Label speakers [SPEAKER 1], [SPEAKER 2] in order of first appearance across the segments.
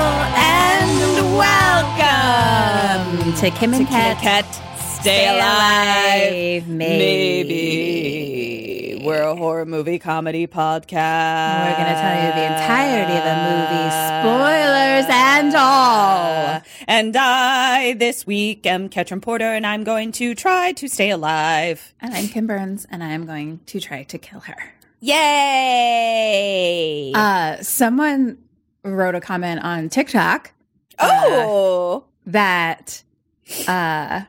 [SPEAKER 1] and welcome
[SPEAKER 2] to Kim and Kat.
[SPEAKER 1] Stay Alive, maybe. We're a horror movie comedy podcast.
[SPEAKER 2] We're going to tell you the entirety of the movie, spoilers and all.
[SPEAKER 1] And I, this week, am Ketchum Porter, and I'm going to try to stay alive.
[SPEAKER 2] And I'm Kim Burns, and I am going to try to kill her.
[SPEAKER 1] Yay!
[SPEAKER 2] Uh, someone wrote a comment on TikTok uh,
[SPEAKER 1] oh!
[SPEAKER 2] that uh,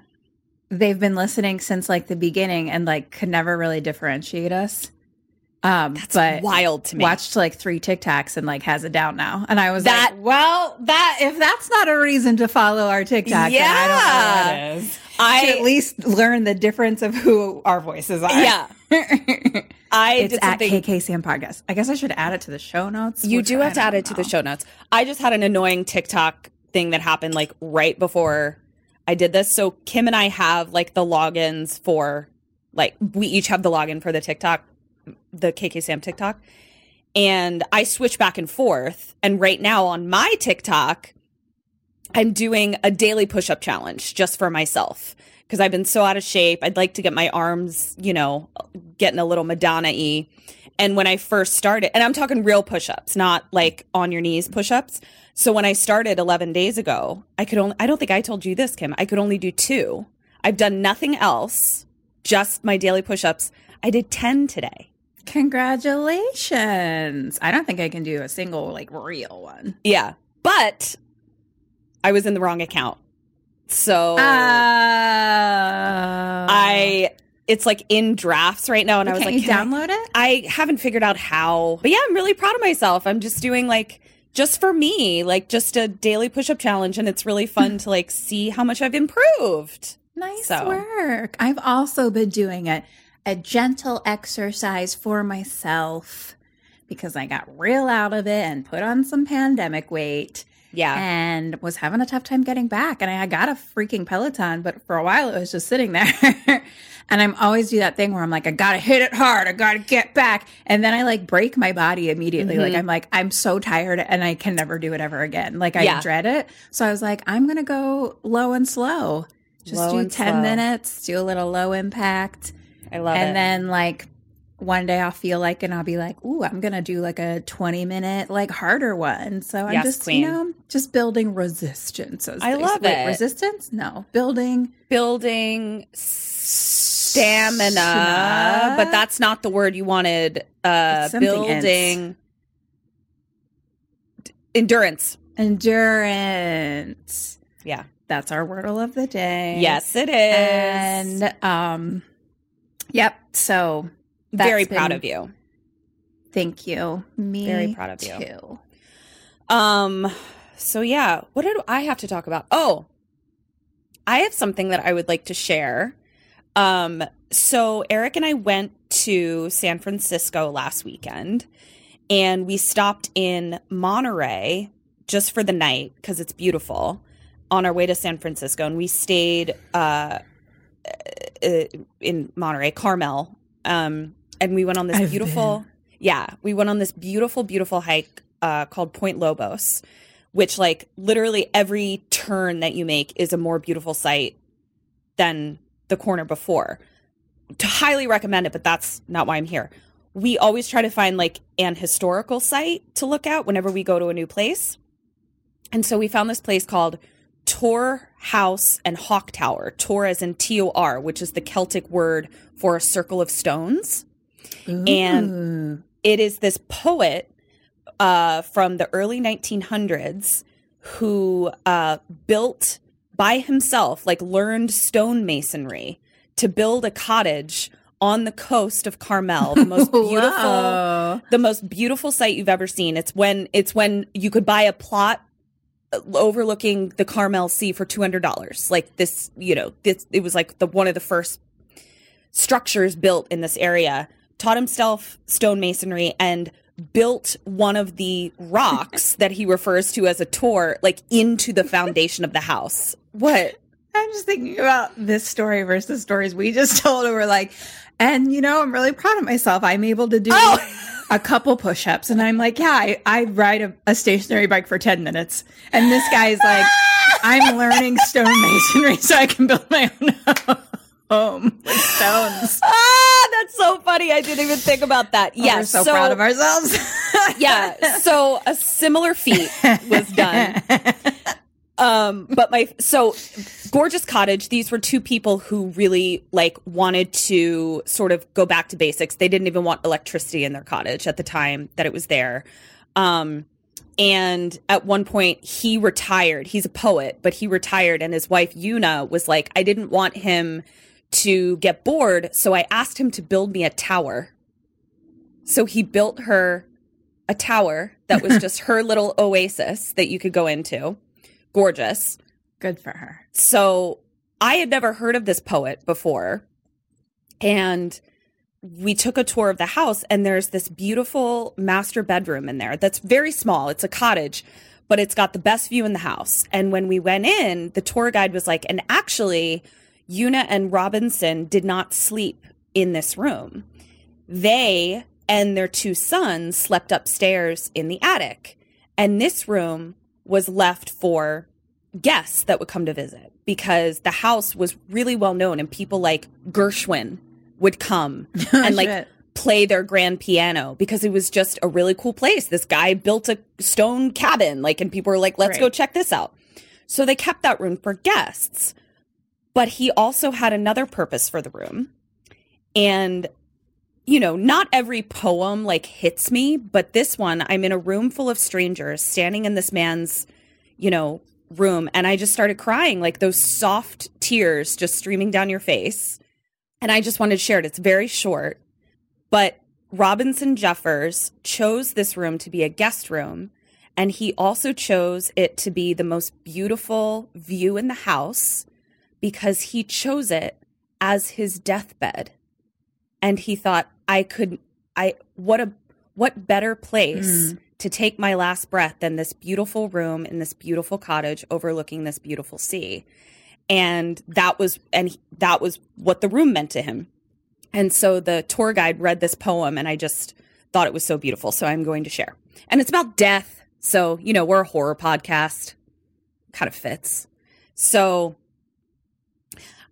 [SPEAKER 2] they've been listening since like the beginning and like could never really differentiate us. Um, but
[SPEAKER 1] wild to me.
[SPEAKER 2] watched like three TikToks and like has it down now. And I was
[SPEAKER 1] That-
[SPEAKER 2] like, well, that if that's not a reason to follow our TikTok, yeah, I don't know what is.
[SPEAKER 1] I-
[SPEAKER 2] to at least learn the difference of who our voices are.
[SPEAKER 1] Yeah. I
[SPEAKER 2] It's
[SPEAKER 1] did
[SPEAKER 2] at
[SPEAKER 1] something.
[SPEAKER 2] KKCM Podcast. I guess I should add it to the show notes.
[SPEAKER 1] You
[SPEAKER 2] which
[SPEAKER 1] do
[SPEAKER 2] I
[SPEAKER 1] have to add
[SPEAKER 2] don't
[SPEAKER 1] it to the
[SPEAKER 2] know.
[SPEAKER 1] show notes. I just had an annoying TikTok thing that happened like right before I did this. So Kim and I have like the logins for like we each have the login for the TikTok, the KK Sam TikTok. And I switch back and forth. And right now on my TikTok, I'm doing a daily push up challenge just for myself because I've been so out of shape. I'd like to get my arms, you know, getting a little Madonna y. And when I first started, and I'm talking real push ups, not like on your knees push ups. So when I started 11 days ago, I could only, I don't think I told you this, Kim, I could only do two. I've done nothing else, just my daily push ups. I did 10 today.
[SPEAKER 2] Congratulations. I don't think I can do a single like real one.
[SPEAKER 1] Yeah. But I was in the wrong account. So. Oh.
[SPEAKER 2] Uh, Ah.
[SPEAKER 1] I it's like in drafts right now, and I was
[SPEAKER 2] Can't
[SPEAKER 1] like,
[SPEAKER 2] you
[SPEAKER 1] "Can
[SPEAKER 2] download it?
[SPEAKER 1] I, I haven't figured out how, but yeah, I'm really proud of myself. I'm just doing like just for me, like just a daily push up challenge, and it's really fun to like see how much I've improved.
[SPEAKER 2] Nice
[SPEAKER 1] So.
[SPEAKER 2] work. I've also been doing a, a gentle exercise for myself because I got real out of it and put on some pandemic weight
[SPEAKER 1] Yeah,
[SPEAKER 2] and was having a tough time getting back. And I got a freaking Peloton, but for a while it was just sitting there. and I'm always do that thing where I'm like, I gotta hit it hard. I gotta get back. And then I like break my body immediately.
[SPEAKER 1] Mm-hmm.
[SPEAKER 2] Like I'm like, I'm so tired and I can never do it ever again. Like I
[SPEAKER 1] Yeah.
[SPEAKER 2] dread it. So I was like, I'm gonna go low and slow. Just
[SPEAKER 1] Low
[SPEAKER 2] do
[SPEAKER 1] and
[SPEAKER 2] 10
[SPEAKER 1] slow.
[SPEAKER 2] minutes, do a little low impact.
[SPEAKER 1] I love
[SPEAKER 2] and
[SPEAKER 1] it.
[SPEAKER 2] then like one day I'll feel like and I'll be like, ooh, I'm gonna do like a 20 minute like harder one. So I'm
[SPEAKER 1] Yes,
[SPEAKER 2] just
[SPEAKER 1] queen.
[SPEAKER 2] you know just building resistance. as
[SPEAKER 1] I
[SPEAKER 2] they
[SPEAKER 1] love
[SPEAKER 2] say. Wait,
[SPEAKER 1] it.
[SPEAKER 2] Resistance? No, building.
[SPEAKER 1] building stamina, but that's not the word you wanted. Uh,
[SPEAKER 2] It's something else.
[SPEAKER 1] building D- endurance.
[SPEAKER 2] endurance.
[SPEAKER 1] Yeah.
[SPEAKER 2] That's our wordle of the day.
[SPEAKER 1] Yes, it is.
[SPEAKER 2] and um, yep. So that's
[SPEAKER 1] Very proud
[SPEAKER 2] been-
[SPEAKER 1] of you.
[SPEAKER 2] Thank you. Me.
[SPEAKER 1] Very proud of you.
[SPEAKER 2] Too.
[SPEAKER 1] Um. So yeah, what did I have to talk about? Oh, I have something that I would like to share. Um, so Eric and I went to San Francisco last weekend and we stopped in Monterey just for the night because it's beautiful on our way to San Francisco. And we stayed uh, uh, in Monterey, Carmel. Um, and we went on this
[SPEAKER 2] I've
[SPEAKER 1] beautiful, yeah, we went on this beautiful, beautiful hike uh, called Point Lobos, which, like, literally every turn that you make is a more beautiful sight than the corner before. To highly recommend it, but that's not why I'm here. We always try to find like an historical site to look at whenever we go to a new place. And so we found this place called Tor House and Hawk Tower. Tor as in T O R, which is the Celtic word for a circle of stones. And it is this poet uh, from the early 1900s who uh, built by himself, like learned stonemasonry to build a cottage on the coast of Carmel, the most beautiful,
[SPEAKER 2] Wow.
[SPEAKER 1] the most beautiful site you've ever seen. It's when it's when you could buy a plot uh, overlooking the Carmel Sea for two hundred dollars. Like this, you know, this it was like the one of the first structures built in this area. Taught himself stonemasonry and built one of the rocks that he refers to as a tor, like into the foundation of the house. What?
[SPEAKER 2] I'm just thinking about this story versus the stories we just told. And we're like, and you know, I'm really proud of myself. I'm able to do a couple push ups. And I'm like, yeah, I, I ride a, a stationary bike for 10 minutes. And this guy's like, I'm learning stonemasonry so I can build my own home with stones.
[SPEAKER 1] Ah, that's so funny. I didn't even think about that.
[SPEAKER 2] Yeah,
[SPEAKER 1] Yes,
[SPEAKER 2] Oh, We're so, proud of ourselves.
[SPEAKER 1] yeah. So a similar feat was done. Um, but my so gorgeous cottage. These were two people who really like wanted to sort of go back to basics. They didn't even want electricity in their cottage at the time that it was there. Um, and at one point he retired. He's a poet, but he retired, and his wife Una was like, "I didn't want him to get bored, so I asked him to build me a tower." So he built her a tower that was just her little oasis that you could go into. Gorgeous.
[SPEAKER 2] Good for her.
[SPEAKER 1] So I had never heard of this poet before. And we took a tour of the house, and there's this beautiful master bedroom in there that's very small. It's a cottage, but it's got the best view in the house. And when we went in, the tour guide was like, and actually, Una and Robinson did not sleep in this room. They and their two sons slept upstairs in the attic. And this room was left for guests that would come to visit because the house was really well known and people like Gershwin would come and like
[SPEAKER 2] Shit.
[SPEAKER 1] play their grand piano because it was just a really cool place. This guy built a stone cabin, like, and people were like, let's go
[SPEAKER 2] Right.
[SPEAKER 1] check this out. So they kept that room for guests. But he also had another purpose for the room. And you know, not every poem like hits me, but this one, I'm in a room full of strangers standing in this man's, you know, room, and I just started crying, like those soft tears just streaming down your face. And I just wanted to share it. It's very short, but Robinson Jeffers chose this room to be a guest room, and he also chose it to be the most beautiful view in the house because he chose it as his deathbed and he thought i could i what a what better place to take my last breath than this beautiful room in this beautiful cottage overlooking this beautiful sea and that was and he- that was what the room meant to him and so the tour guide read this poem and i just thought it was so beautiful so i'm going to share and it's about death so you know we're a horror podcast kind of fits so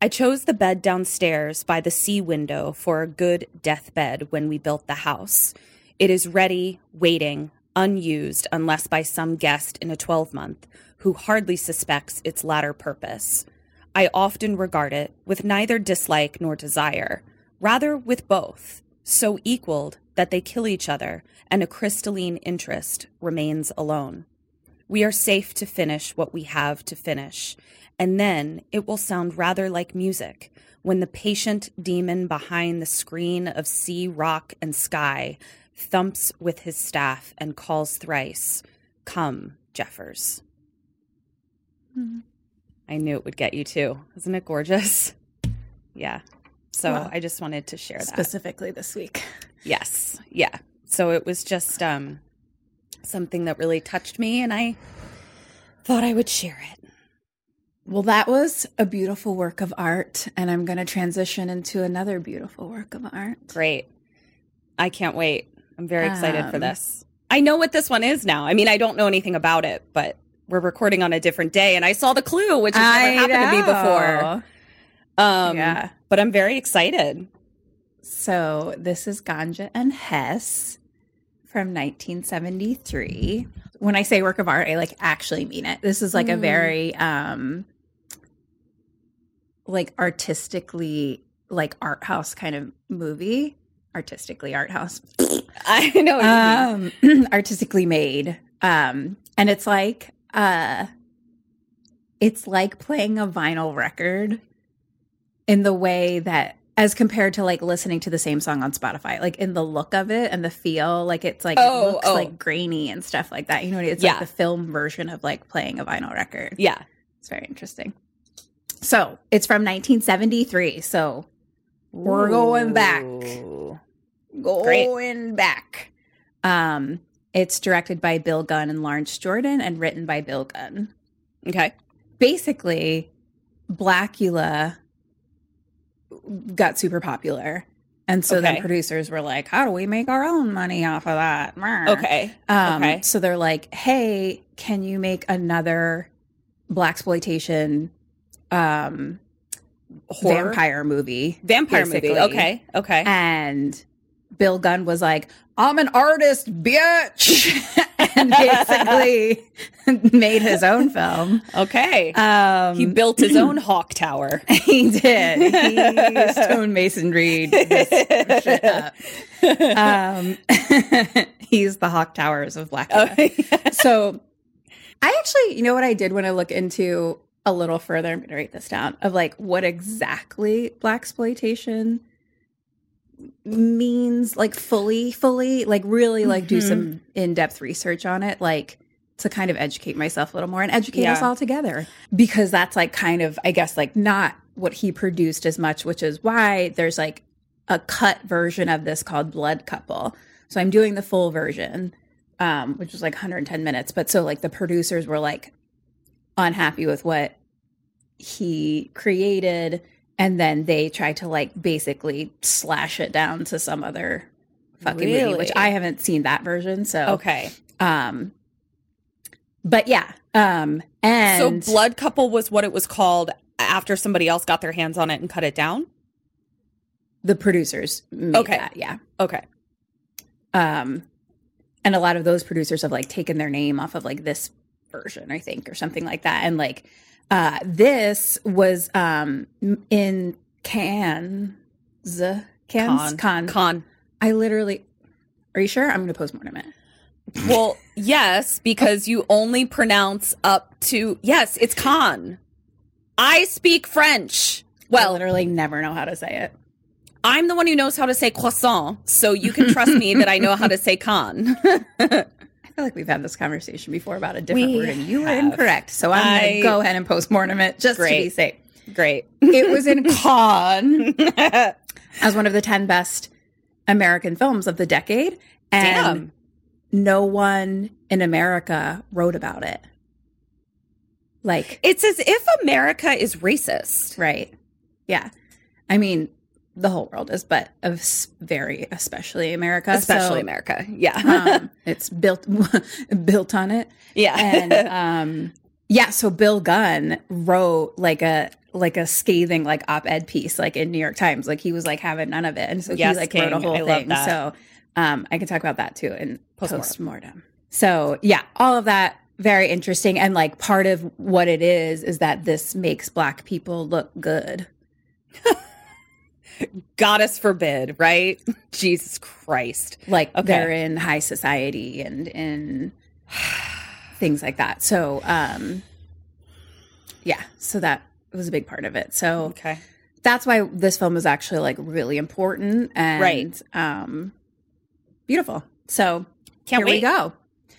[SPEAKER 1] I chose the bed downstairs by the sea window for a good deathbed when we built the house. It is ready, waiting, unused, unless by some guest in a 12 month who hardly suspects its latter purpose. I often regard it with neither dislike nor desire, rather with both, so equaled that they kill each other and a crystalline interest remains alone. We are safe to finish what we have to finish, and then it will sound rather like music when the patient demon behind the screen of sea, rock, and sky thumps with his staff and calls thrice, Come, Jeffers. I knew it would get you too. Isn't it gorgeous? Yeah. So
[SPEAKER 2] Wow.
[SPEAKER 1] I just wanted to share that.
[SPEAKER 2] specifically this week.
[SPEAKER 1] Yes. Yeah. So it was just um something that really touched me and I thought I would share it.
[SPEAKER 2] Well, that was a beautiful work of art, and I'm going to transition into another beautiful work of art.
[SPEAKER 1] Great. I can't wait. I'm very excited for
[SPEAKER 2] Um,
[SPEAKER 1] this. I know what this one is now. I mean, I don't know anything about it, but we're recording on a different day and I saw the clue, which has never happened to me before. Um
[SPEAKER 2] Yeah.
[SPEAKER 1] but I'm very excited.
[SPEAKER 2] So this is Ganja and Hess from 1973. When I say work of art, I like actually mean it. This is
[SPEAKER 1] Mm.
[SPEAKER 2] like a very um like artistically like art house kind of movie. Artistically art house.
[SPEAKER 1] I know what you mean.
[SPEAKER 2] um artistically made. Um and it's like uh it's like playing a vinyl record in the way that as compared to like listening to the same song on Spotify, like in the look of it and the feel, like it's like
[SPEAKER 1] Oh,
[SPEAKER 2] it looks
[SPEAKER 1] oh.
[SPEAKER 2] like grainy and stuff like that. You know, it's
[SPEAKER 1] Yeah.
[SPEAKER 2] like the film version of like playing a vinyl record.
[SPEAKER 1] Yeah.
[SPEAKER 2] It's very interesting. So it's from 1973. So We're going back.
[SPEAKER 1] Ooh. Great.
[SPEAKER 2] going back. Um, it's directed by Bill Gunn and Lawrence Jordan and written by Bill Gunn.
[SPEAKER 1] Okay.
[SPEAKER 2] Basically, Blackula got super popular. And so
[SPEAKER 1] Okay.
[SPEAKER 2] then producers were like, how do we make our own money off of that? Meh.
[SPEAKER 1] Okay.
[SPEAKER 2] Um,
[SPEAKER 1] okay.
[SPEAKER 2] So they're like, hey, can you make another black exploitation um,
[SPEAKER 1] Horror?
[SPEAKER 2] vampire movie?
[SPEAKER 1] Vampire movie.
[SPEAKER 2] basically.
[SPEAKER 1] Okay. Okay.
[SPEAKER 2] And Bill Gunn was like, I'm an artist, bitch. and basically made his own film.
[SPEAKER 1] Okay.
[SPEAKER 2] Um,
[SPEAKER 1] he built his own hawk tower.
[SPEAKER 2] he did. He stone masonry this shit up. Um, he's the hawk towers of Black.
[SPEAKER 1] Oh, yeah.
[SPEAKER 2] so I actually, you know what I did when I look into a little further, I'm going to write this down of like what exactly black exploitation means, like fully, fully, like really, like do
[SPEAKER 1] Mm-hmm.
[SPEAKER 2] some in depth research on it, like to kind of educate myself a little more and educate us
[SPEAKER 1] Yeah.
[SPEAKER 2] all together because that's like kind of, I guess, like not what he produced as much, which is why there's like a cut version of this called Blood Couple. So I'm doing the full version um, which was like 110 minutes. But so like the producers were like unhappy with what he created, and then they tried to like basically slash it down to some other fucking movie, which
[SPEAKER 1] Really?
[SPEAKER 2] I haven't seen that version. So
[SPEAKER 1] okay.
[SPEAKER 2] um, but yeah, um, and
[SPEAKER 1] so blood couple was what it was called after somebody else got their hands on it and cut it down.
[SPEAKER 2] the producers, made
[SPEAKER 1] Okay.
[SPEAKER 2] that, yeah,
[SPEAKER 1] Okay.
[SPEAKER 2] um, and a lot of those producers have like taken their name off of like this version i think or something like that and like uh this was um m- in cannes cannes
[SPEAKER 1] Con. Con.
[SPEAKER 2] i literally are you sure i'm gonna post more in a minute
[SPEAKER 1] Well, yes, because you only pronounce up to yes, it's con. I speak French.
[SPEAKER 2] i
[SPEAKER 1] Well,
[SPEAKER 2] literally never know how to say it
[SPEAKER 1] I'm the one who knows how to say croissant, so you can trust me that I know how to say con.
[SPEAKER 2] i feel like we've had this conversation before about a different
[SPEAKER 1] We
[SPEAKER 2] word and you were
[SPEAKER 1] have.
[SPEAKER 2] incorrect so i'm
[SPEAKER 1] I-
[SPEAKER 2] gonna go ahead and post more in a minute just to be
[SPEAKER 1] Great.
[SPEAKER 2] safe
[SPEAKER 1] Great.
[SPEAKER 2] it was in Cannes as one of the 10 best American films of the decade. And
[SPEAKER 1] Damn.
[SPEAKER 2] no one in America wrote about it. Like,
[SPEAKER 1] It's as if America is racist.
[SPEAKER 2] right. Yeah. I mean, the whole world is, but of s- very, especially America.
[SPEAKER 1] Especially
[SPEAKER 2] So,
[SPEAKER 1] America. Yeah.
[SPEAKER 2] um, it's built built on it.
[SPEAKER 1] yeah.
[SPEAKER 2] and
[SPEAKER 1] uh,
[SPEAKER 2] um yeah so bill gunn wrote like a like a scathing like op-ed piece like in new york times like he was like having none of it and so
[SPEAKER 1] Yes,
[SPEAKER 2] he like wrote a
[SPEAKER 1] King.
[SPEAKER 2] whole
[SPEAKER 1] I love
[SPEAKER 2] thing
[SPEAKER 1] that.
[SPEAKER 2] so um i can talk about that too in
[SPEAKER 1] Postmortem.
[SPEAKER 2] post-mortem so yeah all of that very interesting and like part of what it is is that this makes black people look good
[SPEAKER 1] goddess forbid, right? Jesus Christ.
[SPEAKER 2] like
[SPEAKER 1] Okay.
[SPEAKER 2] they're in high society and in things like that so um yeah so that was a big part of it so
[SPEAKER 1] Okay.
[SPEAKER 2] that's why this film is actually like really important and
[SPEAKER 1] Right.
[SPEAKER 2] um beautiful so
[SPEAKER 1] Can't
[SPEAKER 2] here we
[SPEAKER 1] wait.
[SPEAKER 2] go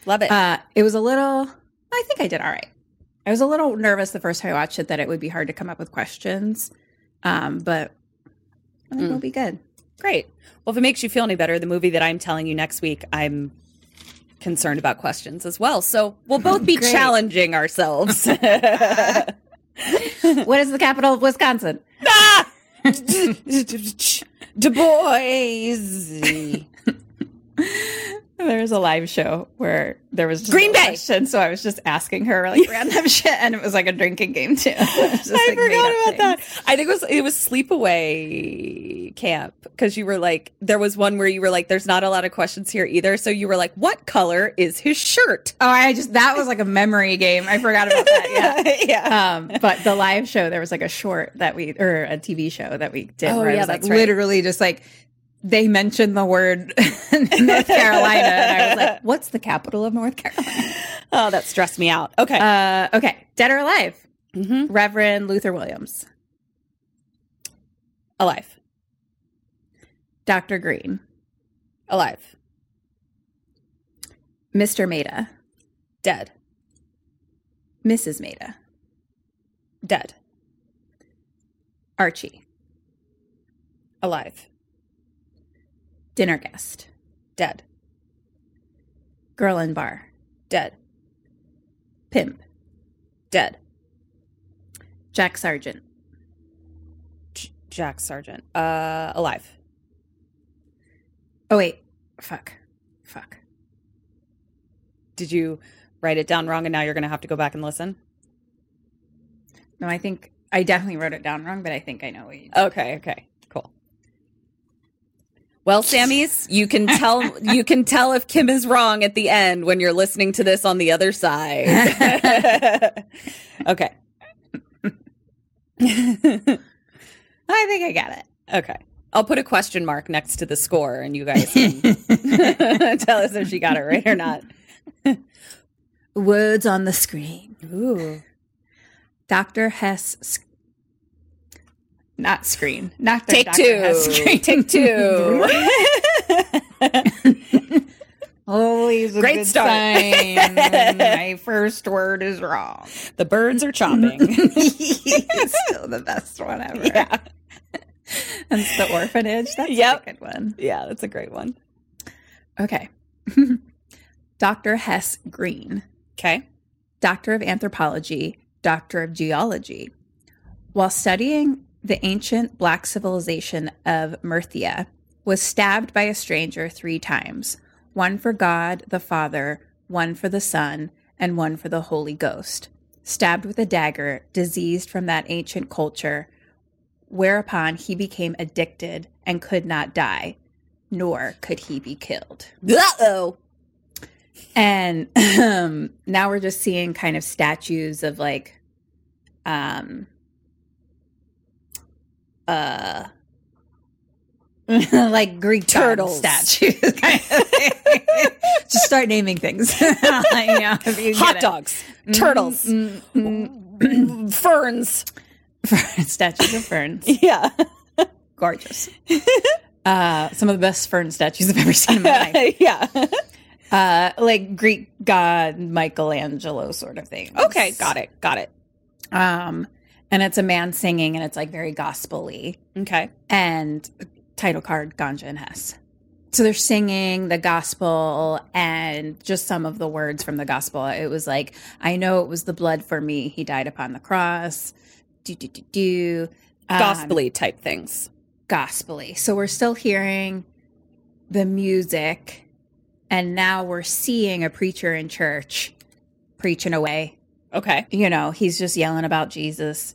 [SPEAKER 1] Love it.
[SPEAKER 2] uh it was a little i think i did all right I was a little nervous the first time I watched it that it would be hard to come up with questions, um, but I
[SPEAKER 1] Mm.
[SPEAKER 2] think we'll be good.
[SPEAKER 1] Great. Well, if it makes you feel any better, the movie that I'm telling you next week, I'm concerned about questions as well. So we'll both be
[SPEAKER 2] Great.
[SPEAKER 1] challenging ourselves.
[SPEAKER 2] what is the capital of Wisconsin?
[SPEAKER 1] Du Bois.
[SPEAKER 2] There was a live show where there was just
[SPEAKER 1] Green
[SPEAKER 2] a
[SPEAKER 1] Bay.
[SPEAKER 2] question, so I was just asking her like random shit, and it was like a drinking game too.
[SPEAKER 1] I forgot about that. I think it was it was sleepaway camp because you were like there was one where you were like there's not a lot of questions here either. So you were like, what color is his shirt?
[SPEAKER 2] Oh, I just that was like a memory game. I forgot about that. Yeah.
[SPEAKER 1] yeah.
[SPEAKER 2] um, but the live show, there was like a short that we or a TV show that we did.
[SPEAKER 1] Oh,
[SPEAKER 2] where I
[SPEAKER 1] yeah,
[SPEAKER 2] was,
[SPEAKER 1] that's
[SPEAKER 2] like,
[SPEAKER 1] right.
[SPEAKER 2] Literally, just like they mentioned the word North Carolina, and I was like, "What's the capital of North Carolina?"
[SPEAKER 1] Oh, that stressed me out. Okay.
[SPEAKER 2] Uh, okay, dead or alive,
[SPEAKER 1] hmm
[SPEAKER 2] Reverend Luther Williams,
[SPEAKER 1] Alive.
[SPEAKER 2] Doctor Green,
[SPEAKER 1] Alive.
[SPEAKER 2] Mister Maida,
[SPEAKER 1] Dead.
[SPEAKER 2] Mrs. Maida,
[SPEAKER 1] Dead.
[SPEAKER 2] Archie,
[SPEAKER 1] Alive.
[SPEAKER 2] dinner guest,
[SPEAKER 1] Dead.
[SPEAKER 2] girl in bar,
[SPEAKER 1] Dead.
[SPEAKER 2] pimp,
[SPEAKER 1] Dead.
[SPEAKER 2] Jack Sargent,
[SPEAKER 1] J- Jack Sargent. Uh, alive.
[SPEAKER 2] Oh wait, fuck, fuck.
[SPEAKER 1] Did you write it down wrong and now you're going to have to go back and listen?
[SPEAKER 2] No, I think I definitely wrote it down wrong, but I think I know what you.
[SPEAKER 1] Okay, okay. Cool. Well, Sammy's, you can tell you can tell if Kim is wrong at the end when you're listening to this on the other side. okay.
[SPEAKER 2] I think I got it.
[SPEAKER 1] Okay. I'll put a question mark next to the score and you guys can tell us if she got it right or not.
[SPEAKER 2] Words on the screen.
[SPEAKER 1] Ooh.
[SPEAKER 2] Dr. Hess. Sc- not screen. Not the
[SPEAKER 1] Take
[SPEAKER 2] Dr. Hess
[SPEAKER 1] two.
[SPEAKER 2] screen.
[SPEAKER 1] Take two.
[SPEAKER 2] Always a
[SPEAKER 1] Great
[SPEAKER 2] good
[SPEAKER 1] start.
[SPEAKER 2] sign when my first word is wrong.
[SPEAKER 1] the birds are chopping.
[SPEAKER 2] it's still the best one ever.
[SPEAKER 1] yeah.
[SPEAKER 2] And it's the orphanage. That's
[SPEAKER 1] Yep.
[SPEAKER 2] a good one.
[SPEAKER 1] Yeah, that's a great one.
[SPEAKER 2] Okay. Dr. Hess Green.
[SPEAKER 1] Okay.
[SPEAKER 2] Doctor of Anthropology, Doctor of Geology. While studying the ancient black civilization of Murcia, was stabbed by a stranger three times, one for God the Father, one for the Son, and one for the Holy Ghost. Stabbed with a dagger, diseased from that ancient culture, whereupon he became addicted and could not die, nor could he be killed.
[SPEAKER 1] Uh-oh.
[SPEAKER 2] And um, now we're just seeing kind of statues of like um uh like Greek god
[SPEAKER 1] Turtles.
[SPEAKER 2] statues. kind of thing. just start naming things. I know, if you
[SPEAKER 1] Hot
[SPEAKER 2] get it.
[SPEAKER 1] dogs, turtles,
[SPEAKER 2] Mm, mm,
[SPEAKER 1] Mm-hmm. ferns.
[SPEAKER 2] mm. statues of ferns.
[SPEAKER 1] Yeah.
[SPEAKER 2] Gorgeous. Uh, some of the best fern statues I've ever seen in my life.
[SPEAKER 1] yeah.
[SPEAKER 2] Uh, like Greek god Michelangelo sort of thing.
[SPEAKER 1] Okay, got it. Got it.
[SPEAKER 2] Um, and it's a man singing, and it's like very gospel-y.
[SPEAKER 1] Okay.
[SPEAKER 2] And title card Ganja and Hess. So they're singing the gospel and just some of the words from the gospel. It was like, I know it was the blood for me. He died upon the cross. Do do do do. Um,
[SPEAKER 1] Gospely type things.
[SPEAKER 2] gospely. So we're still hearing the music, and now we're seeing a preacher in church preaching away
[SPEAKER 1] Okay.
[SPEAKER 2] you know, he's just yelling about Jesus.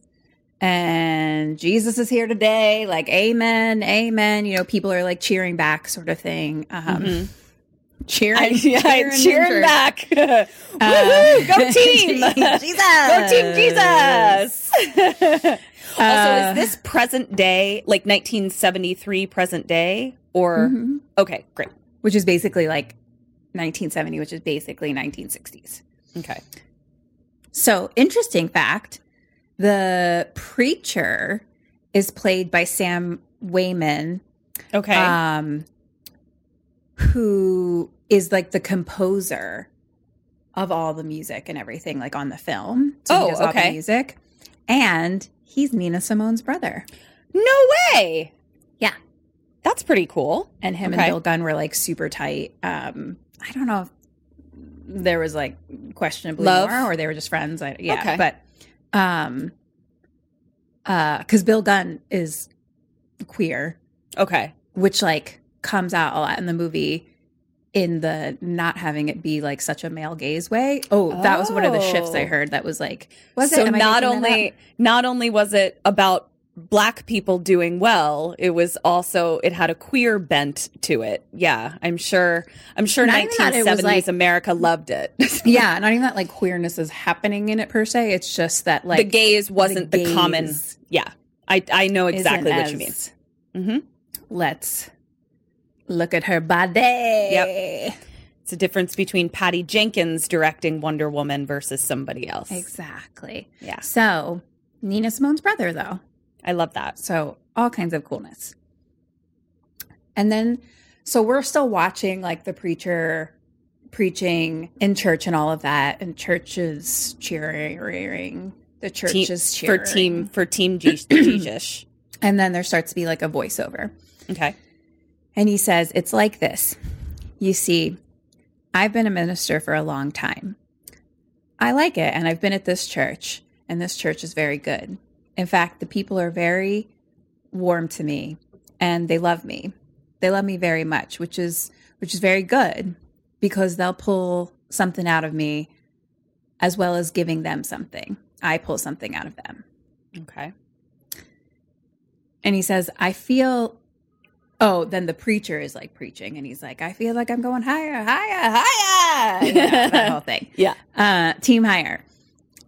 [SPEAKER 2] And Jesus is here today, like, amen, amen. You know, people are like cheering back, sort of thing. Um,
[SPEAKER 1] Mhm.
[SPEAKER 2] Cheering,
[SPEAKER 1] I,
[SPEAKER 2] cheering,
[SPEAKER 1] I cheering
[SPEAKER 2] in
[SPEAKER 1] back.
[SPEAKER 2] church.
[SPEAKER 1] Woohoo!
[SPEAKER 2] Uh,
[SPEAKER 1] Go team!
[SPEAKER 2] Jesus!
[SPEAKER 1] Go team Jesus! also,
[SPEAKER 2] Uh,
[SPEAKER 1] is this present day, like 1973 present day? Or,
[SPEAKER 2] Mhm.
[SPEAKER 1] okay, great.
[SPEAKER 2] Which is basically like 1970, which is basically 1960s.
[SPEAKER 1] Okay.
[SPEAKER 2] So, interesting fact the preacher is played by Sam Wayman,
[SPEAKER 1] Okay.
[SPEAKER 2] um, who is like the composer of all the music and everything, like on the film. So
[SPEAKER 1] Oh,
[SPEAKER 2] he does all
[SPEAKER 1] okay.
[SPEAKER 2] the music. And he's Nina Simone's brother.
[SPEAKER 1] No way.
[SPEAKER 2] Yeah.
[SPEAKER 1] That's pretty cool.
[SPEAKER 2] And him
[SPEAKER 1] Okay.
[SPEAKER 2] and Bill Gunn were like super tight. Um, I don't know if there was like questionably
[SPEAKER 1] Love?
[SPEAKER 2] more or they were just friends. I, yeah.
[SPEAKER 1] Okay.
[SPEAKER 2] But um uh because Bill Gunn is queer.
[SPEAKER 1] Okay.
[SPEAKER 2] which like comes out a lot in the movie in the not having it be like such a male gaze way. Oh, that was one of the shifts I
[SPEAKER 1] Oh.
[SPEAKER 2] heard that was like was
[SPEAKER 1] so
[SPEAKER 2] it Am I
[SPEAKER 1] not
[SPEAKER 2] making that up?
[SPEAKER 1] only not only was it about black people doing well, it was also it had a queer bent to it. Yeah, I'm sure. I'm sure
[SPEAKER 2] Not even that, it
[SPEAKER 1] 1970s
[SPEAKER 2] was like-
[SPEAKER 1] America loved it.
[SPEAKER 2] yeah, not even that like queerness is happening in it per se. It's just that like
[SPEAKER 1] the gaze wasn't the, common.
[SPEAKER 2] gaze
[SPEAKER 1] Yeah, I I know
[SPEAKER 2] isn't
[SPEAKER 1] exactly what you mean.
[SPEAKER 2] as,
[SPEAKER 1] Mhm.
[SPEAKER 2] Let's look at her body. Yep.
[SPEAKER 1] It's a difference between Patty Jenkins directing Wonder Woman versus somebody else.
[SPEAKER 2] Exactly.
[SPEAKER 1] Yeah.
[SPEAKER 2] So Nina Simone's brother though.
[SPEAKER 1] I love that.
[SPEAKER 2] So all kinds of coolness. And then so we're still watching like the preacher preaching in church and all of that, and church is cheering. The church
[SPEAKER 1] Team-
[SPEAKER 2] is
[SPEAKER 1] for
[SPEAKER 2] cheering
[SPEAKER 1] team for team Je- Jesus.
[SPEAKER 2] And then there starts to be like a voiceover.
[SPEAKER 1] Okay.
[SPEAKER 2] And he says, It's like this. You see, I've been a minister for a long time. I like it, and I've been at this church, and this church is very good. In fact, the people are very warm to me and they love me. They love me very much, which is which is very good because they'll pull something out of me as well as giving them something. I pull something out of them.
[SPEAKER 1] Okay.
[SPEAKER 2] And he says, I feel. Oh, then the preacher is like preaching, and he's like, I feel like I'm going higher, higher, higher. You know, that whole thing.
[SPEAKER 1] Yeah.
[SPEAKER 2] Uh, team higher.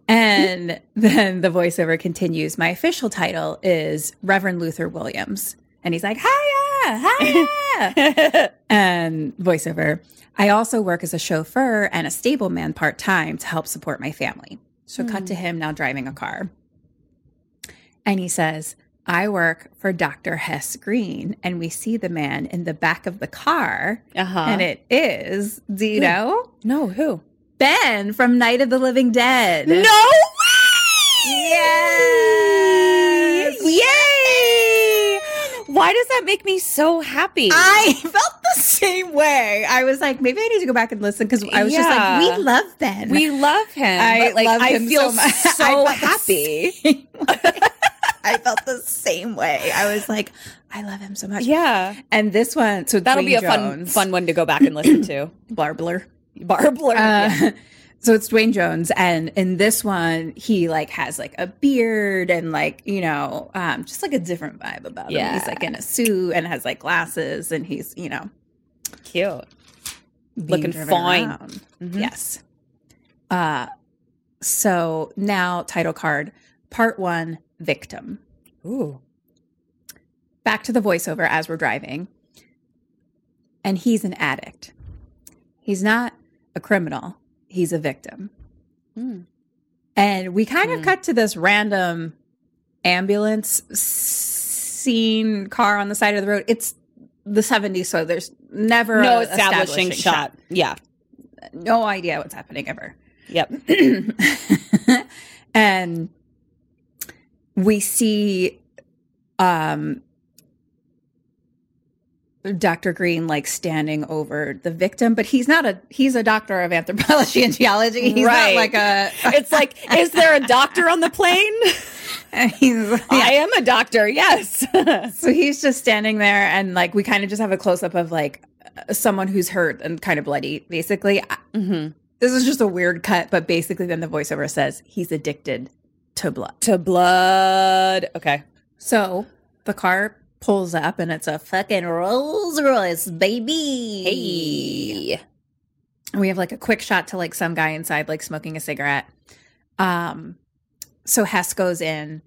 [SPEAKER 2] And then the voiceover continues. My official title is Reverend Luther Williams. And he's like, higher, higher. and voiceover. I also work as a chauffeur and a stableman part time to help support my family. So cut to him now driving a car. And he says, I work for Dr. Hess Green. And we see the man in the back of the car.
[SPEAKER 1] Uh-huh.
[SPEAKER 2] And it is Dino
[SPEAKER 1] No, who?
[SPEAKER 2] Ben from Night of the Living Dead.
[SPEAKER 1] No.
[SPEAKER 2] Yes.
[SPEAKER 1] Yay! Why does that make me so happy?
[SPEAKER 2] I felt the same way. I was like, maybe I need to go back and listen because I was just
[SPEAKER 1] Yeah.
[SPEAKER 2] like, we love Ben.
[SPEAKER 1] we love him.
[SPEAKER 2] I
[SPEAKER 1] but, like
[SPEAKER 2] love
[SPEAKER 1] I
[SPEAKER 2] him
[SPEAKER 1] feel
[SPEAKER 2] so much. I
[SPEAKER 1] so
[SPEAKER 2] felt the
[SPEAKER 1] happy.
[SPEAKER 2] I felt the same way. I was like, I love him so much.
[SPEAKER 1] Yeah.
[SPEAKER 2] And this one, so
[SPEAKER 1] That'll be
[SPEAKER 2] Dwayne
[SPEAKER 1] a fun
[SPEAKER 2] Jones.
[SPEAKER 1] fun one to go back and listen to.
[SPEAKER 2] blarbler.
[SPEAKER 1] Barbler.
[SPEAKER 2] Uh, So it's Dwayne Jones, and in this one, he like has like a beard and like you know, um, just like a different vibe about him. He's
[SPEAKER 1] Yeah.
[SPEAKER 2] like in a suit and has like glasses, and he's you know
[SPEAKER 1] Cute.
[SPEAKER 2] being
[SPEAKER 1] Looking
[SPEAKER 2] driven
[SPEAKER 1] fine.
[SPEAKER 2] around.
[SPEAKER 1] Mm-hmm.
[SPEAKER 2] Yes. Uh, so now title card, part one, victim.
[SPEAKER 1] Ooh.
[SPEAKER 2] back to the voiceover as we're driving. And he's an addict. He's not a criminal, he's a victim.
[SPEAKER 1] Hmm.
[SPEAKER 2] And we kind of cut to this random ambulance scene car on the side of the road. It's the 70s, so there's never
[SPEAKER 1] No
[SPEAKER 2] a
[SPEAKER 1] establishing, shot. Yeah.
[SPEAKER 2] shot. No idea what's happening ever.
[SPEAKER 1] Yep.
[SPEAKER 2] and we see um Dr. Green like standing over the victim, but he's not a he's a doctor of anthropology and geology. He's not
[SPEAKER 1] Right.
[SPEAKER 2] like a
[SPEAKER 1] It's like, is there a doctor on the plane?
[SPEAKER 2] he's
[SPEAKER 1] I am a doctor. Yes.
[SPEAKER 2] so he's just standing there and like we kind of just have a close up of like uh, someone who's hurt and kind of bloody basically. I-
[SPEAKER 1] Mm-hmm.
[SPEAKER 2] This is just a weird cut, but basically then the voiceover says he's addicted to blood.
[SPEAKER 1] to blood. Okay.
[SPEAKER 2] So the car pulls up and it's a fucking Rolls Royce, baby. Hey. And we have like a quick shot to like some guy inside, like smoking a cigarette. Um, so Hess goes in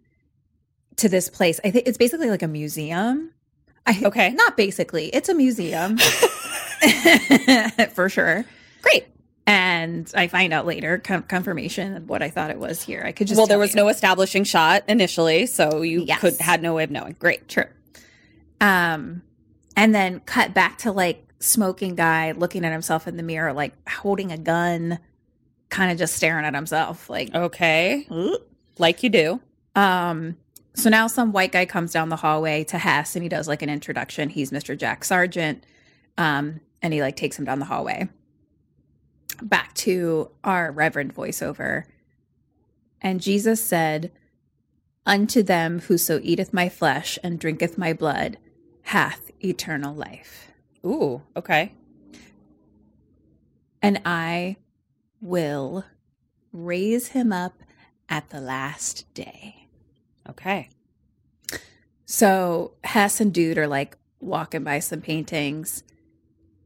[SPEAKER 2] to this place. I think it's basically like a museum. I,
[SPEAKER 1] Okay.
[SPEAKER 2] Not basically, it's a museum for sure.
[SPEAKER 1] Great.
[SPEAKER 2] And I find out later con- confirmation of what I thought it was here. I could just
[SPEAKER 1] well, there
[SPEAKER 2] tell
[SPEAKER 1] was
[SPEAKER 2] you.
[SPEAKER 1] no establishing shot initially, so you
[SPEAKER 2] Yes.
[SPEAKER 1] could had no way of knowing. Great.
[SPEAKER 2] True. Um, and then cut back to like smoking guy looking at himself in the mirror, like holding a gun, kind of just staring at himself. Like,
[SPEAKER 1] Okay. Like you do.
[SPEAKER 2] um, so now some white guy comes down the hallway to Hess and he does like an introduction. He's Mr. Jack Sargent. Um, and he like takes him down the hallway. Back to our reverend voiceover. And Jesus said, Unto them whoso eateth my flesh and drinketh my blood hath eternal life.
[SPEAKER 1] Ooh. Okay.
[SPEAKER 2] and I will raise him up at the last day.
[SPEAKER 1] Okay.
[SPEAKER 2] So Hess and Dude are like walking by some paintings.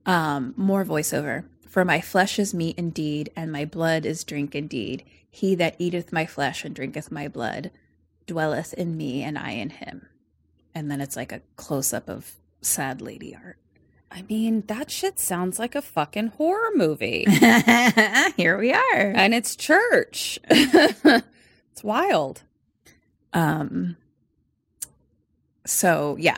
[SPEAKER 2] Um, more voiceover. For my flesh is meat indeed, and my blood is drink indeed. He that eateth my flesh and drinketh my blood dwelleth in me, and I in him. And then it's like a close up of sad lady art.
[SPEAKER 1] I mean, that shit sounds like a fucking horror movie.
[SPEAKER 2] Here we are.
[SPEAKER 1] and it's church. it's wild.
[SPEAKER 2] Um so yeah.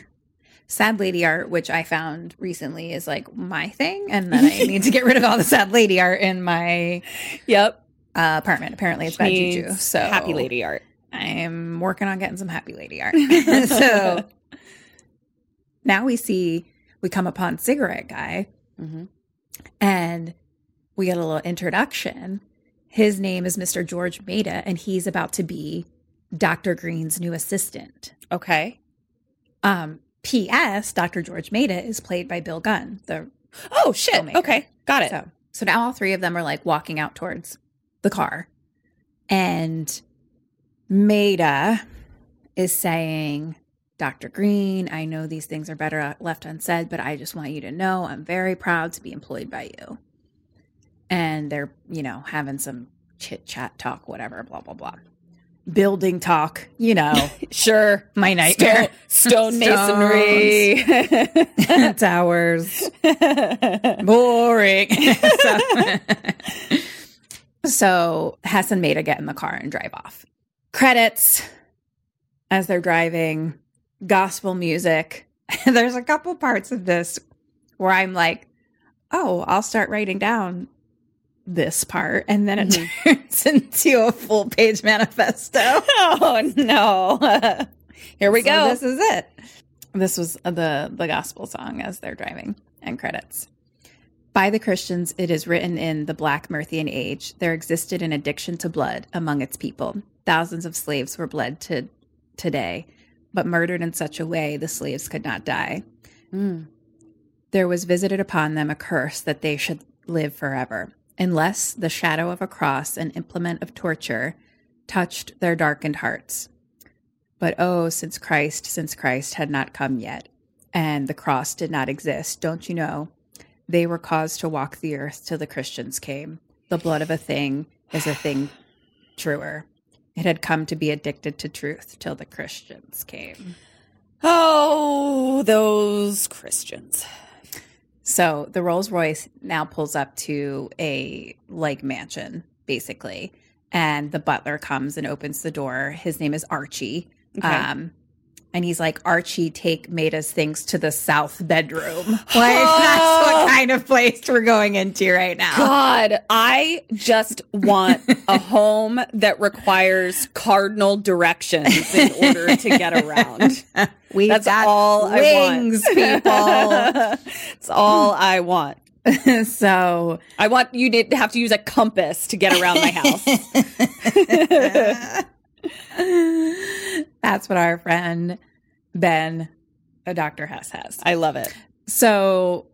[SPEAKER 2] sad lady art, which I found recently is like my thing and then I need to get rid of all the sad lady art in my
[SPEAKER 1] Yep.
[SPEAKER 2] uh, apartment. Apparently it's bad juju.
[SPEAKER 1] Needs
[SPEAKER 2] So
[SPEAKER 1] happy lady art.
[SPEAKER 2] I'm working on getting some happy lady art. so now we see we come upon cigarette guy
[SPEAKER 1] Mhm.
[SPEAKER 2] and we get a little introduction. His name is Mr. George Maida, and he's about to be Dr. Green's new assistant.
[SPEAKER 1] Okay.
[SPEAKER 2] Um, P.S. Dr. George Maida is played by Bill Gunn. The
[SPEAKER 1] Oh shit.
[SPEAKER 2] Filmmaker.
[SPEAKER 1] Okay. Got it.
[SPEAKER 2] so so now all three of them are like walking out towards the car, and Maida is saying, "Dr. Green, I know these things are better left unsaid, but I just want you to know I'm very proud to be employed by you." And they're you know having some chit chat talk, whatever, blah blah blah, building talk, you know.
[SPEAKER 1] Sure.
[SPEAKER 2] My nightmare.
[SPEAKER 1] Stone, stone masonry.
[SPEAKER 2] towers. Boring. so, so Hess and Maida get in the car and drive off. Credits as they're driving, gospel music. There's a couple parts of this where I'm like, oh, I'll start writing down this part. And then it turns into a full page manifesto.
[SPEAKER 1] oh no. Here we
[SPEAKER 2] So
[SPEAKER 1] go.
[SPEAKER 2] This is it. This was the the gospel song as they're driving and credits. By the Christians, it is written in the Black Murthian age, there existed an addiction to blood among its people. Thousands of slaves were bled to today, but murdered in such a way the slaves could not die. There was visited upon them a curse that they should live forever, unless the shadow of a cross, an implement of torture, touched their darkened hearts. But oh, since Christ, since Christ had not come yet, and the cross did not exist, don't you know? They were caused to walk the earth till the Christians came. The blood of a thing is a thing truer. It had come to be addicted to truth till the Christians came.
[SPEAKER 1] oh, those Christians.
[SPEAKER 2] So the Rolls Royce now pulls up to a like mansion, basically. And the butler comes and opens the door. His name is Archie.
[SPEAKER 1] Okay.
[SPEAKER 2] Um, and he's like, Archie, take Maida's things to the south bedroom. Like, that's
[SPEAKER 1] Oh.
[SPEAKER 2] what kind of place we're going into right now.
[SPEAKER 1] God, I just want a home that requires cardinal directions in order to get around.
[SPEAKER 2] We've
[SPEAKER 1] That's
[SPEAKER 2] got
[SPEAKER 1] all
[SPEAKER 2] wings,
[SPEAKER 1] I
[SPEAKER 2] people.
[SPEAKER 1] want. It's all I want.
[SPEAKER 2] so
[SPEAKER 1] I want you to have to use a compass to get around my house.
[SPEAKER 2] that's what our friend Ben, a Dr. Hess, has.
[SPEAKER 1] I love it.
[SPEAKER 2] So,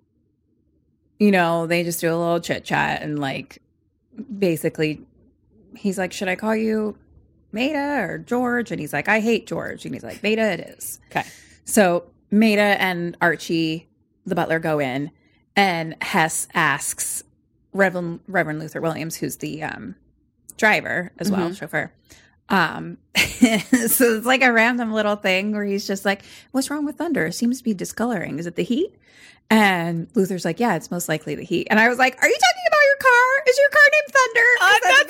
[SPEAKER 2] you know, they just do a little chit chat and like basically he's like, Should I call you Maida or George? And he's like, I hate George. And he's like, Maida it is.
[SPEAKER 1] Okay.
[SPEAKER 2] So Maida and Archie, the butler, go in and Hess asks Reverend Reverend Luther Williams, who's the um driver as
[SPEAKER 1] Mm-hmm.
[SPEAKER 2] well, chauffeur. Um, so it's like a random little thing where he's just like, What's wrong with thunder? It seems to be discoloring. Is it the heat? And Luther's like, Yeah, it's most likely the heat. And I was like, Are you talking about your car? Is your car named Thunder?
[SPEAKER 1] Oh, that's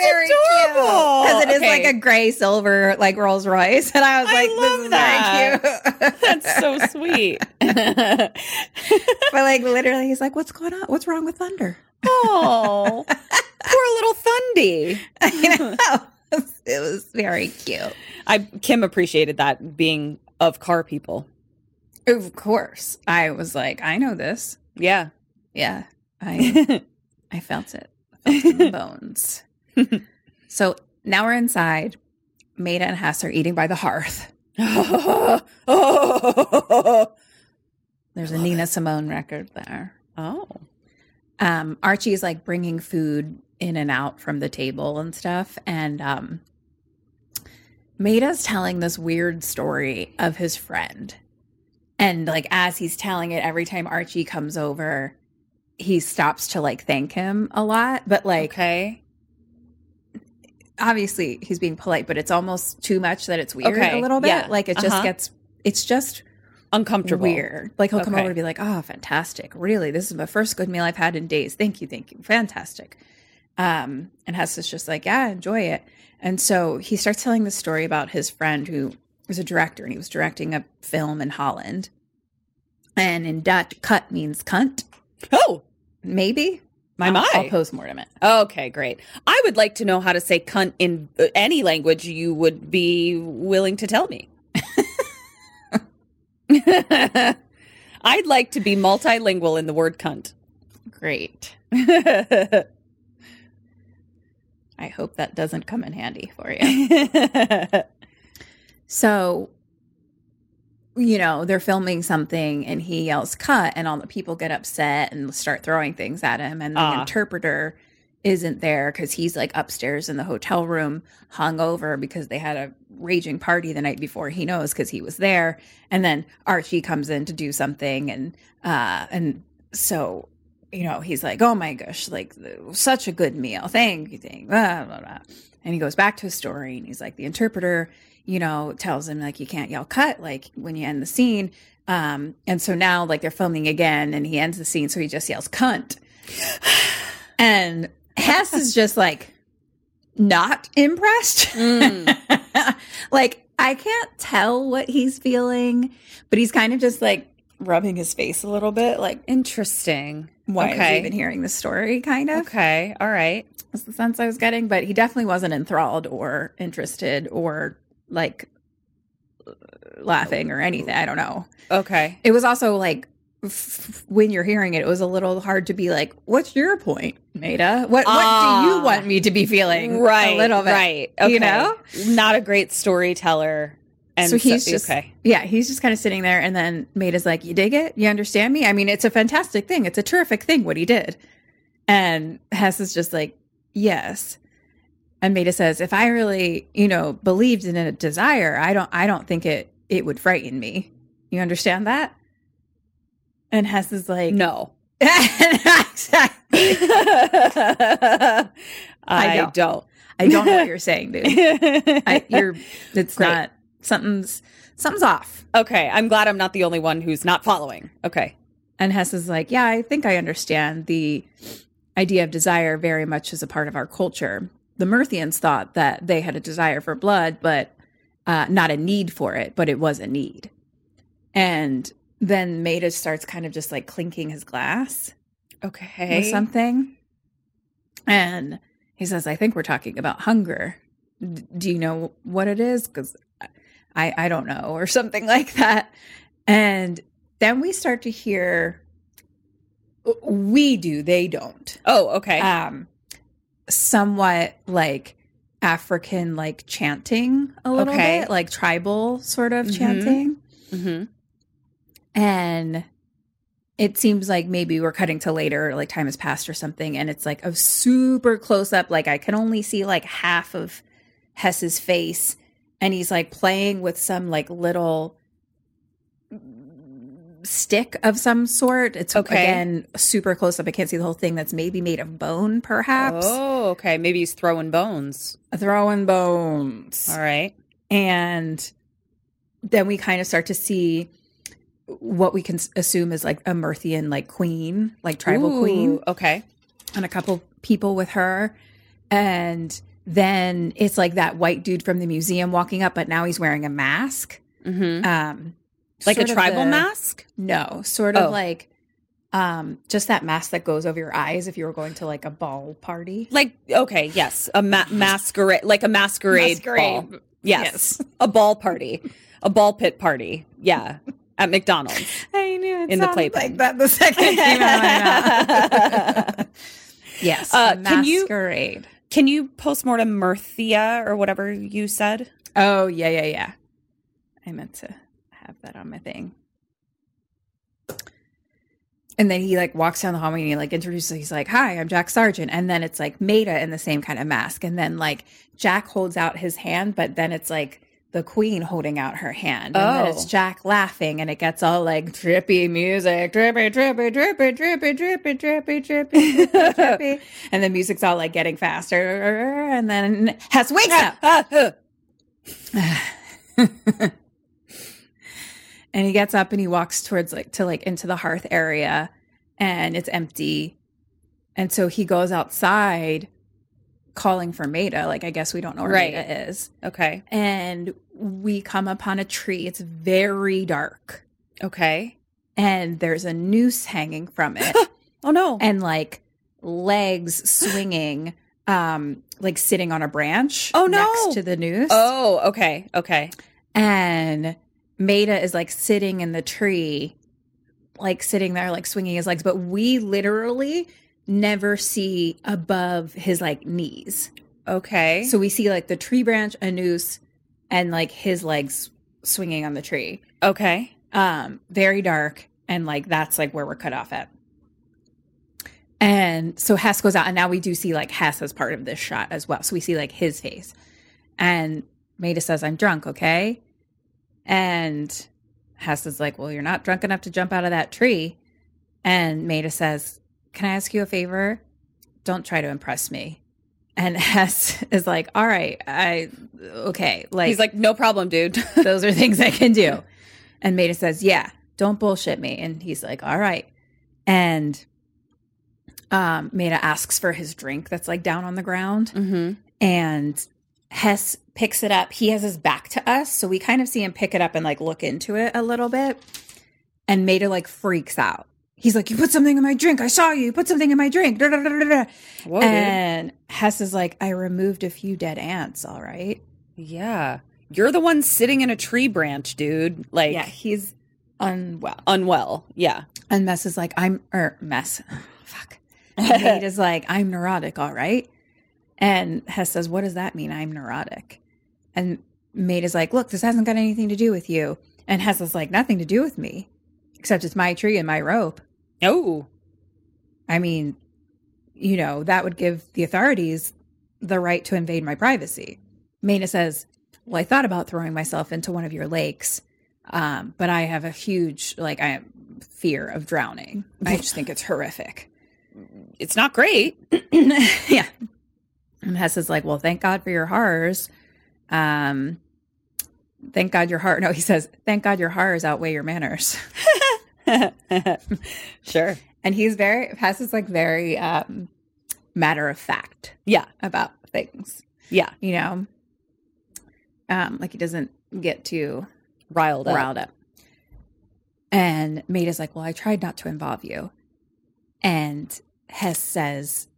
[SPEAKER 1] adorable.
[SPEAKER 2] Because it is
[SPEAKER 1] Okay.
[SPEAKER 2] like a gray silver, like Rolls Royce. And I was
[SPEAKER 1] I
[SPEAKER 2] like,
[SPEAKER 1] love
[SPEAKER 2] This is very cute.
[SPEAKER 1] that. That's so sweet.
[SPEAKER 2] but like, literally, he's like, What's going on? What's wrong with Thunder?
[SPEAKER 1] oh, Poor little Thundy.
[SPEAKER 2] it was very cute.
[SPEAKER 1] I Kim appreciated that being of car people.
[SPEAKER 2] Of course. I was like, I know this.
[SPEAKER 1] Yeah.
[SPEAKER 2] Yeah. I I felt it. I felt it in the bones. so now we're inside. Maida and Hess are eating by the hearth.
[SPEAKER 1] oh.
[SPEAKER 2] There's a Nina Simone record there. um, Archie's like bringing food in and out from the table and stuff. And um, Maida's telling this weird story of his friend. And like, as he's telling it, every time Archie comes over, he stops to like thank him a lot. But like,
[SPEAKER 1] Okay.
[SPEAKER 2] obviously he's being polite, but it's almost too much that it's weird
[SPEAKER 1] Okay,
[SPEAKER 2] a little bit.
[SPEAKER 1] yeah,
[SPEAKER 2] Like, it just
[SPEAKER 1] uh-huh.
[SPEAKER 2] gets, it's just
[SPEAKER 1] Uncomfortable.
[SPEAKER 2] weird. Like he'll come
[SPEAKER 1] Okay.
[SPEAKER 2] over and be like, "Oh, fantastic! Really, this is my first good meal I've had in days. Thank you, thank you, fantastic." Um, and Hess is just like, "Yeah, enjoy it." And so he starts telling this story about his friend who was a director and he was directing a film in Holland. And in Dutch, "cut" means cunt.
[SPEAKER 1] Oh,
[SPEAKER 2] Maybe
[SPEAKER 1] my
[SPEAKER 2] I'll,
[SPEAKER 1] my.
[SPEAKER 2] I'll postmortem it.
[SPEAKER 1] Okay, great. I would like to know how to say cunt in uh, any language you would be willing to tell me. I'd like to be multilingual in the word cunt.
[SPEAKER 2] Great. I hope that doesn't come in handy for you. So, you know, they're filming something and he yells cut, and all the people get upset and start throwing things at him. And the
[SPEAKER 1] Ah.
[SPEAKER 2] interpreter isn't there because he's like upstairs in the hotel room, hungover because they had a raging party the night before. He knows because he was there. And then Archie comes in to do something. And, uh, and so, you know, he's like, oh my gosh, like such a good meal. Thank you. Thank you. Blah, blah, blah. And he goes back to his story and he's like, the interpreter, you know, tells him like you can't yell cut like when you end the scene. Um, and so now like they're filming again and he ends the scene, so he just yells cunt. and Hess is just like not impressed. Mm. like I can't tell what he's feeling, but he's kind of just like rubbing his face a little bit, like
[SPEAKER 1] Interesting.
[SPEAKER 2] why is
[SPEAKER 1] okay.
[SPEAKER 2] he even hearing the story kind of
[SPEAKER 1] Okay. All right.
[SPEAKER 2] was the sense I was getting, but he definitely wasn't enthralled or interested or like laughing or anything. I don't know.
[SPEAKER 1] Okay.
[SPEAKER 2] It was also like f- when you're hearing it, it was a little hard to be like, "What's your point, Maida? What what do
[SPEAKER 1] Ah.
[SPEAKER 2] you want me to be feeling?"
[SPEAKER 1] Right.
[SPEAKER 2] a little bit,
[SPEAKER 1] Right. Okay.
[SPEAKER 2] You know.
[SPEAKER 1] not a great storyteller. And
[SPEAKER 2] so he's just
[SPEAKER 1] okay.
[SPEAKER 2] yeah, he's just kind of sitting there, and then Maida's like, "You dig it? You understand me? I mean, it's a fantastic thing. It's a terrific thing what he did." And Hess is just like, "Yes." And Maida says, "If I really, you know, believed in a desire, I don't, I don't think it it would frighten me. You understand that?" And Hess is like,
[SPEAKER 1] No.
[SPEAKER 2] I
[SPEAKER 1] I,
[SPEAKER 2] don't.
[SPEAKER 1] don't.
[SPEAKER 2] don't know what you're saying, dude. I, you're, it's
[SPEAKER 1] Great.
[SPEAKER 2] not something's something's off."
[SPEAKER 1] okay. I'm glad I'm not the only one who's not following. Okay.
[SPEAKER 2] And Hess is like, Yeah, I think I understand. The idea of desire very much is a part of our culture. The Murthians thought that they had a desire for blood, but uh, not a need for it, but it was a need. And then Maida starts kind of just like clinking his glass with
[SPEAKER 1] Okay.
[SPEAKER 2] something. And he says, I think we're talking about hunger. D- do you know what it is? Because I, I don't know, or something like that. And then we start to hear we do, they don't.
[SPEAKER 1] oh, okay.
[SPEAKER 2] Um, somewhat like African, like chanting a little
[SPEAKER 1] Okay.
[SPEAKER 2] bit, like tribal sort of
[SPEAKER 1] Mhm.
[SPEAKER 2] chanting.
[SPEAKER 1] hmm
[SPEAKER 2] and it seems like maybe we're cutting to later like time has passed or something and it's like a super close up like i can only see like half of hess's face and he's like playing with some like little stick of some sort it's
[SPEAKER 1] Okay.
[SPEAKER 2] again super close up i can't see the whole thing that's maybe made of bone perhaps
[SPEAKER 1] Oh, okay. Maybe he's throwing bones.
[SPEAKER 2] throwing bones
[SPEAKER 1] All right.
[SPEAKER 2] and then we kind of start to see what we can s- assume is like a Mirthian like queen, like tribal
[SPEAKER 1] Ooh,
[SPEAKER 2] queen,
[SPEAKER 1] Okay.
[SPEAKER 2] and a couple people with her, and then it's like that white dude from the museum walking up, but now he's wearing a mask,
[SPEAKER 1] hmm
[SPEAKER 2] um,
[SPEAKER 1] Like
[SPEAKER 2] sort
[SPEAKER 1] a
[SPEAKER 2] of
[SPEAKER 1] tribal
[SPEAKER 2] the-
[SPEAKER 1] mask?
[SPEAKER 2] No, sort of
[SPEAKER 1] Oh.
[SPEAKER 2] like um, just that mask that goes over your eyes if you were going to like a ball party.
[SPEAKER 1] Like okay, yes, a ma- masquerade, like a masquerade,
[SPEAKER 2] Masquerade.
[SPEAKER 1] ball. Yes. a ball party, a ball pit party. Yeah, at McDonald's.
[SPEAKER 2] I knew it
[SPEAKER 1] In the
[SPEAKER 2] sounded
[SPEAKER 1] playpen.
[SPEAKER 2] like that the second it came out of my mouth. yes,
[SPEAKER 1] Uh,
[SPEAKER 2] a
[SPEAKER 1] can you-
[SPEAKER 2] masquerade.
[SPEAKER 1] Can you postmortem Murthia or whatever you said?
[SPEAKER 2] Oh yeah, yeah, yeah. I meant to have that on my thing. And then he like walks down the hallway and he like introduces. He's like, "Hi, I'm Jack Sargent." And then it's like Maida in the same kind of mask. And then like Jack holds out his hand, but then it's like the Queen holding out her hand. And then it's
[SPEAKER 1] Oh.
[SPEAKER 2] Jack laughing, and it gets all like trippy music, trippy, trippy, trippy, trippy, trippy, trippy, trippy, trippy, trippy. and the music's all like getting faster. And then Hess wakes up. and he gets up and he walks towards like to like into the hearth area and it's empty and so he goes outside calling for maida like i guess we don't know where
[SPEAKER 1] Right.
[SPEAKER 2] maida is
[SPEAKER 1] Okay.
[SPEAKER 2] and we come upon a tree it's very dark
[SPEAKER 1] Okay.
[SPEAKER 2] and there's a noose hanging from it
[SPEAKER 1] Oh no.
[SPEAKER 2] and like legs swinging um like sitting on a branch
[SPEAKER 1] Oh, no.
[SPEAKER 2] next to the noose
[SPEAKER 1] oh, okay. Okay.
[SPEAKER 2] and Maida is like sitting in the tree, like sitting there, like swinging his legs. But we literally never see above his like knees.
[SPEAKER 1] Okay.
[SPEAKER 2] So we see like the tree branch, a noose, and like his legs swinging on the tree.
[SPEAKER 1] okay.
[SPEAKER 2] Um, very dark, and like that's like where we're cut off at. And so Hess goes out, and now we do see like Hess as part of this shot as well. So we see like his face. And Maida says, I'm drunk, okay? And Hess is like, Well, you're not drunk enough to jump out of that tree. And Maida says, Can I ask you a favor? Don't try to impress me. And Hess is like, All right, I, okay. Like,
[SPEAKER 1] He's like, no problem, dude.
[SPEAKER 2] those are things I can do. And Maida says, Yeah, don't bullshit me. And he's like, All right. And um, Maida asks for his drink that's like down on the ground.
[SPEAKER 1] mm-hmm.
[SPEAKER 2] And Hess picks it up. He has his back to us. So we kind of see him pick it up and like look into it a little bit. And Maida like freaks out. He's like, You put something in my drink. I saw you. You put something in my drink. Da, da, da, da, da.
[SPEAKER 1] Whoa,
[SPEAKER 2] and Hess is like, I removed a few dead ants. All right.
[SPEAKER 1] dude. Yeah. You're the one sitting in a tree branch, dude. Like
[SPEAKER 2] yeah, he's unwell.
[SPEAKER 1] unwell. Yeah.
[SPEAKER 2] And Mess is like, I'm, or Mess, fuck. Nate is like, I'm neurotic, all right? And Hess says, What does that mean? I'm neurotic. And Maid is like, Look, this hasn't got anything to do with you. And Hess is like, Nothing to do with me, except it's my tree and my rope.
[SPEAKER 1] Oh.
[SPEAKER 2] I mean, you know, that would give the authorities the right to invade my privacy. Maida says, Well, I thought about throwing myself into one of your lakes, um, but I have a huge, like, I fear of drowning. I just think it's horrific.
[SPEAKER 1] It's not great.
[SPEAKER 2] yeah. And Hess is like, Well, thank God for your horrors. Um, thank God your heart. No, he says, Thank God your horrors outweigh your manners.
[SPEAKER 1] Sure.
[SPEAKER 2] And he's very, Hess is like very um, matter of fact
[SPEAKER 1] Yeah.
[SPEAKER 2] about things.
[SPEAKER 1] Yeah.
[SPEAKER 2] you know, um, like he doesn't get too
[SPEAKER 1] Riled up.
[SPEAKER 2] riled up. And Maida's like, Well, I tried not to involve you. And Hess says,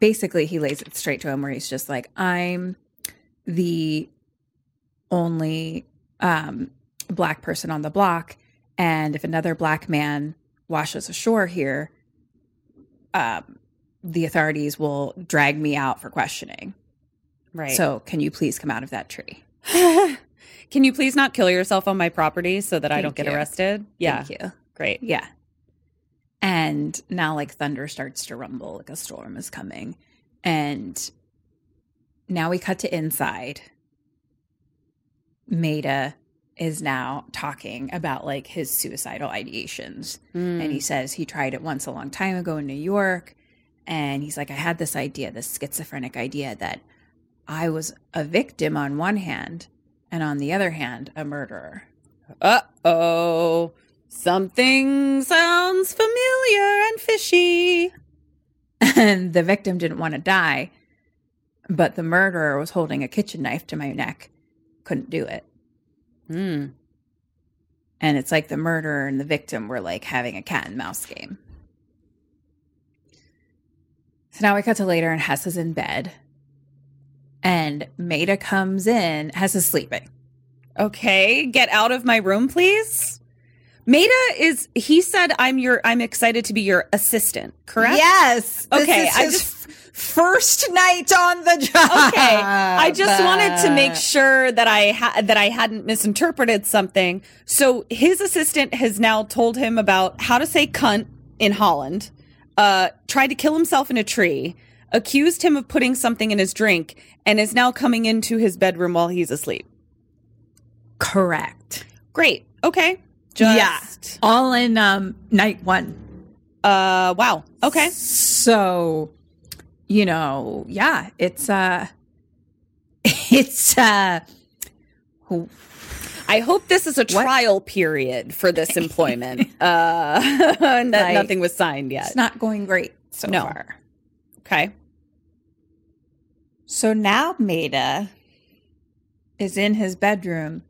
[SPEAKER 2] basically, he lays it straight to him where he's just like, I'm the only um, black person on the block. And if another black man washes ashore here, um, the authorities will drag me out for questioning.
[SPEAKER 1] Right.
[SPEAKER 2] So, can you please come out of that tree?
[SPEAKER 1] Can you please not kill yourself on my property so that I
[SPEAKER 2] Thank
[SPEAKER 1] don't get
[SPEAKER 2] you.
[SPEAKER 1] arrested? Yeah.
[SPEAKER 2] Thank you.
[SPEAKER 1] Great.
[SPEAKER 2] Yeah. And now, like, thunder starts to rumble, like a storm is coming. And now we cut to inside. Maida is now talking about like his suicidal ideations.
[SPEAKER 1] Hmm.
[SPEAKER 2] And he says he tried it once a long time ago in New York. And he's like, I had this idea, this schizophrenic idea that I was a victim on one hand, and on the other hand, a murderer.
[SPEAKER 1] Uh oh. Something sounds familiar and fishy.
[SPEAKER 2] and the victim didn't want to die, but the murderer was holding a kitchen knife to my neck. Couldn't do it.
[SPEAKER 1] Hmm.
[SPEAKER 2] And it's like the murderer and the victim were like having a cat and mouse game. So now we cut to later, and Hess is in bed. And Maida comes in. Hess is sleeping.
[SPEAKER 1] Okay, get out of my room, please. Maida is he said I'm your I'm excited to be your assistant, correct?
[SPEAKER 3] Yes.
[SPEAKER 1] Okay,
[SPEAKER 3] This is
[SPEAKER 1] I
[SPEAKER 3] his
[SPEAKER 1] just-
[SPEAKER 3] f- first night on the job. Uh.
[SPEAKER 1] Okay. I just wanted to make sure that I ha- that I hadn't misinterpreted something. So his assistant has now told him about how to say cunt in Holland. Uh tried to kill himself in a tree, accused him of putting something in his drink, and is now coming into his bedroom while he's asleep.
[SPEAKER 2] Correct.
[SPEAKER 1] Great. Okay. Just
[SPEAKER 2] yeah. All in um, night one.
[SPEAKER 1] uh wow. Okay.
[SPEAKER 2] So, you know, yeah, it's uh it's uh
[SPEAKER 1] I hope this is a trial period for this employment. uh, and that
[SPEAKER 2] Like,
[SPEAKER 1] nothing was signed yet.
[SPEAKER 2] it's not going great so
[SPEAKER 1] No.
[SPEAKER 2] far.
[SPEAKER 1] okay.
[SPEAKER 2] So now Maida is in his bedroom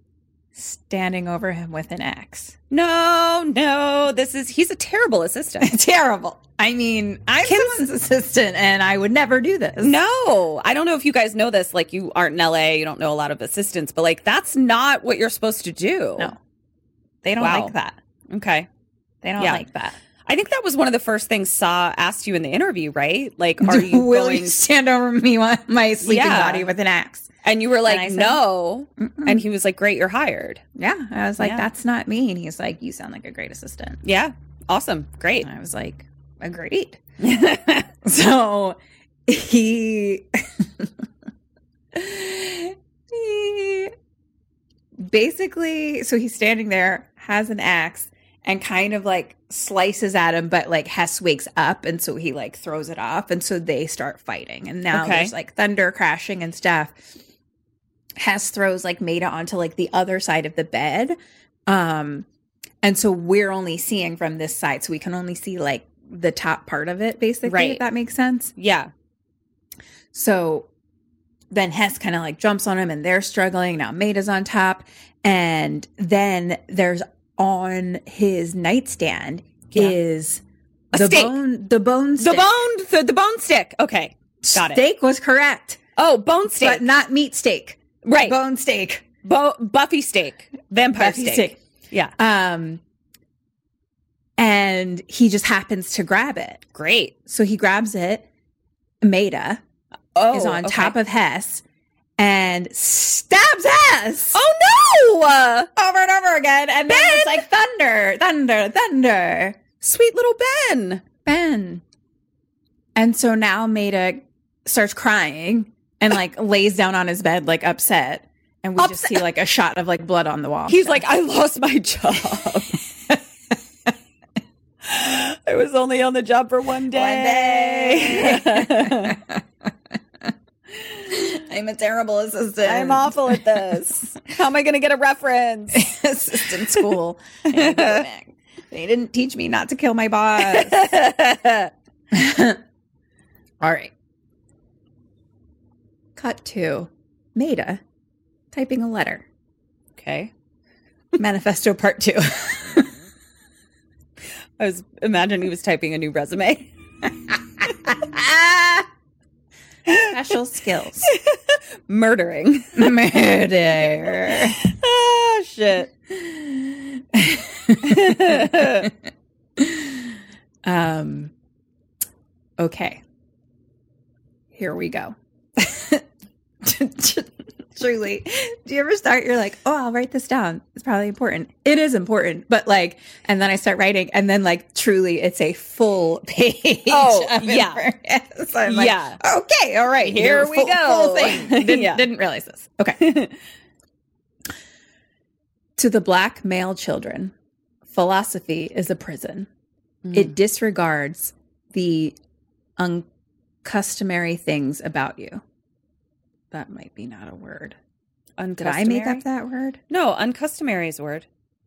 [SPEAKER 2] standing over him with an axe.
[SPEAKER 1] No, no. This is he's a terrible assistant.
[SPEAKER 2] Terrible. I mean, I'm someone's assistant and I would never do this.
[SPEAKER 1] No, I don't know if you guys know this. Like, you aren't in LA, you don't know a lot of assistants, but like, that's not what you're supposed to do.
[SPEAKER 2] No. They don't
[SPEAKER 1] Wow.
[SPEAKER 2] like that.
[SPEAKER 1] Okay.
[SPEAKER 2] They don't
[SPEAKER 1] Yeah.
[SPEAKER 2] like that.
[SPEAKER 1] I think that was one of the first things Saw asked you in the interview, right? Like, are you
[SPEAKER 2] Will
[SPEAKER 1] going?
[SPEAKER 2] you stand over me while my sleeping
[SPEAKER 1] Yeah.
[SPEAKER 2] body with an axe?
[SPEAKER 1] And you were like,
[SPEAKER 2] I said-
[SPEAKER 1] no. And he was like, great, you're hired.
[SPEAKER 2] Yeah. I was like,
[SPEAKER 1] Yeah.
[SPEAKER 2] that's not me. And he's like, you sound like a great assistant.
[SPEAKER 1] Yeah. Awesome. Great.
[SPEAKER 2] And I was like, agreed. so he, he basically, so he's standing there, has an axe, and kind of like slices at him, but like Hess wakes up. And so he like throws it off. And so they start fighting. And now
[SPEAKER 1] Okay.
[SPEAKER 2] there's like thunder crashing and stuff. Hess throws like Maida onto like the other side of the bed. Um, and so we're only seeing from this side. So we can only see like the top part of it, basically,
[SPEAKER 1] Right.
[SPEAKER 2] if that makes sense.
[SPEAKER 1] Yeah.
[SPEAKER 2] So then Hess kind of like jumps on him and they're struggling. Now Maida's on top. And then there's on his nightstand
[SPEAKER 1] Yeah.
[SPEAKER 2] is
[SPEAKER 1] A
[SPEAKER 2] the
[SPEAKER 1] steak.
[SPEAKER 2] bone the bone
[SPEAKER 1] The
[SPEAKER 2] stick.
[SPEAKER 1] bone, the, the bone stick. Okay, got it.
[SPEAKER 2] Steak was correct,
[SPEAKER 1] Oh, bone steak.
[SPEAKER 2] but not meat steak.
[SPEAKER 1] right.
[SPEAKER 2] Bone steak.
[SPEAKER 1] Bo- Buffy steak. Vampire
[SPEAKER 2] Buffy
[SPEAKER 1] steak.
[SPEAKER 2] steak.
[SPEAKER 1] Yeah.
[SPEAKER 2] Um and he just happens to grab it.
[SPEAKER 1] Great.
[SPEAKER 2] So he grabs it. Maida
[SPEAKER 1] Oh,
[SPEAKER 2] is on
[SPEAKER 1] okay.
[SPEAKER 2] top of Hess and stabs Hess
[SPEAKER 1] Oh no! Uh,
[SPEAKER 2] over and over again. And then it's like thunder, thunder, thunder.
[SPEAKER 1] sweet little Ben.
[SPEAKER 2] Ben. And so now Maida starts crying and like lays down on his bed, like upset. And we just see like a shot of like blood on the wall.
[SPEAKER 1] He's like, I lost my job. I was only on the job for one day.
[SPEAKER 3] I'm a terrible assistant.
[SPEAKER 1] I'm awful at this. How am I going to get a reference?
[SPEAKER 2] assistant school. I had to go back. they didn't teach me not to kill my boss. All right. Cut to Maida typing a letter.
[SPEAKER 1] Okay.
[SPEAKER 2] Manifesto part two.
[SPEAKER 1] I was imagining he was typing a new resume.
[SPEAKER 2] Special skills.
[SPEAKER 1] Murdering.
[SPEAKER 2] Murder.
[SPEAKER 1] ah, shit.
[SPEAKER 2] Um, okay. Here we go. Truly. Do you ever start? You're like, oh, I'll write this down. It's probably important. It is important, but like, and then I start writing, and then like, truly, it's a full page.
[SPEAKER 1] Oh,
[SPEAKER 2] of
[SPEAKER 1] yeah.
[SPEAKER 2] information. so I'm like,
[SPEAKER 1] Yeah.
[SPEAKER 2] Okay. All right.
[SPEAKER 1] Here we
[SPEAKER 2] full-
[SPEAKER 1] go.
[SPEAKER 2] Full thing. Didn't,
[SPEAKER 1] Yeah.
[SPEAKER 2] didn't realize this. Okay. to the black male children, philosophy is a prison. It disregards the uncustomary things about you. That might be not a word. Did I make up that word?
[SPEAKER 1] No, uncustomary is a word.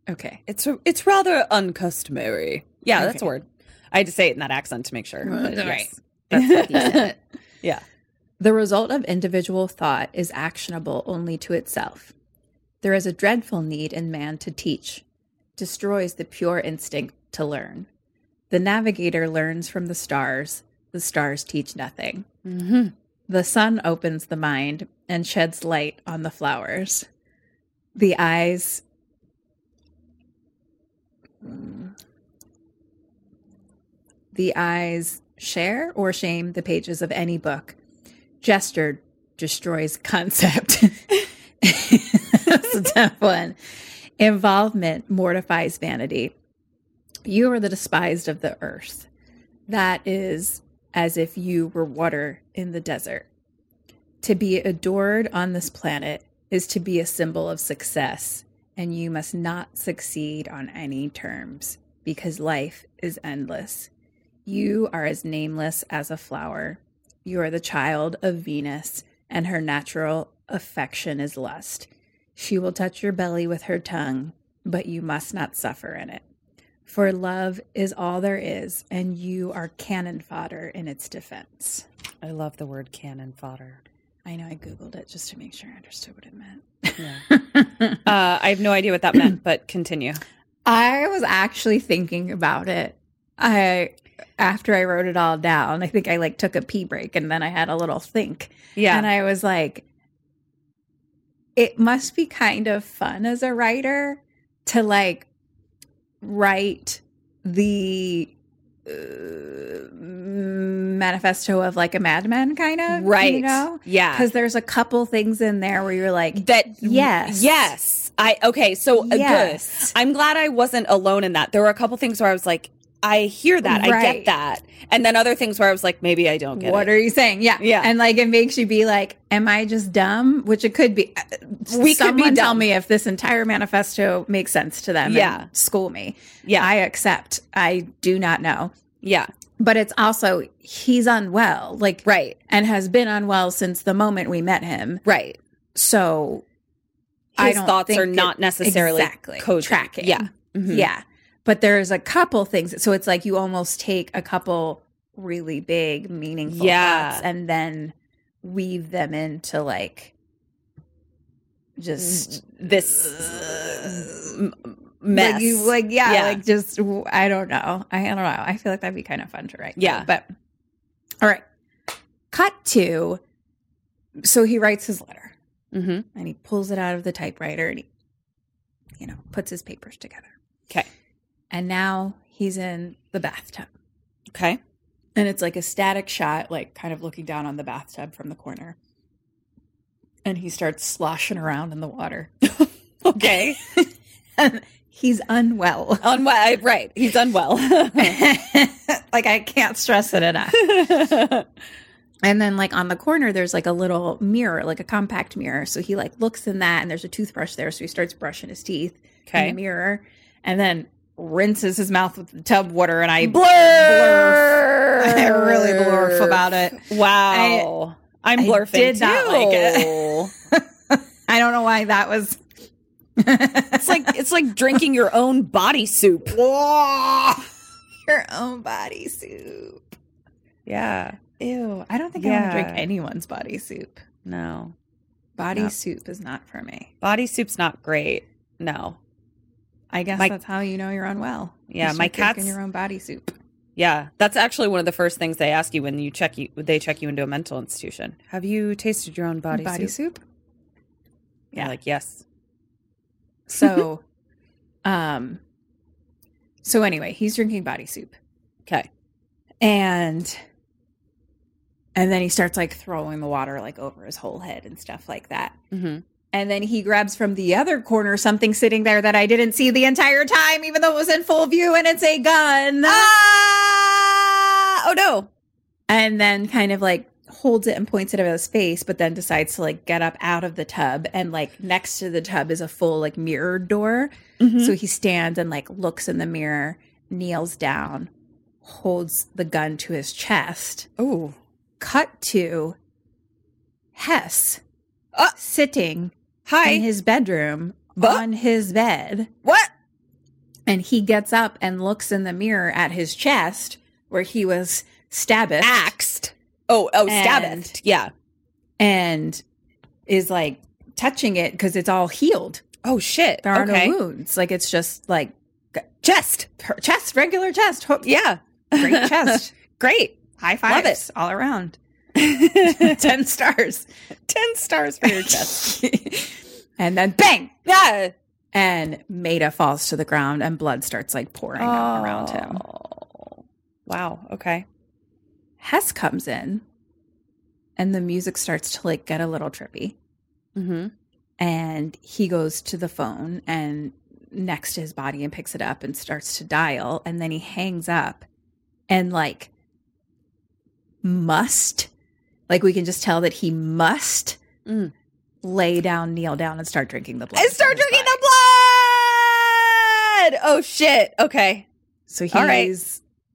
[SPEAKER 2] Okay.
[SPEAKER 1] It's a, it's rather uncustomary. Yeah, that's
[SPEAKER 2] Okay.
[SPEAKER 1] a word. I had to say it in that accent to make sure. but
[SPEAKER 2] Right.
[SPEAKER 1] yes.
[SPEAKER 2] That's what he said.
[SPEAKER 1] Yeah.
[SPEAKER 2] The result of individual thought is actionable only to itself. There is a dreadful need in man to teach, destroys the pure instinct to learn. The navigator learns from the stars. The stars teach nothing. The sun opens the mind and sheds light on the flowers. The eyes. Mm. The eyes share or shame the pages of any book. Gesture destroys concept. That's a tough one. Involvement mortifies vanity. You are the despised of the earth. That is as if you were water in the desert. To be adored on this planet is to be a symbol of success, and you must not succeed on any terms because life is endless. You are as nameless as a flower. You are the child of Venus, and her natural affection is lust. She will touch your belly with her tongue, but you must not suffer in it. For love is all there is, and you are cannon fodder in its defense.
[SPEAKER 1] I love the word cannon fodder.
[SPEAKER 2] I know I Googled it just to make sure I understood what it meant.
[SPEAKER 1] Uh, I have no idea what that meant, but continue.
[SPEAKER 2] I was actually thinking about it. I after I wrote it all down, I think I like took a pee break and then I had a little think.
[SPEAKER 1] Yeah.
[SPEAKER 2] And I was like, it must be kind of fun as a writer to like write the uh, manifesto of like a madman kind of
[SPEAKER 1] right.
[SPEAKER 2] you know
[SPEAKER 1] Yeah.
[SPEAKER 2] because there's a couple things in there where you're like
[SPEAKER 1] that
[SPEAKER 2] Yes.
[SPEAKER 1] yes i okay so uh,
[SPEAKER 2] Yes.
[SPEAKER 1] good i'm glad i wasn't alone in that there were a couple things where i was like i hear that i
[SPEAKER 2] Right.
[SPEAKER 1] get that and then other things where i was like maybe i don't get
[SPEAKER 2] what
[SPEAKER 1] it
[SPEAKER 2] are you saying? Yeah.
[SPEAKER 1] Yeah.
[SPEAKER 2] And like it makes you be like, am I just dumb? Which it could be. uh,
[SPEAKER 1] We could be
[SPEAKER 2] Someone tell
[SPEAKER 1] dumb.
[SPEAKER 2] me if this entire manifesto makes sense to them. and
[SPEAKER 1] Yeah.
[SPEAKER 2] school me.
[SPEAKER 1] Yeah.
[SPEAKER 2] I accept. I do not know.
[SPEAKER 1] yeah
[SPEAKER 2] But it's also he's unwell, like
[SPEAKER 1] Right.
[SPEAKER 2] and has been unwell since the moment we met him.
[SPEAKER 1] right
[SPEAKER 2] So I
[SPEAKER 1] his
[SPEAKER 2] don't
[SPEAKER 1] thoughts
[SPEAKER 2] think
[SPEAKER 1] are
[SPEAKER 2] it-
[SPEAKER 1] not necessarily
[SPEAKER 2] exactly
[SPEAKER 1] cogent.
[SPEAKER 2] tracking. Mm-hmm.
[SPEAKER 1] yeah Mhm.
[SPEAKER 2] Yeah. But there's a couple things. So it's like you almost take a couple really big, meaningful
[SPEAKER 1] Yeah.
[SPEAKER 2] thoughts and then weave them into like
[SPEAKER 1] Mm.
[SPEAKER 2] just
[SPEAKER 1] this m- mess
[SPEAKER 2] like you like yeah,
[SPEAKER 1] Yeah.
[SPEAKER 2] like just I don't know. I, I don't know. I feel like that'd be kind of fun to write.
[SPEAKER 1] Yeah.
[SPEAKER 2] But all right. Cut to so he writes his letter
[SPEAKER 1] Mhm.
[SPEAKER 2] and he pulls it out of the typewriter and he you know, puts his papers together.
[SPEAKER 1] okay
[SPEAKER 2] And now he's in the bathtub.
[SPEAKER 1] okay
[SPEAKER 2] And it's like a static shot, like kind of looking down on the bathtub from the corner. And he starts sloshing around in the water.
[SPEAKER 1] okay
[SPEAKER 2] He's unwell.
[SPEAKER 1] unwell right he's unwell
[SPEAKER 2] like, I can't stress it enough. and then, like, on the corner, there's like a little mirror, like a compact mirror. So he, like, looks in that, and there's a toothbrush there. So he starts brushing his teeth in
[SPEAKER 1] okay
[SPEAKER 2] the mirror and then rinses his mouth with the tub water. And I
[SPEAKER 1] blurf.
[SPEAKER 2] I really blurf about it.
[SPEAKER 1] Wow. I, am
[SPEAKER 2] I
[SPEAKER 1] blurfing
[SPEAKER 2] did
[SPEAKER 1] too.
[SPEAKER 2] not like it. I don't know why that was.
[SPEAKER 1] it's like it's like drinking your own body soup.
[SPEAKER 2] your own body soup.
[SPEAKER 1] Yeah.
[SPEAKER 2] Ew, I don't think I want to drink
[SPEAKER 1] Yeah.
[SPEAKER 2] anyone's body soup.
[SPEAKER 1] No.
[SPEAKER 2] Body
[SPEAKER 1] No.
[SPEAKER 2] soup is not for me.
[SPEAKER 1] Body soup's not great. No.
[SPEAKER 2] I guess
[SPEAKER 1] My-
[SPEAKER 2] that's how you know you're unwell.
[SPEAKER 1] Yeah,
[SPEAKER 2] is
[SPEAKER 1] my
[SPEAKER 2] you're drinking
[SPEAKER 1] cat's-
[SPEAKER 2] your own body soup.
[SPEAKER 1] Yeah. That's actually one of the first things they ask you when you check you they check you into a mental institution. Have you tasted your own body, soup? Yeah.
[SPEAKER 2] Yeah.
[SPEAKER 1] Like yes.
[SPEAKER 2] So, um, so anyway, he's drinking body soup,
[SPEAKER 1] Okay.
[SPEAKER 2] and and then he starts like throwing the water like over his whole head and stuff like that.
[SPEAKER 1] Mm-hmm.
[SPEAKER 2] And then he grabs from the other corner something sitting there that I didn't see the entire time, even though it was in full view, and it's a gun.
[SPEAKER 1] oh no.
[SPEAKER 2] And then kind of like holds it and points it at his face, but then decides to like get up out of the tub. And like next to the tub is a full like mirrored door. So he stands and like looks in the mirror, kneels down, holds the gun to his chest.
[SPEAKER 1] Oh.
[SPEAKER 2] Cut to Hess sitting in
[SPEAKER 1] Uh, Hi.
[SPEAKER 2] his bedroom
[SPEAKER 1] But-
[SPEAKER 2] on his bed.
[SPEAKER 1] What?
[SPEAKER 2] And he gets up and looks in the mirror at his chest where he was stabbed
[SPEAKER 1] Axed. Oh, oh,
[SPEAKER 2] And-
[SPEAKER 1] stabbed. Yeah.
[SPEAKER 2] and is like touching it because it's all healed.
[SPEAKER 1] Oh shit.
[SPEAKER 2] There are
[SPEAKER 1] okay.
[SPEAKER 2] no wounds. Like it's just like
[SPEAKER 1] chest, per- chest, regular chest. Ho- yeah,
[SPEAKER 2] Great chest.
[SPEAKER 1] great. High
[SPEAKER 2] Love
[SPEAKER 1] fives.
[SPEAKER 2] it all around. 10 stars.
[SPEAKER 1] Ten stars for your chest.
[SPEAKER 2] And then bang.
[SPEAKER 1] yeah.
[SPEAKER 2] And Maida falls to the ground and blood starts like pouring out around him.
[SPEAKER 1] Oh. Wow. Okay.
[SPEAKER 2] Hess comes in and the music starts to like get a little trippy.
[SPEAKER 1] Mm-hmm.
[SPEAKER 2] and he goes to the phone and next to his body and picks it up and starts to dial and then he hangs up and like must like we can just tell that he must
[SPEAKER 1] Mm.
[SPEAKER 2] lay down kneel down and start drinking the blood
[SPEAKER 1] And start
[SPEAKER 2] from his
[SPEAKER 1] drinking
[SPEAKER 2] body.
[SPEAKER 1] the blood. Oh shit. Okay.
[SPEAKER 2] so he's
[SPEAKER 1] All right.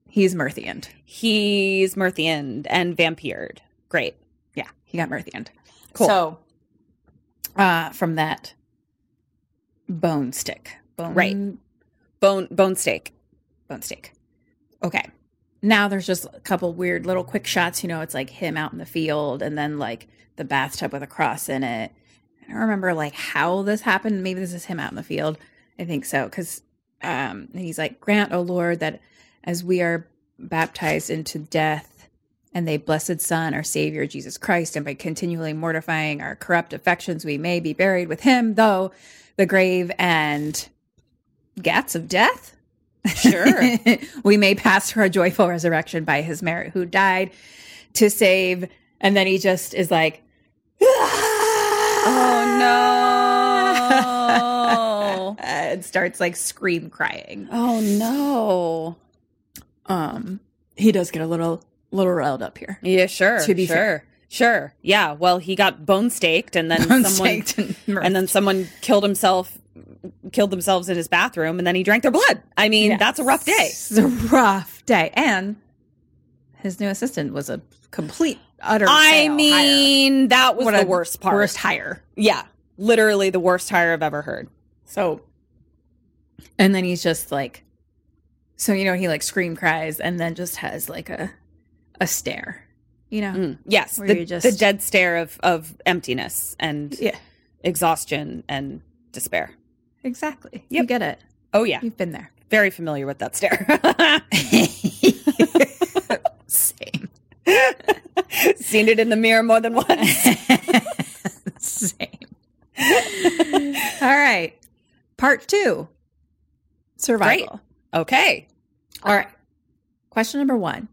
[SPEAKER 2] he's murthianed
[SPEAKER 1] He's Murthian and vampired. Great.
[SPEAKER 2] yeah he got murthianed
[SPEAKER 1] Cool.
[SPEAKER 2] so uh from that bone stick bone
[SPEAKER 1] Right. Bone bone steak.
[SPEAKER 2] bone steak. Okay. Now there's just a couple weird little quick shots. You know, it's like him out in the field and then like the bathtub with a cross in it. I don't remember like how this happened. Maybe this is him out in the field. I think so. Cause um, he's like, Grant, O Lord, that as we are baptized into death and thy blessed Son, our Savior Jesus Christ, and by continually mortifying our corrupt affections, we may be buried with him, though the grave and gats of death
[SPEAKER 1] Sure.
[SPEAKER 2] we may pass for a joyful resurrection by his merit who died to save. And then he just is like,
[SPEAKER 1] oh no.
[SPEAKER 2] and starts like scream crying.
[SPEAKER 1] Oh no.
[SPEAKER 2] Um, he does get a little, little riled up here.
[SPEAKER 1] Yeah, sure.
[SPEAKER 2] To be
[SPEAKER 1] sure.
[SPEAKER 2] fair.
[SPEAKER 1] Sure. Yeah. Well, he got bone staked and then someone and then someone killed himself killed themselves in his bathroom and then he drank their blood. I mean, that's a rough day.
[SPEAKER 2] It's a rough day. And his new assistant was a complete, utter.
[SPEAKER 1] I
[SPEAKER 2] fail hire.
[SPEAKER 1] mean, that was
[SPEAKER 2] What
[SPEAKER 1] the
[SPEAKER 2] a
[SPEAKER 1] worst part.
[SPEAKER 2] Worst hire.
[SPEAKER 1] yeah. Literally the worst hire I've ever heard.
[SPEAKER 2] So, and then he's just like, so you know, he like scream cries and then just has like a a stare, you know?
[SPEAKER 1] Mm. Yes.
[SPEAKER 2] Where
[SPEAKER 1] The,
[SPEAKER 2] you just-
[SPEAKER 1] the dead stare of, of emptiness and
[SPEAKER 2] Yeah,
[SPEAKER 1] exhaustion and despair.
[SPEAKER 2] exactly. You
[SPEAKER 1] Yep.
[SPEAKER 2] get it.
[SPEAKER 1] Oh, yeah.
[SPEAKER 2] You've been there.
[SPEAKER 1] Very familiar with that stare.
[SPEAKER 2] Same.
[SPEAKER 1] Seen it in the mirror more than once.
[SPEAKER 2] Same. All right. Part two survival.
[SPEAKER 1] Okay.
[SPEAKER 2] All right. Question number one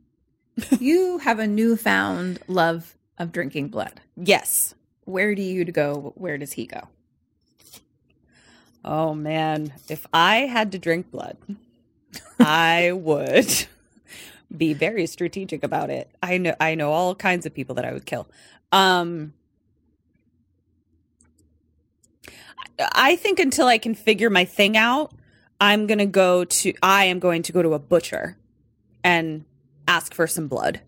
[SPEAKER 2] You have a newfound love of drinking blood.
[SPEAKER 1] Yes.
[SPEAKER 2] Where do you go? Where does he go?
[SPEAKER 1] Oh man, if I had to drink blood, I would be very strategic about it. I know I know all kinds of people that I would kill. Um I- I think until I can figure my thing out, I'm going to go to I am going to go to a butcher and ask for some blood.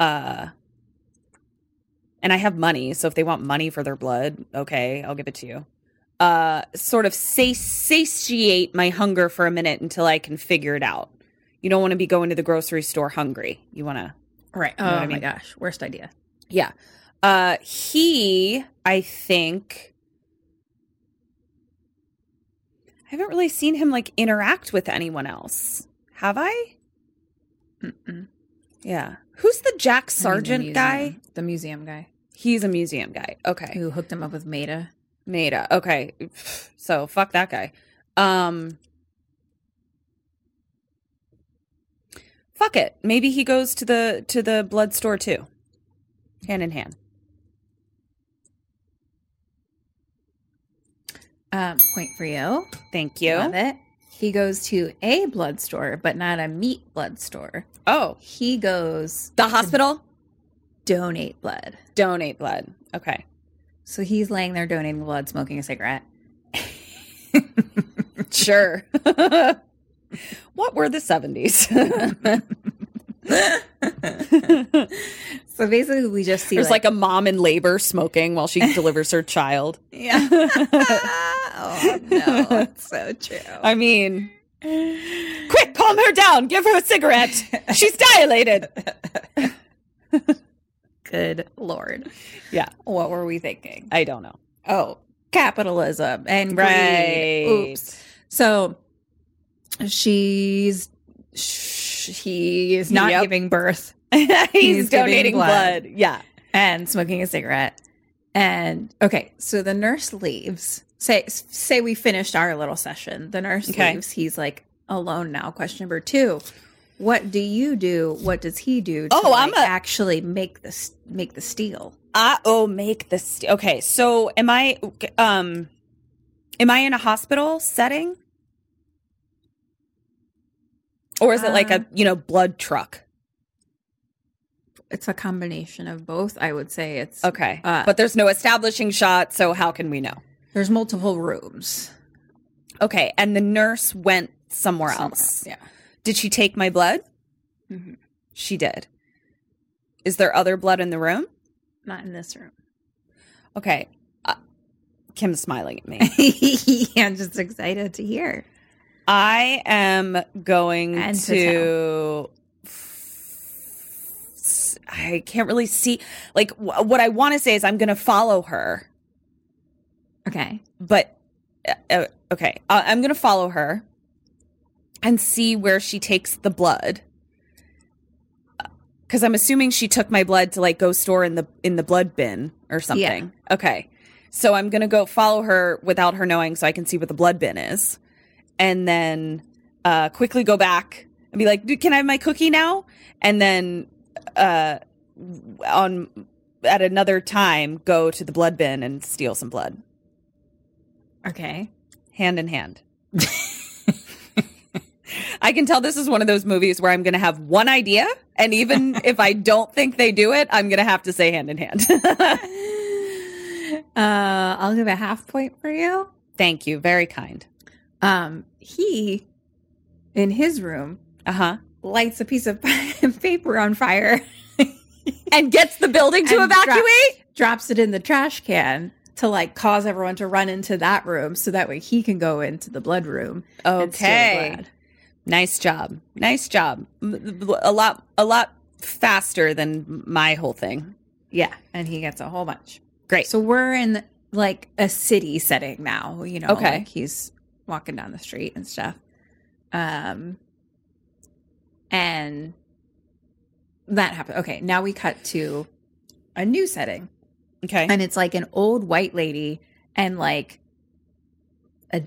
[SPEAKER 1] Uh and I have money, so if they want money for their blood, okay, I'll give it to you uh sort of sa- satiate my hunger for a minute until I can figure it out. You don't want to be going to the grocery store hungry. You want to
[SPEAKER 2] Right.
[SPEAKER 1] You know
[SPEAKER 2] oh
[SPEAKER 1] what I
[SPEAKER 2] my
[SPEAKER 1] mean?
[SPEAKER 2] gosh. Worst idea.
[SPEAKER 1] Yeah. Uh he I think I haven't really seen him like interact with anyone else. Have I?
[SPEAKER 2] Mm-mm.
[SPEAKER 1] Yeah. Who's the Jack
[SPEAKER 2] I
[SPEAKER 1] Sargent
[SPEAKER 2] mean, the
[SPEAKER 1] guy?
[SPEAKER 2] museum- The museum guy
[SPEAKER 1] He's a museum guy. Okay.
[SPEAKER 2] who hooked him up with Maida.
[SPEAKER 1] Maida. Okay. So fuck that guy. Um Fuck it. Maybe he goes to the to the blood store too. Hand in hand.
[SPEAKER 2] Um, point for you.
[SPEAKER 1] Thank you.
[SPEAKER 2] Love it. He goes to a blood store, but not a meat blood store.
[SPEAKER 1] Oh.
[SPEAKER 2] He goes
[SPEAKER 1] The hospital?
[SPEAKER 2] donate blood.
[SPEAKER 1] Donate blood. Okay.
[SPEAKER 2] So he's laying there donating blood, smoking a cigarette.
[SPEAKER 1] Sure. what were the 70s?
[SPEAKER 2] So basically, we just see
[SPEAKER 1] There's like a mom in labor smoking while she delivers her child.
[SPEAKER 3] Yeah. oh no, that's so true.
[SPEAKER 1] I mean, quick, calm her down. Give her a cigarette. She's dilated.
[SPEAKER 2] good lord.
[SPEAKER 1] Yeah.
[SPEAKER 2] What were we thinking?
[SPEAKER 1] I don't know.
[SPEAKER 2] Oh, capitalism and greed.
[SPEAKER 1] Right.
[SPEAKER 2] Oops. So she's sh- he is not
[SPEAKER 1] Yep.
[SPEAKER 2] giving birth
[SPEAKER 1] he's,
[SPEAKER 2] He's giving
[SPEAKER 1] donating
[SPEAKER 2] blood.
[SPEAKER 1] blood. Yeah.
[SPEAKER 2] and smoking a cigarette. And okay, so the nurse leaves. Say say we finished our little session. The nurse
[SPEAKER 1] Okay.
[SPEAKER 2] leaves. He's like alone now. Question number two: What do you do? What does he do? To
[SPEAKER 1] Oh, I'm
[SPEAKER 2] like,
[SPEAKER 1] a-
[SPEAKER 2] actually make this make the steal.
[SPEAKER 1] I oh make this st- okay. So am I um am I in a hospital setting? Or is it like a
[SPEAKER 2] Um,
[SPEAKER 1] you know blood truck?
[SPEAKER 2] It's a combination of both. I would say it's
[SPEAKER 1] Okay,
[SPEAKER 2] uh,
[SPEAKER 1] but there's no establishing shot, so how can we know?
[SPEAKER 2] there's multiple rooms
[SPEAKER 1] Okay, and the nurse went somewhere,
[SPEAKER 2] somewhere.
[SPEAKER 1] else.
[SPEAKER 2] Yeah.
[SPEAKER 1] Did she take my blood?
[SPEAKER 2] Mhm.
[SPEAKER 1] She did. Is there other blood in the room?
[SPEAKER 2] Not in this room.
[SPEAKER 1] Okay. Uh, Kim's smiling at me.
[SPEAKER 2] yeah, I'm just excited to hear.
[SPEAKER 1] I am going
[SPEAKER 2] And to
[SPEAKER 1] to. I can't really see. Like, wh- what I want to say is I'm going to follow her,
[SPEAKER 2] Okay.
[SPEAKER 1] but uh, uh, okay. I- I'm going to follow her and see where she takes the blood. Because I'm assuming she took my blood to like go store in the in the blood bin or something. Okay, so I'm gonna go follow her without her knowing, so I can see where the blood bin is. and then uh, quickly go back and be like, "Dude, "Can I have my cookie now?" And then uh, on at another time, go to the blood bin and steal some blood,
[SPEAKER 2] Okay.
[SPEAKER 1] hand in hand. I can tell this is one of those movies where I'm going to have one idea, and even if I don't think they do it, I'm going to have to say hand in hand.
[SPEAKER 2] Uh, I'll give a half point for you.
[SPEAKER 1] Thank you, very kind.
[SPEAKER 2] Um, he in his room
[SPEAKER 1] Uh huh.
[SPEAKER 2] lights a piece of paper on fire,
[SPEAKER 1] And gets the building to
[SPEAKER 2] And
[SPEAKER 1] evacuate.
[SPEAKER 2] drops it in the trash can to like cause everyone to run into that room, so that way he can go into the blood room. and steal the
[SPEAKER 1] Okay.
[SPEAKER 2] blood.
[SPEAKER 1] Nice job. Nice job. M- A lot a lot faster than my whole thing.
[SPEAKER 2] Yeah, and he gets a whole bunch.
[SPEAKER 1] Great.
[SPEAKER 2] So we're in like a city setting now, you know.
[SPEAKER 1] Okay.
[SPEAKER 2] Like he's walking down the street and stuff. Um and that happened. Okay, now we cut to a new setting.
[SPEAKER 1] Okay.
[SPEAKER 2] And it's like an old white lady and like a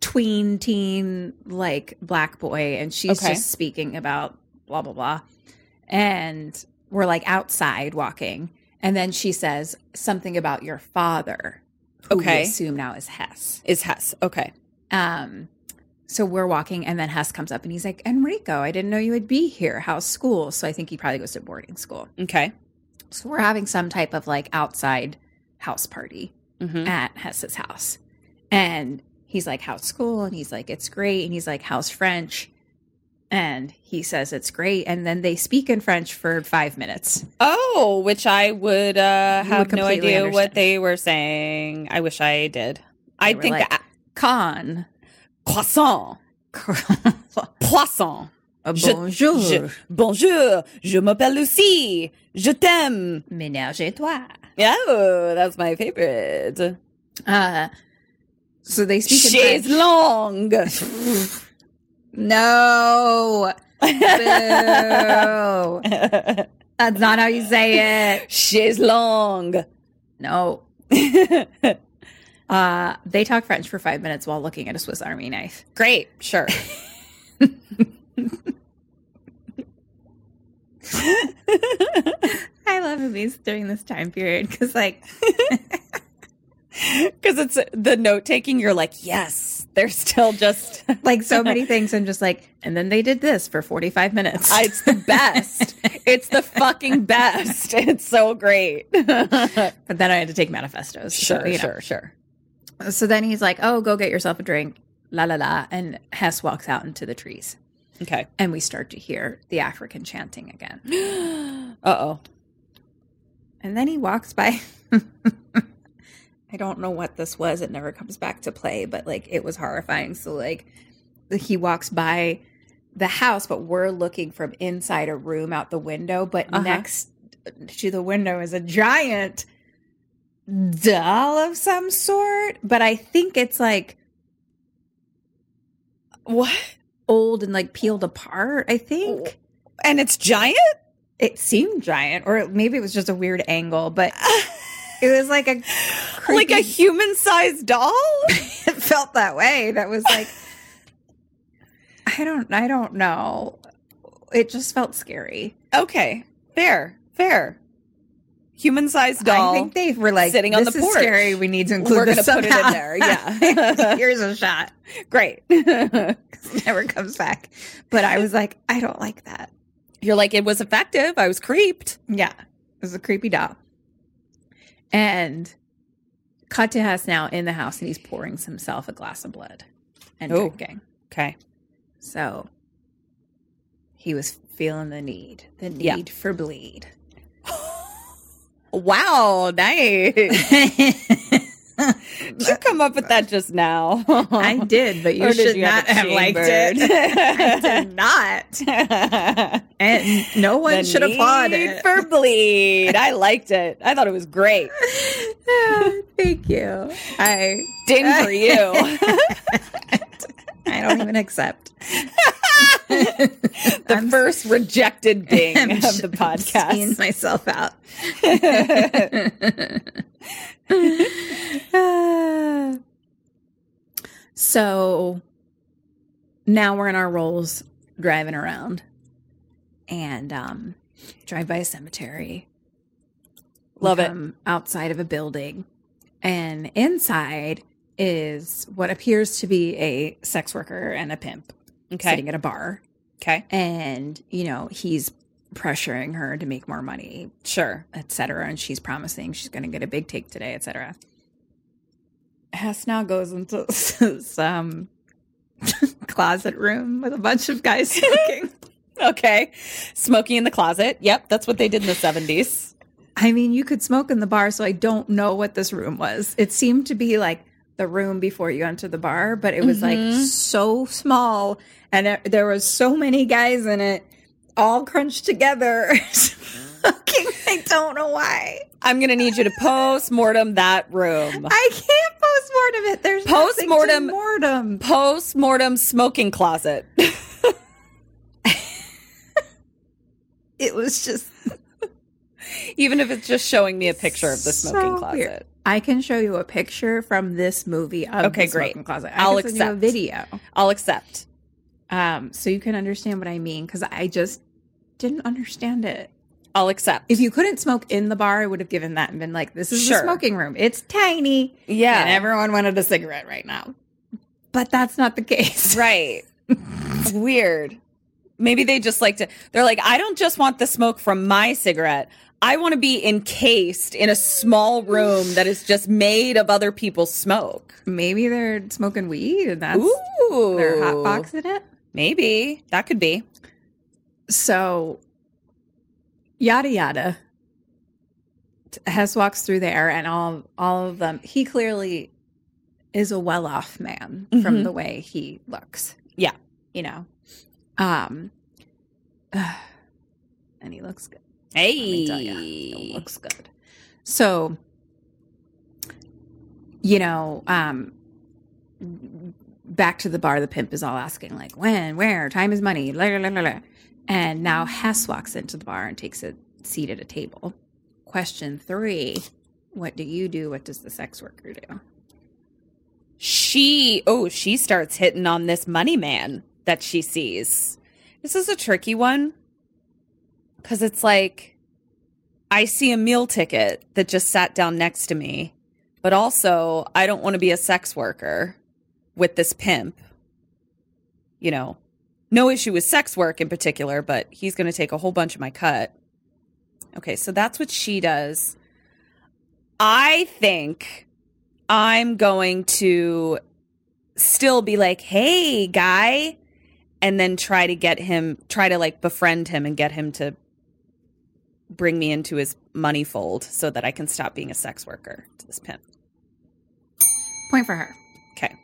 [SPEAKER 2] tween teen like black boy and she's
[SPEAKER 1] Okay.
[SPEAKER 2] just speaking about blah blah blah. And we're like outside walking and then she says something about your father. Who
[SPEAKER 1] Okay.
[SPEAKER 2] We assume now is Hess.
[SPEAKER 1] Is Hess. Okay.
[SPEAKER 2] Um, so we're walking, and then Hess comes up and he's like, Enrico, I didn't know you would be here. How's school? So I think he probably goes to boarding school.
[SPEAKER 1] Okay.
[SPEAKER 2] So we're having some type of like outside house party
[SPEAKER 1] Mhm.
[SPEAKER 2] at Hess's house. And he's like, How's school? And he's like, It's great. And he's like, How's French? And he says, It's great. And then they speak in French for five minutes.
[SPEAKER 1] Oh, which I would uh
[SPEAKER 2] You would
[SPEAKER 1] have no
[SPEAKER 2] completely
[SPEAKER 1] idea what
[SPEAKER 2] understand.
[SPEAKER 1] they were saying. I wish I did. I
[SPEAKER 2] were
[SPEAKER 1] think
[SPEAKER 2] like-
[SPEAKER 1] that-
[SPEAKER 2] Con.
[SPEAKER 1] croissant. Poisson. Je-
[SPEAKER 2] Bonjour.
[SPEAKER 1] je- bonjour. Je m'appelle Lucie. Je t'aime.
[SPEAKER 2] Ménage et toi.
[SPEAKER 1] Oh, that's my favorite.
[SPEAKER 2] Uh, so they speak in
[SPEAKER 1] Chaise
[SPEAKER 2] French.
[SPEAKER 1] longue.
[SPEAKER 2] No. Boo. That's not how you say it.
[SPEAKER 1] Chaise longue.
[SPEAKER 2] No. Uh, they talk French for five minutes while looking at a Swiss Army knife.
[SPEAKER 1] Great, sure.
[SPEAKER 2] I love movies during this time period because, like,
[SPEAKER 1] Because it's uh, the note taking, you're like, yes, they're still just,
[SPEAKER 2] like so many things, I'm just like, and then they did this for 45 minutes.
[SPEAKER 1] I- Uh, it's the best. it's the fucking best. It's so great.
[SPEAKER 2] but then I had to take manifestos. so, you know.
[SPEAKER 1] sure.
[SPEAKER 2] So then he's like, oh, go get yourself a drink, la la la. And Hess walks out into the trees.
[SPEAKER 1] Okay.
[SPEAKER 2] And we start to hear the African chanting again.
[SPEAKER 1] Uh oh.
[SPEAKER 2] And then he walks by. I don't know what this was. It never comes back to play, but like it was horrifying. So like he walks by the house, but we're looking from inside a room out the window, but
[SPEAKER 1] Uh-huh.
[SPEAKER 2] next to the window is a giant doll of some sort, but I think it's like
[SPEAKER 1] What?
[SPEAKER 2] old and like peeled apart, I think.
[SPEAKER 1] And it's giant?
[SPEAKER 2] It seemed giant, or maybe it was just a weird angle, but it was like a
[SPEAKER 1] Like a
[SPEAKER 2] creepy-
[SPEAKER 1] human sized doll?
[SPEAKER 2] it felt that way. That was like I don't I don't know. It just felt scary.
[SPEAKER 1] Okay. Fair. Fair. Human sized
[SPEAKER 2] I
[SPEAKER 1] doll.
[SPEAKER 2] think they were like
[SPEAKER 1] sitting on
[SPEAKER 2] "This
[SPEAKER 1] the
[SPEAKER 2] is
[SPEAKER 1] porch.
[SPEAKER 2] scary. We need to include
[SPEAKER 1] We're
[SPEAKER 2] this
[SPEAKER 1] gonna put it in
[SPEAKER 2] somehow."
[SPEAKER 1] there, yeah.
[SPEAKER 2] here's a shot.
[SPEAKER 1] Great.
[SPEAKER 2] 'Cause it never comes back. But I was like, I don't like that.
[SPEAKER 1] You're like, it was effective. I was creeped.
[SPEAKER 2] Yeah, it was a creepy doll. And Katehas now in the house, and he's pouring himself a glass of blood and
[SPEAKER 1] Oh.
[SPEAKER 2] drinking.
[SPEAKER 1] Okay.
[SPEAKER 2] So he was feeling the need, the need
[SPEAKER 1] Yeah.
[SPEAKER 2] for bleed.
[SPEAKER 1] Wow. Nice.
[SPEAKER 2] I
[SPEAKER 1] you come up with that just now.
[SPEAKER 2] did, but you
[SPEAKER 1] Or did
[SPEAKER 2] should
[SPEAKER 1] you have
[SPEAKER 2] not
[SPEAKER 1] it
[SPEAKER 2] have liked it. I
[SPEAKER 1] chambered?
[SPEAKER 2] did not. And no one
[SPEAKER 1] The
[SPEAKER 2] should applaud
[SPEAKER 1] need
[SPEAKER 2] it.
[SPEAKER 1] for bleed. I liked it. I thought it was great.
[SPEAKER 2] Ah, Thank you. I
[SPEAKER 1] Ding for you.
[SPEAKER 2] I don't even accept.
[SPEAKER 1] The first rejected ding
[SPEAKER 2] I'm
[SPEAKER 1] of
[SPEAKER 2] sh-
[SPEAKER 1] the
[SPEAKER 2] Seeing
[SPEAKER 1] podcast.
[SPEAKER 2] myself out. so now we're in our roles driving around and um, drive by a cemetery. We
[SPEAKER 1] Love it.
[SPEAKER 2] come Outside of a building. And inside is what appears to be a sex worker and a pimp sitting
[SPEAKER 1] Okay.
[SPEAKER 2] at a bar.
[SPEAKER 1] Okay.
[SPEAKER 2] And, you know, he's pressuring her to make more money,
[SPEAKER 1] Sure.
[SPEAKER 2] etc. And she's promising she's going to get a big take today, etc. Hess now goes into some closet room with a bunch of guys smoking.
[SPEAKER 1] Okay. Smoking in the closet. Yep. That's what they did in the 70s.
[SPEAKER 2] I mean, you could smoke in the bar, so I don't know what this room was. It seemed to be like the room before you enter the bar, but it was like so small, and it, there was so many guys in it, all crunched together. smoking. I don't know why.
[SPEAKER 1] I'm going to need you to post mortem that room.
[SPEAKER 2] I can't postmortem it. There's
[SPEAKER 1] Postmortem-
[SPEAKER 2] mortem.
[SPEAKER 1] Post mortem smoking closet.
[SPEAKER 2] It was just
[SPEAKER 1] Even if it's just showing me a picture of the smoking
[SPEAKER 2] so
[SPEAKER 1] closet.
[SPEAKER 2] weird. I can show you a picture from this movie of
[SPEAKER 1] Okay,
[SPEAKER 2] the
[SPEAKER 1] great.
[SPEAKER 2] smoking closet. I
[SPEAKER 1] I'll
[SPEAKER 2] can send you
[SPEAKER 1] accept.
[SPEAKER 2] a video.
[SPEAKER 1] I'll accept.
[SPEAKER 2] um, so you can understand what I mean because I just didn't understand it.
[SPEAKER 1] I'll accept.
[SPEAKER 2] If you couldn't smoke in the bar, I would have given that and been like, "This is
[SPEAKER 1] Sure.
[SPEAKER 2] the smoking room. It's tiny,
[SPEAKER 1] yeah.
[SPEAKER 2] and everyone wanted a cigarette right now." But that's not the case.
[SPEAKER 1] Right. Weird. Maybe they just like to, they're like, I don't just want the smoke from my cigarette. I want to be encased in a small room that is just made of other people's smoke.
[SPEAKER 2] Maybe they're smoking weed, and that's
[SPEAKER 1] Ooh.
[SPEAKER 2] they're hot boxing it.
[SPEAKER 1] Maybe. That could be.
[SPEAKER 2] So, yada yada. T- Hess walks through there, and all all of them. He clearly is a well off man from the way he looks.
[SPEAKER 1] Yeah.
[SPEAKER 2] you know. Um, and he looks good. Let me tell you,
[SPEAKER 1] Hey.
[SPEAKER 2] he looks good. So, you know, um, back to the bar, the pimp is all asking, like, when, where, time is money, la, la, la, la, la. And now Hess walks into the bar and takes a seat at a table. Question three What do you do? What does the sex worker do?
[SPEAKER 1] She, oh, she starts hitting on this money man that she sees. This is a tricky one because it's like I see a meal ticket that just sat down next to me, but also I don't want to be a sex worker with this pimp. You know, no issue with sex work in particular, but he's going to take a whole bunch of my cut. Okay, so that's what she does. I think I'm going to still be like, hey, guy, and then try to get him, try to like befriend him and get him to bring me into his money fold so that I can stop being a sex worker to this pimp.
[SPEAKER 2] Point for her.
[SPEAKER 1] Okay.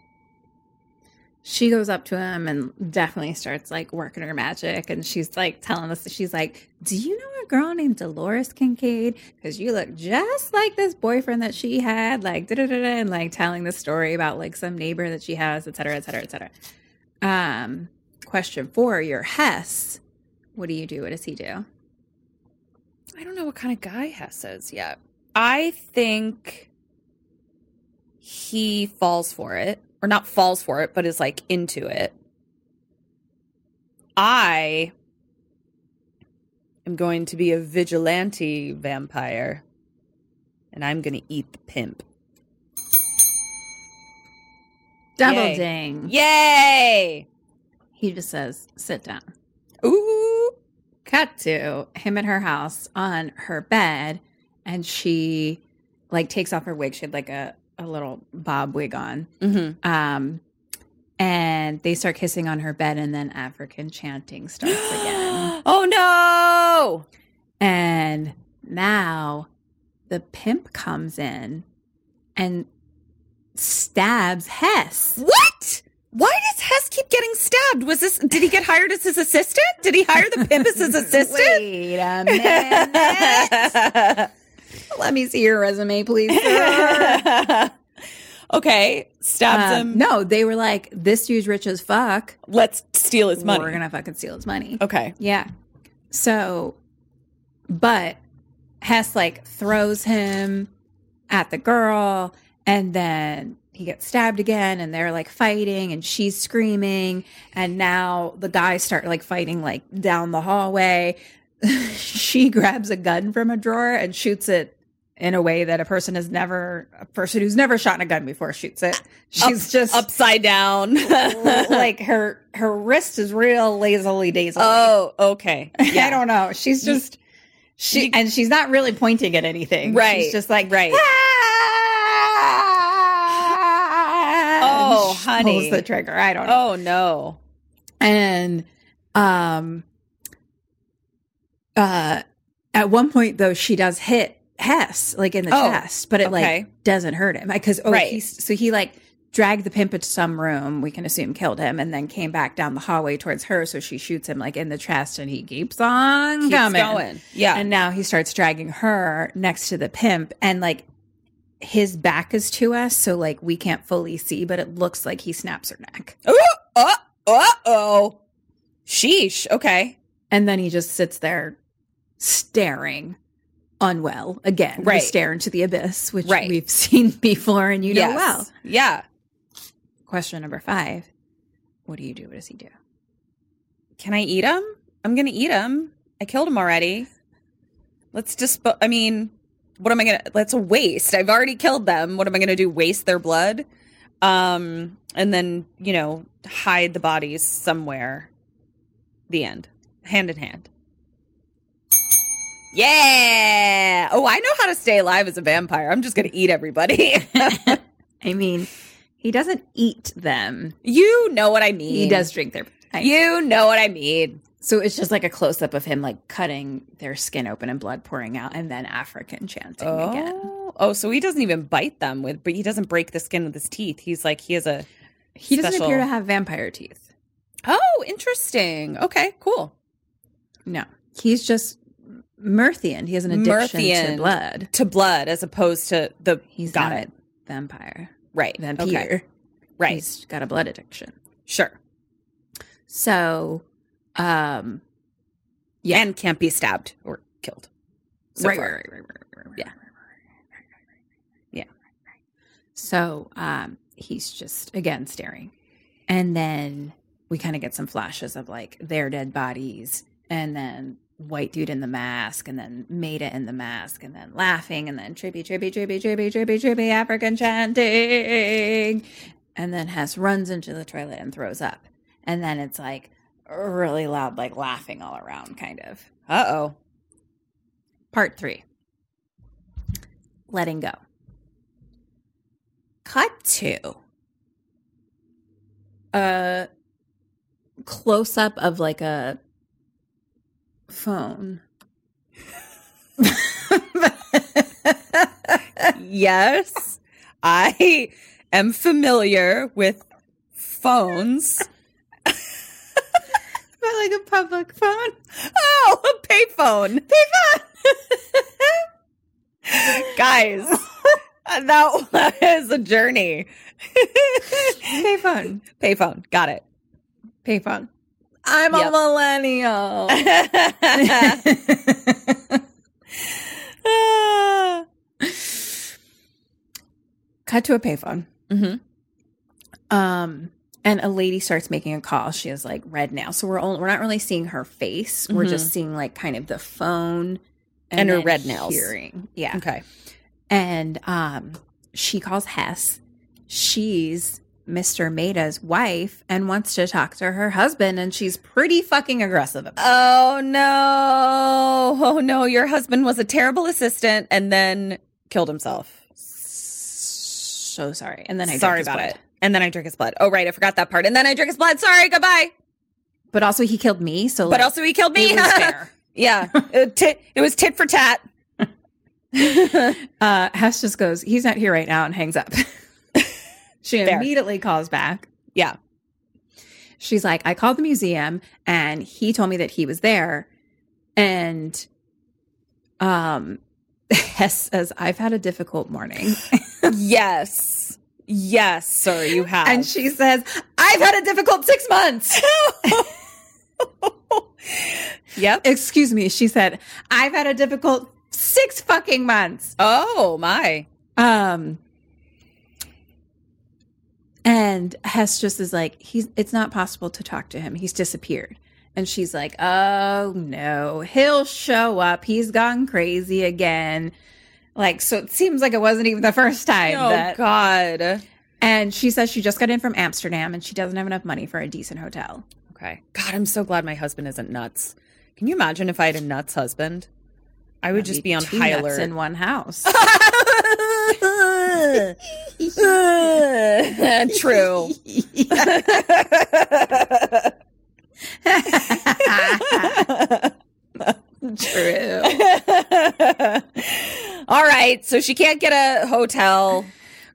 [SPEAKER 2] she goes up to him and definitely starts like working her magic and she's like telling us she's like do you know a girl named dolores kincaid because you look just like this boyfriend that she had like da da da and like telling the story about like some neighbor that she has et cetera et cetera et cetera um question four, your Hess, what do you do? What does he do?
[SPEAKER 1] I don't know what kind of guy Hess is yet. I think he falls for it, or not falls for it, but is like into it. I am going to be a vigilante vampire, and I'm going to eat the pimp.
[SPEAKER 2] Double
[SPEAKER 1] Yay.
[SPEAKER 2] ding.
[SPEAKER 1] Yay!
[SPEAKER 2] He just says, sit down.
[SPEAKER 1] Ooh,
[SPEAKER 2] cut to him at her house on her bed and she like takes off her wig she had like a, a little bob wig on
[SPEAKER 1] mm-hmm.
[SPEAKER 2] um and they start kissing on her bed and then african chanting starts again
[SPEAKER 1] oh no!
[SPEAKER 2] and now the pimp comes in and stabs hess
[SPEAKER 1] What? Why does Hess keep getting stabbed? Was this? Did he get hired as his assistant? Did he hire the pimp as his assistant?
[SPEAKER 2] wait a minute let me see your resume please sir.
[SPEAKER 1] okay, stabs
[SPEAKER 2] Uh,
[SPEAKER 1] him.
[SPEAKER 2] No, they were like, this dude's rich as fuck.
[SPEAKER 1] Let's steal his money.
[SPEAKER 2] We're going to fucking steal his money.
[SPEAKER 1] okay.
[SPEAKER 2] Yeah. So, but Hess like throws him at the girl and then he gets stabbed again and they're like fighting and she's screaming. And now the guys start like fighting like down the hallway. she grabs a gun from a drawer and shoots it in a way that a person has never, a person who's never shot in a gun before shoots it. She's just
[SPEAKER 1] Upside down.
[SPEAKER 2] like her her wrist is real lazily daisily.
[SPEAKER 1] oh, okay.
[SPEAKER 2] I don't know. She's just she
[SPEAKER 1] you-
[SPEAKER 2] and she's not really pointing at anything.
[SPEAKER 1] Right.
[SPEAKER 2] She's just like
[SPEAKER 1] Right.
[SPEAKER 2] "Ah!"
[SPEAKER 1] Oh,
[SPEAKER 2] and she
[SPEAKER 1] honey.
[SPEAKER 2] Pulls the trigger. I don't know.
[SPEAKER 1] Oh no.
[SPEAKER 2] And um uh at one point though she does hit Hess like in the
[SPEAKER 1] Oh,
[SPEAKER 2] chest, but it
[SPEAKER 1] okay.
[SPEAKER 2] like doesn't hurt him because oh
[SPEAKER 1] Right.
[SPEAKER 2] he's so he like dragged the pimp into some room we can assume killed him and then came back down the hallway towards her so she shoots him like in the chest and he keeps on
[SPEAKER 1] Keeps
[SPEAKER 2] coming
[SPEAKER 1] going. Yeah.
[SPEAKER 2] and now he starts dragging her next to the pimp and like his back is to us so like we can't fully see but it looks like he snaps her neck
[SPEAKER 1] Ooh, uh, oh. Sheesh. Okay.
[SPEAKER 2] And then he just sits there staring unwell again.
[SPEAKER 1] Right.
[SPEAKER 2] Right. Stare into the abyss, which
[SPEAKER 1] Right.
[SPEAKER 2] we've seen before and you know
[SPEAKER 1] Yes.
[SPEAKER 2] well.
[SPEAKER 1] Yeah.
[SPEAKER 2] Question number five. What do you do? What does he do?
[SPEAKER 1] Can I eat him? I'm gonna eat him. I killed him already. Let's just. I mean, what am I gonna? That's a waste. I've already killed them. What am I gonna do? Waste their blood? Um, and then you know, hide the bodies somewhere. The end. Hand in hand. Yeah. Oh, I know how to stay alive as a vampire. I'm just gonna eat everybody.
[SPEAKER 2] I mean, he doesn't eat them.
[SPEAKER 1] you know what I mean.
[SPEAKER 2] He does drink their
[SPEAKER 1] You know what I mean.
[SPEAKER 2] So it's just like a close up of him like cutting their skin open and blood pouring out and then African chanting again.
[SPEAKER 1] Oh, oh, so he doesn't even bite them with, but he doesn't break the skin with his teeth. He's like he has a.
[SPEAKER 2] He doesn't
[SPEAKER 1] Special.
[SPEAKER 2] appear to have vampire teeth.
[SPEAKER 1] Oh, interesting. Okay, cool.
[SPEAKER 2] No. He's just Murthian. He has an addiction
[SPEAKER 1] Murthian.
[SPEAKER 2] to blood.
[SPEAKER 1] To blood as opposed to the.
[SPEAKER 2] He's
[SPEAKER 1] got
[SPEAKER 2] not
[SPEAKER 1] it.
[SPEAKER 2] a vampire.
[SPEAKER 1] Right.
[SPEAKER 2] Vampire.
[SPEAKER 1] Okay. Right.
[SPEAKER 2] He's got a blood addiction.
[SPEAKER 1] sure.
[SPEAKER 2] So um Yeah.
[SPEAKER 1] And can't be stabbed or killed. So
[SPEAKER 2] right,
[SPEAKER 1] far.
[SPEAKER 2] right, right, right, right, right, right,
[SPEAKER 1] Yeah.
[SPEAKER 2] right, right, right, right, right,
[SPEAKER 1] Yeah.
[SPEAKER 2] right, right. So um he's just again staring. And then we kind of get some flashes of like their dead bodies and then white dude in the mask and then Maida in the mask and then laughing and then trippy trippy trippy trippy trippy trippy African chanting and then Hess runs into the toilet and throws up. And then it's like really loud, like laughing all around kind of.
[SPEAKER 1] Uh oh.
[SPEAKER 2] Part three letting go. Cut to a close up of like a phone.
[SPEAKER 1] yes. I am familiar with phones.
[SPEAKER 2] Not like a public phone.
[SPEAKER 1] Oh, a payphone. Payphone. Guys, that was a journey.
[SPEAKER 2] Payphone.
[SPEAKER 1] payphone. Got it.
[SPEAKER 2] Payphone. I'm
[SPEAKER 1] Yep.
[SPEAKER 2] a millennial.
[SPEAKER 1] Ah.
[SPEAKER 2] Cut to a payphone.
[SPEAKER 1] Mhm. Mm-hmm.
[SPEAKER 2] Um, and a lady starts making a call. She is like red now, so we're only, we're not really seeing her face. We're just seeing like kind of the phone
[SPEAKER 1] Mm-hmm. And her
[SPEAKER 2] then
[SPEAKER 1] red nails.
[SPEAKER 2] Hearing, yeah.
[SPEAKER 1] Okay.
[SPEAKER 2] And um, she calls Hess. She's Mr. Maida's wife and wants to talk to her husband, and she's pretty fucking aggressive about. it.
[SPEAKER 1] Oh no. Oh no, your husband was a terrible assistant and then killed himself.
[SPEAKER 2] so sorry. And then I
[SPEAKER 1] Sorry
[SPEAKER 2] drank his
[SPEAKER 1] about
[SPEAKER 2] blood.
[SPEAKER 1] it. And then I drink his blood. Oh right, I forgot that part. And then I drink his blood. Sorry, goodbye.
[SPEAKER 2] But also, he killed me. So,
[SPEAKER 1] But
[SPEAKER 2] like,
[SPEAKER 1] also he killed me.
[SPEAKER 2] it was fair.
[SPEAKER 1] yeah. It, tit- it was tit for tat.
[SPEAKER 2] Uh, Hess just goes, he's not here right now and hangs up. she
[SPEAKER 1] Fair.
[SPEAKER 2] immediately calls back.
[SPEAKER 1] Yeah.
[SPEAKER 2] She's like, I called the museum and he told me that he was there. And um, Hess says, I've had a difficult morning.
[SPEAKER 1] yes. Yes, sir, you have.
[SPEAKER 2] and she says, I've had a difficult six months.
[SPEAKER 1] yep.
[SPEAKER 2] Excuse me. She said, I've had a difficult six fucking months.
[SPEAKER 1] Oh my.
[SPEAKER 2] Um, and Hess just is like, he's. It's not possible to talk to him. He's disappeared. And she's like, oh no, he'll show up. He's gone crazy again. Like, so it seems like it wasn't even the first time. that-
[SPEAKER 1] Oh, god.
[SPEAKER 2] And she says she just got in from Amsterdam and she doesn't have enough money for a decent hotel.
[SPEAKER 1] Okay. God, I'm so glad my husband isn't nuts. Can you imagine if I had a nuts husband? I would just be on
[SPEAKER 2] Two
[SPEAKER 1] high
[SPEAKER 2] nuts
[SPEAKER 1] alert.
[SPEAKER 2] in one house.
[SPEAKER 1] True.
[SPEAKER 2] True.
[SPEAKER 1] All right, so she can't get a hotel.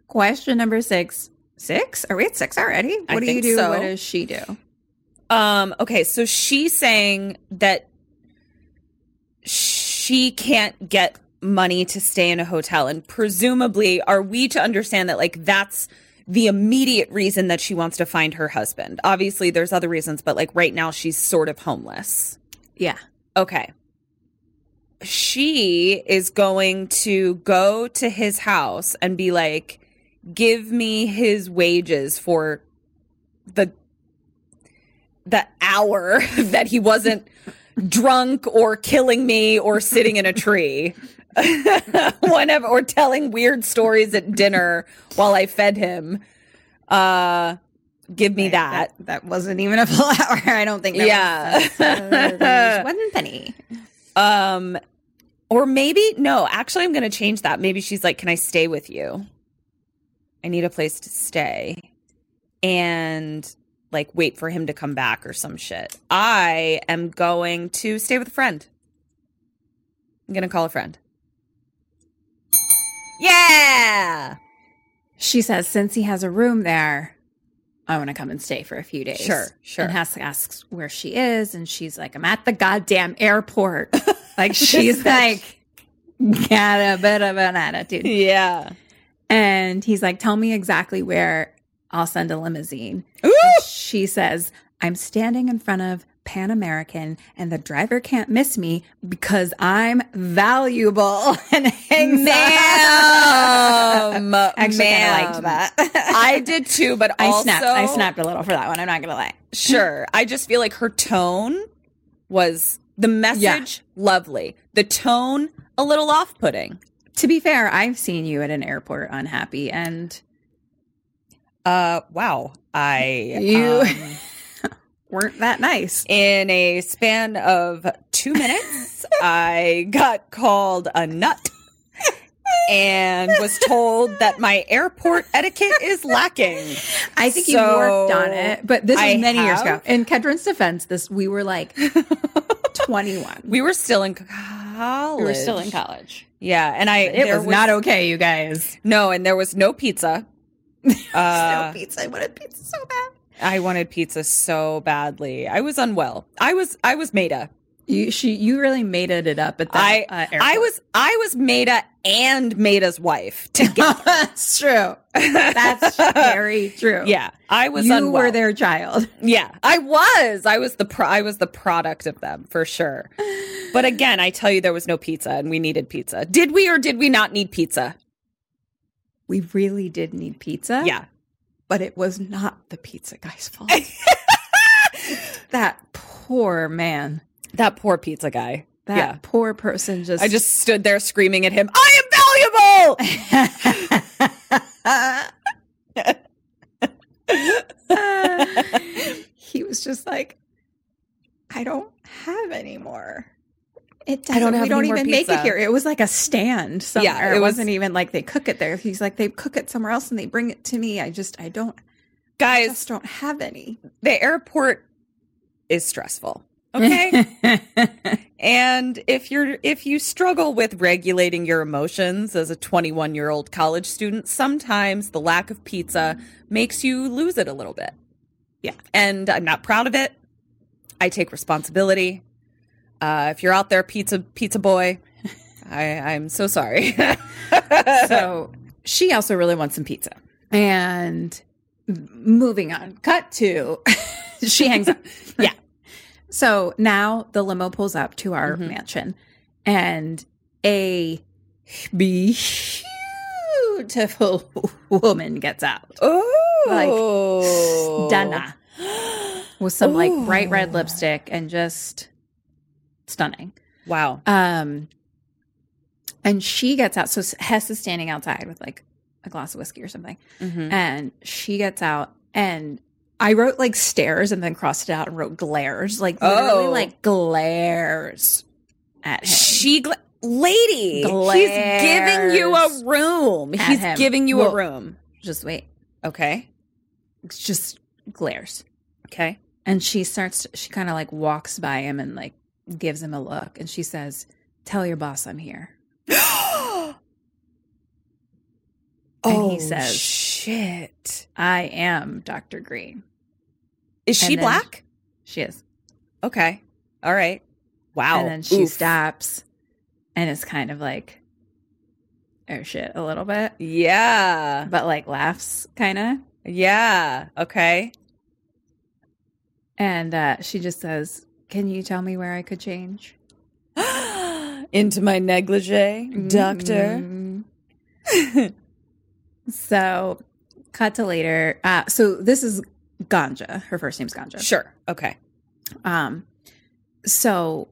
[SPEAKER 2] Question number six. Six? Are we at six already? What
[SPEAKER 1] I
[SPEAKER 2] do you
[SPEAKER 1] think
[SPEAKER 2] do?
[SPEAKER 1] so.
[SPEAKER 2] What does she do?
[SPEAKER 1] Um okay, so she's saying that she can't get money to stay in a hotel and presumably are we to understand that like that's the immediate reason that she wants to find her husband. Obviously there's other reasons, but like right now she's sort of homeless.
[SPEAKER 2] Yeah.
[SPEAKER 1] Okay. She is going to go to his house and be like, give me his wages for the the hour that he wasn't drunk or killing me or sitting in a tree. Whenever or telling weird stories at dinner while I fed him. Uh give me that.
[SPEAKER 2] that. wasn't even a full hour. I don't think. That
[SPEAKER 1] Yeah.
[SPEAKER 2] Was, uh, there was one penny.
[SPEAKER 1] Um, or maybe no. Actually, I'm going to change that. Maybe she's like, "Can I stay with you? I need a place to stay," and like wait for him to come back or some shit. I am going to stay with a friend. I'm going to call a friend. Yeah,
[SPEAKER 2] She says, since he has a room there, I want to come and stay for a few days.
[SPEAKER 1] Sure, sure.
[SPEAKER 2] And Hess asks where she is, and she's like, I'm at the goddamn airport. like she's like got a bit of an attitude.
[SPEAKER 1] yeah.
[SPEAKER 2] And he's like, Tell me exactly where I'll send a limousine.
[SPEAKER 1] Ooh!
[SPEAKER 2] She says, I'm standing in front of Pan American and the driver can't miss me because I'm valuable and hangs
[SPEAKER 1] Ma'am,
[SPEAKER 2] Actually, kinda liked
[SPEAKER 1] ma'am.
[SPEAKER 2] that.
[SPEAKER 1] I did too, but
[SPEAKER 2] I
[SPEAKER 1] also
[SPEAKER 2] snapped. I snapped a little for that one. I'm not gonna lie.
[SPEAKER 1] Sure. I just feel like her tone was the message lovely. The tone a little off putting.
[SPEAKER 2] To be fair, I've seen you at an airport unhappy, and
[SPEAKER 1] Uh wow. I
[SPEAKER 2] You-
[SPEAKER 1] um,
[SPEAKER 2] weren't that nice.
[SPEAKER 1] in a span of two minutes I got called a nut and was told that my airport etiquette is lacking.
[SPEAKER 2] I think you
[SPEAKER 1] So,
[SPEAKER 2] worked on it, but this
[SPEAKER 1] I
[SPEAKER 2] was many years ago.
[SPEAKER 1] have-
[SPEAKER 2] In Kedron's defense, this we were like 21.
[SPEAKER 1] We were still in college.
[SPEAKER 2] college.
[SPEAKER 1] Yeah, and I
[SPEAKER 2] It
[SPEAKER 1] there
[SPEAKER 2] was, not okay, you guys.
[SPEAKER 1] No, and there was no pizza. Uh,
[SPEAKER 2] pizza. I wanted pizza so bad.
[SPEAKER 1] I wanted pizza so badly. I was unwell. I was I was made up.
[SPEAKER 2] You she you really made it up at that.
[SPEAKER 1] I
[SPEAKER 2] uh,
[SPEAKER 1] I was I was Maida and Maida's wife together.
[SPEAKER 2] That's true. That's very true.
[SPEAKER 1] yeah, I was.
[SPEAKER 2] you
[SPEAKER 1] unwell.
[SPEAKER 2] were their child.
[SPEAKER 1] Yeah, I was. I was the pro- I was the product of them for sure. But again, I tell you, there was no pizza, and we needed pizza. Did we or did we not need pizza?
[SPEAKER 3] We really did need pizza.
[SPEAKER 1] Yeah,
[SPEAKER 3] But it was not the pizza guy's fault. that poor man.
[SPEAKER 1] that poor pizza guy.
[SPEAKER 3] That
[SPEAKER 1] yeah,
[SPEAKER 3] poor person just.
[SPEAKER 1] I just stood there screaming at him. I am valuable.
[SPEAKER 3] he was just like, I don't have any more. It doesn't,
[SPEAKER 1] I don't have
[SPEAKER 3] we don't
[SPEAKER 1] any more
[SPEAKER 3] even make it
[SPEAKER 1] pizza."
[SPEAKER 3] here. It was like a stand somewhere.
[SPEAKER 1] Yeah, it
[SPEAKER 3] it,
[SPEAKER 1] was-
[SPEAKER 3] was, not even like they cook it there. He's like, they cook it somewhere else and they bring it to me. I just, I don't, I
[SPEAKER 1] Guys,
[SPEAKER 3] just don't have any.
[SPEAKER 1] the airport is stressful. Okay. and if you're if you struggle with regulating your emotions as a 21-year-old college student, sometimes the lack of pizza makes you lose it a little bit. Yeah. And I'm not proud of it. I take responsibility. Uh, if you're out there, pizza pizza boy, I, I'm so sorry.
[SPEAKER 2] so
[SPEAKER 3] She also really wants some pizza.
[SPEAKER 2] and moving on. Cut to she hangs up.
[SPEAKER 1] Yeah.
[SPEAKER 2] So now the limo pulls up to our
[SPEAKER 1] Mm-hmm.
[SPEAKER 2] mansion, and a beautiful woman gets out.
[SPEAKER 1] oh,
[SPEAKER 2] Stunner with some like bright red lipstick and just stunning.
[SPEAKER 1] Wow.
[SPEAKER 2] Um, and she gets out. So Hess is standing outside with like a glass of whiskey or something, and she gets out. And I wrote like stares and then crossed it out and wrote glares, like literally
[SPEAKER 1] Oh.
[SPEAKER 2] like glares at him.
[SPEAKER 1] She, gla- lady, he's
[SPEAKER 2] Glares
[SPEAKER 1] giving you a room.
[SPEAKER 2] at
[SPEAKER 1] He's
[SPEAKER 2] him.
[SPEAKER 1] giving you
[SPEAKER 2] Well-
[SPEAKER 1] a room.
[SPEAKER 2] just wait,
[SPEAKER 1] Okay.
[SPEAKER 2] it's just glares.
[SPEAKER 1] Okay.
[SPEAKER 2] And she starts. She kind of like walks by him and like gives him a look, and she says, "Tell your boss I'm here." and he says,
[SPEAKER 1] Oh, shit.
[SPEAKER 2] "I am Doctor Green."
[SPEAKER 1] Is she
[SPEAKER 2] And then-
[SPEAKER 1] black?
[SPEAKER 2] She is.
[SPEAKER 1] Okay. All right. Wow.
[SPEAKER 2] And then she
[SPEAKER 1] Oof.
[SPEAKER 2] stops and it's kind of like, oh shit, a little bit,
[SPEAKER 1] Yeah.
[SPEAKER 2] but like laughs kind of.
[SPEAKER 1] Yeah. Okay.
[SPEAKER 2] And uh, she just says, Can you tell me where I could change?
[SPEAKER 1] Into my negligee, doctor.
[SPEAKER 2] Mm. Mm-hmm. so, cut to later. Uh, so, this is Ganja. Her first name's Ganja.
[SPEAKER 1] Sure. Okay.
[SPEAKER 2] Um, so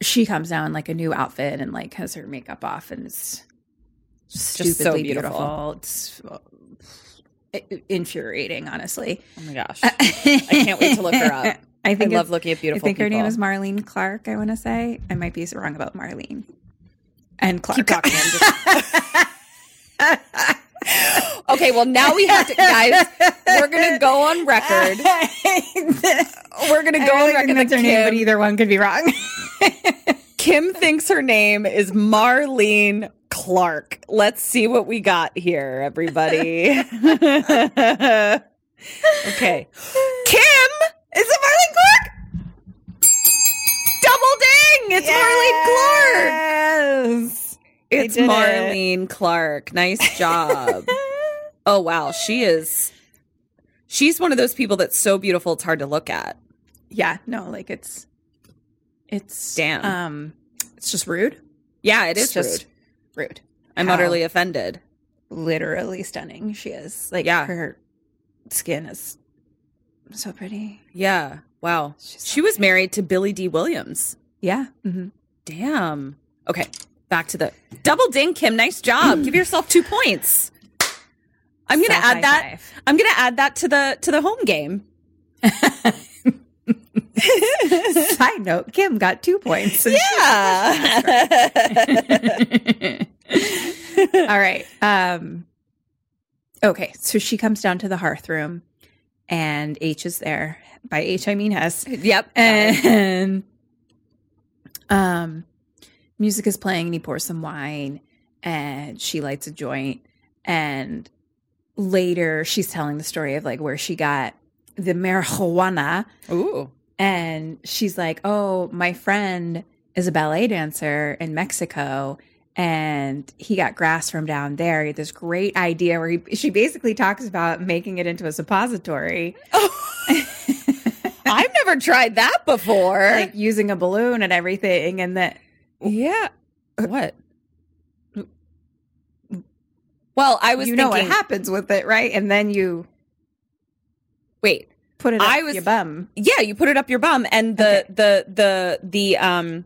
[SPEAKER 2] she comes down in like a new outfit and like has her makeup off and it's
[SPEAKER 1] so
[SPEAKER 2] stupidly beautiful.
[SPEAKER 1] beautiful.
[SPEAKER 2] It's uh, i- infuriating, honestly.
[SPEAKER 1] Oh my gosh.
[SPEAKER 2] I
[SPEAKER 1] can't wait to look her up.
[SPEAKER 2] I
[SPEAKER 1] I
[SPEAKER 2] think
[SPEAKER 1] love
[SPEAKER 2] it's-
[SPEAKER 1] looking at
[SPEAKER 2] I
[SPEAKER 1] beautiful
[SPEAKER 2] think her name
[SPEAKER 1] people.
[SPEAKER 2] is Marlene Clark. I want to say I might be wrong about Marlene and Clark.
[SPEAKER 1] Keep talking. I'm just- okay, well now we have to guys, we're gonna go on record. We're gonna go
[SPEAKER 2] I really
[SPEAKER 1] on
[SPEAKER 2] think
[SPEAKER 1] record that
[SPEAKER 2] that's her
[SPEAKER 1] Kim,
[SPEAKER 2] name, but either one could be wrong.
[SPEAKER 1] Kim thinks her name is Marlene Clark. Let's see what we got here, everybody. okay. Kim! Is it Marlene Clark? Double ding! It's Marlene Clark!
[SPEAKER 3] Yes.
[SPEAKER 1] It's
[SPEAKER 3] did it.
[SPEAKER 1] Marlene Clark. Nice job. oh wow, she is. She's one of those people that's so beautiful it's hard to look at.
[SPEAKER 3] Yeah. No, like it's,
[SPEAKER 2] It's
[SPEAKER 1] Damn.
[SPEAKER 2] Um, it's just rude.
[SPEAKER 1] Yeah, it is
[SPEAKER 2] It's just
[SPEAKER 1] rude.
[SPEAKER 2] rude.
[SPEAKER 1] I'm
[SPEAKER 2] how-
[SPEAKER 1] utterly offended.
[SPEAKER 2] Literally stunning. She is like
[SPEAKER 1] Yeah.
[SPEAKER 2] her skin is so pretty.
[SPEAKER 1] Yeah. Wow. she was married to Billy D. Williams.
[SPEAKER 2] Yeah. hmm
[SPEAKER 1] Damn. Okay. Back to the double ding, Kim. Nice job. Give yourself two points. I'm gonna
[SPEAKER 2] Self high
[SPEAKER 1] add that.
[SPEAKER 2] five.
[SPEAKER 1] I'm gonna add that to the to the home game.
[SPEAKER 2] Side note: Kim got two points. All right. Um Okay, so she comes down to the hearth room and H is there. By H I mean Hess.
[SPEAKER 1] yep.
[SPEAKER 2] And um music is playing and he pours some wine and she lights a joint and later she's telling the story of like where she got the marijuana
[SPEAKER 1] Ooh.
[SPEAKER 2] and she's like, "Oh, my friend is a ballet dancer in Mexico." And he got grass from down there. He had this great idea where he, she basically talks about making it into a suppository,
[SPEAKER 1] I've never tried that before.
[SPEAKER 2] like using a balloon and everything. And that
[SPEAKER 1] yeah.
[SPEAKER 2] Uh,
[SPEAKER 1] What? Well, I was
[SPEAKER 2] you know
[SPEAKER 1] thinking.
[SPEAKER 2] what happens with it, right? And then you
[SPEAKER 1] Wait.
[SPEAKER 2] put it up
[SPEAKER 1] I was-
[SPEAKER 2] your bum.
[SPEAKER 1] Yeah, you put it up your bum, and the the the the um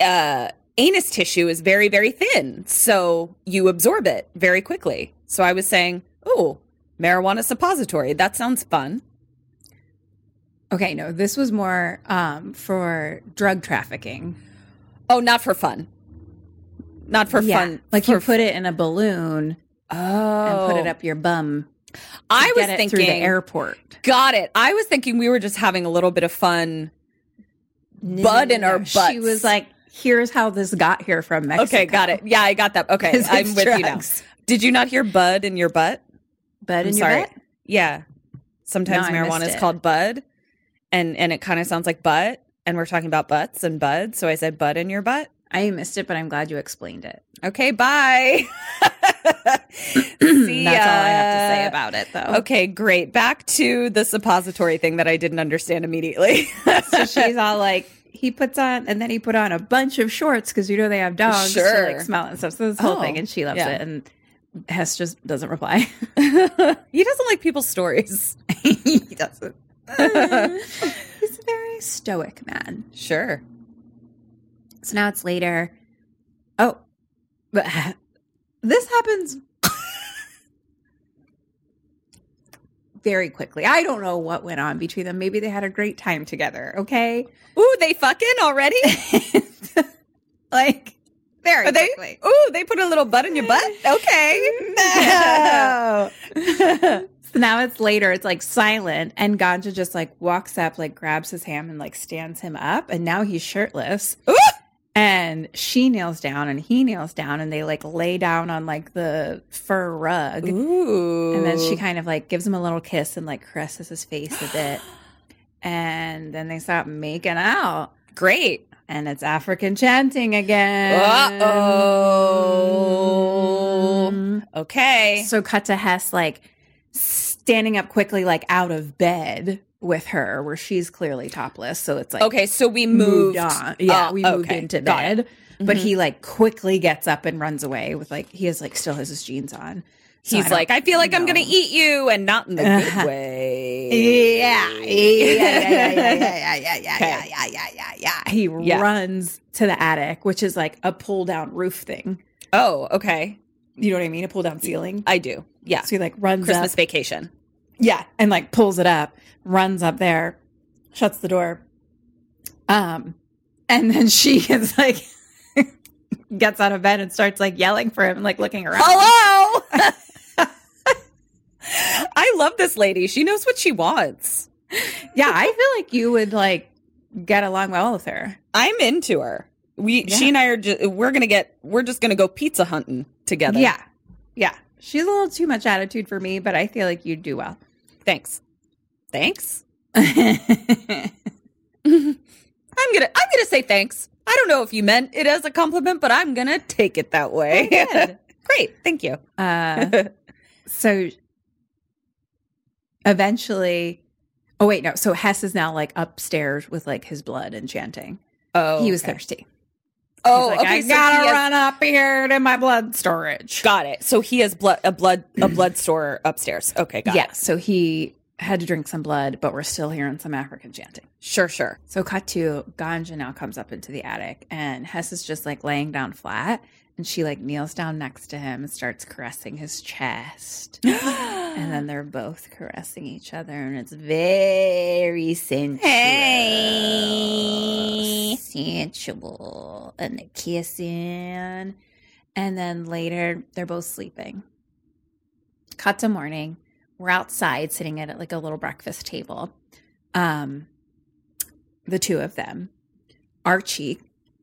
[SPEAKER 1] uh anus tissue is very very thin, so you absorb it very quickly. So I was saying, oh, marijuana suppository. That sounds fun.
[SPEAKER 2] Okay, no, this was more um, for drug trafficking.
[SPEAKER 1] Oh, not for fun. Not for
[SPEAKER 2] Yeah,
[SPEAKER 1] fun.
[SPEAKER 2] Like
[SPEAKER 1] for
[SPEAKER 2] you put it in a balloon
[SPEAKER 1] oh,
[SPEAKER 2] and put it up your bum.
[SPEAKER 1] I was
[SPEAKER 2] get it
[SPEAKER 1] thinking
[SPEAKER 2] through the airport.
[SPEAKER 1] Got it. I was thinking we were just having a little bit of fun. Bud in our butts.
[SPEAKER 2] She was like, "Here's how this got here from Mexico."
[SPEAKER 1] Okay, got it. Yeah, I got that. Okay,
[SPEAKER 2] 'Cause
[SPEAKER 1] I'm
[SPEAKER 2] it's
[SPEAKER 1] with you now.
[SPEAKER 2] drugs.
[SPEAKER 1] Did you not hear bud in your butt?
[SPEAKER 2] Bud in
[SPEAKER 1] I'm
[SPEAKER 2] your
[SPEAKER 1] sorry.
[SPEAKER 2] butt.
[SPEAKER 1] Yeah. Sometimes
[SPEAKER 2] No, I
[SPEAKER 1] marijuana
[SPEAKER 2] missed
[SPEAKER 1] is
[SPEAKER 2] it.
[SPEAKER 1] called bud and and it kind of sounds like butt and we're talking about butts and bud, so I said bud in your butt.
[SPEAKER 2] I missed it, but I'm glad you explained it.
[SPEAKER 1] Okay, bye. See
[SPEAKER 2] That's all I have to
[SPEAKER 1] ya.
[SPEAKER 2] say about it, though.
[SPEAKER 1] Okay, great. Back to the suppository thing that I didn't understand immediately.
[SPEAKER 2] so she's all like, "He puts on, and then he put on a bunch of shorts because you know they have dogs to
[SPEAKER 1] Sure.
[SPEAKER 2] like smell it and stuff." So this whole
[SPEAKER 1] Oh,
[SPEAKER 2] thing, and she loves
[SPEAKER 1] yeah.
[SPEAKER 2] it, and Hess just doesn't reply.
[SPEAKER 1] he doesn't like people's stories.
[SPEAKER 2] he doesn't. He's a very stoic man.
[SPEAKER 1] Sure.
[SPEAKER 2] So now it's later. Oh, but this happens very quickly. I don't know what went on between them. Maybe they had a great time together. Okay,
[SPEAKER 1] Ooh, they fucking already?
[SPEAKER 2] like very
[SPEAKER 1] Are they?
[SPEAKER 2] quickly.
[SPEAKER 1] Ooh, they put a little butt in your butt? Okay.
[SPEAKER 2] No. so now it's later. It's like silent, and Ganja just like walks up, like grabs his hand and like stands him up, and now he's shirtless. And she kneels down, and he kneels down, and they like lay down on like the fur rug,
[SPEAKER 1] Ooh.
[SPEAKER 2] and then she kind of like gives him a little kiss and like caresses his face a bit, and then they start making out,
[SPEAKER 1] Great.
[SPEAKER 2] and it's African chanting again.
[SPEAKER 1] Uh-oh. Okay.
[SPEAKER 2] So cut to Hess like standing up quickly, like out of bed with her, where she's clearly topless. So it's like
[SPEAKER 1] okay, so we moved,
[SPEAKER 2] on. Yeah,
[SPEAKER 1] Uh,
[SPEAKER 2] we moved
[SPEAKER 1] okay,
[SPEAKER 2] into
[SPEAKER 1] got it. Mm-hmm.
[SPEAKER 2] bed. But he like quickly gets up and runs away with like he has like still has his jeans on. So
[SPEAKER 1] He's
[SPEAKER 2] I don't
[SPEAKER 1] like, I feel like I'm
[SPEAKER 2] know.
[SPEAKER 1] going to eat you and not in the good
[SPEAKER 2] Uh-huh.
[SPEAKER 1] way.
[SPEAKER 2] Yeah. Yeah, yeah, yeah, yeah, yeah, yeah, yeah, yeah, yeah, yeah, yeah, yeah, yeah. He
[SPEAKER 1] Yeah.
[SPEAKER 2] runs to the attic, which is like a pull down roof thing.
[SPEAKER 1] Oh, okay.
[SPEAKER 2] You know what I mean? A pull down ceiling.
[SPEAKER 1] I do. Yeah.
[SPEAKER 2] So he like runs up
[SPEAKER 1] Christmas vacation.
[SPEAKER 2] Yeah, and like pulls it up, runs up there, shuts the door. Um, and then she is like gets out of bed and starts like yelling for him and like looking around.
[SPEAKER 1] Hello. I love this lady. She knows what she wants.
[SPEAKER 2] Yeah, I feel like you would like get along well with her.
[SPEAKER 1] I'm into her. We, she and I are. Ju- we're gonna get. We're just gonna go pizza hunting together.
[SPEAKER 2] Yeah. Yeah. She's a little too much attitude for me, but I feel like you'd do well.
[SPEAKER 1] Thanks. Thanks.
[SPEAKER 2] okay.
[SPEAKER 1] I'm gonna. I'm gonna say thanks. I don't know if you meant it as a compliment, but I'm gonna take it that way. Oh, Great. Thank you.
[SPEAKER 2] Uh, so eventually, oh wait, no. So Hess is now like upstairs with like his blood and chanting.
[SPEAKER 1] Oh,
[SPEAKER 2] he was
[SPEAKER 1] okay.
[SPEAKER 2] thirsty. He's
[SPEAKER 1] Oh,
[SPEAKER 2] like,
[SPEAKER 1] okay.
[SPEAKER 2] I
[SPEAKER 1] so
[SPEAKER 2] gotta
[SPEAKER 1] he has-
[SPEAKER 2] run up here to my blood storage.
[SPEAKER 1] Got it. So he has blood. A blood. A blood store upstairs. Okay. Got
[SPEAKER 2] yeah,
[SPEAKER 1] it.
[SPEAKER 2] so he had to drink some blood, but we're still hearing some African chanting.
[SPEAKER 1] Sure. Sure.
[SPEAKER 2] So cut to Ganja now comes up into the attic, and Hess is just like laying down flat, and she like kneels down next to him and starts caressing his chest. and then they're both caressing each other, and it's very sensual. Sensual. And the kissing. And then later, they're both sleeping. Cut to morning. We're outside sitting at like a little breakfast table. Um, the two of them. Archie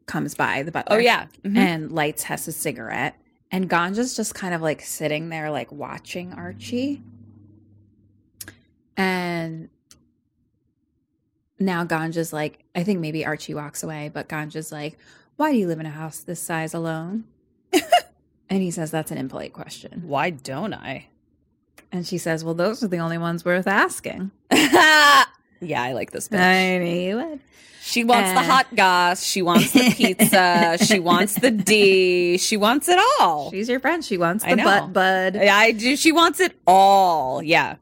[SPEAKER 2] comes by the butler
[SPEAKER 1] Oh yeah. Mhm.
[SPEAKER 2] and lights Hess's cigarette. And Ganja's just kind of like sitting there, like watching Archie. And now Ganja's like, I think maybe Archie walks away, but Ganja's like, why do you live in a house this size alone? and he says, that's an impolite question.
[SPEAKER 1] Why don't I?
[SPEAKER 2] And she says, well, those are the only ones worth asking.
[SPEAKER 1] yeah, I like this bitch.
[SPEAKER 2] I mean,
[SPEAKER 1] She wants the
[SPEAKER 2] Uh.
[SPEAKER 1] hot goss. She wants the pizza. she wants the D. She wants it all.
[SPEAKER 2] she's your friend. She wants
[SPEAKER 1] I
[SPEAKER 2] the
[SPEAKER 1] know.
[SPEAKER 2] butt bud.
[SPEAKER 1] I do. She wants it all. Yeah.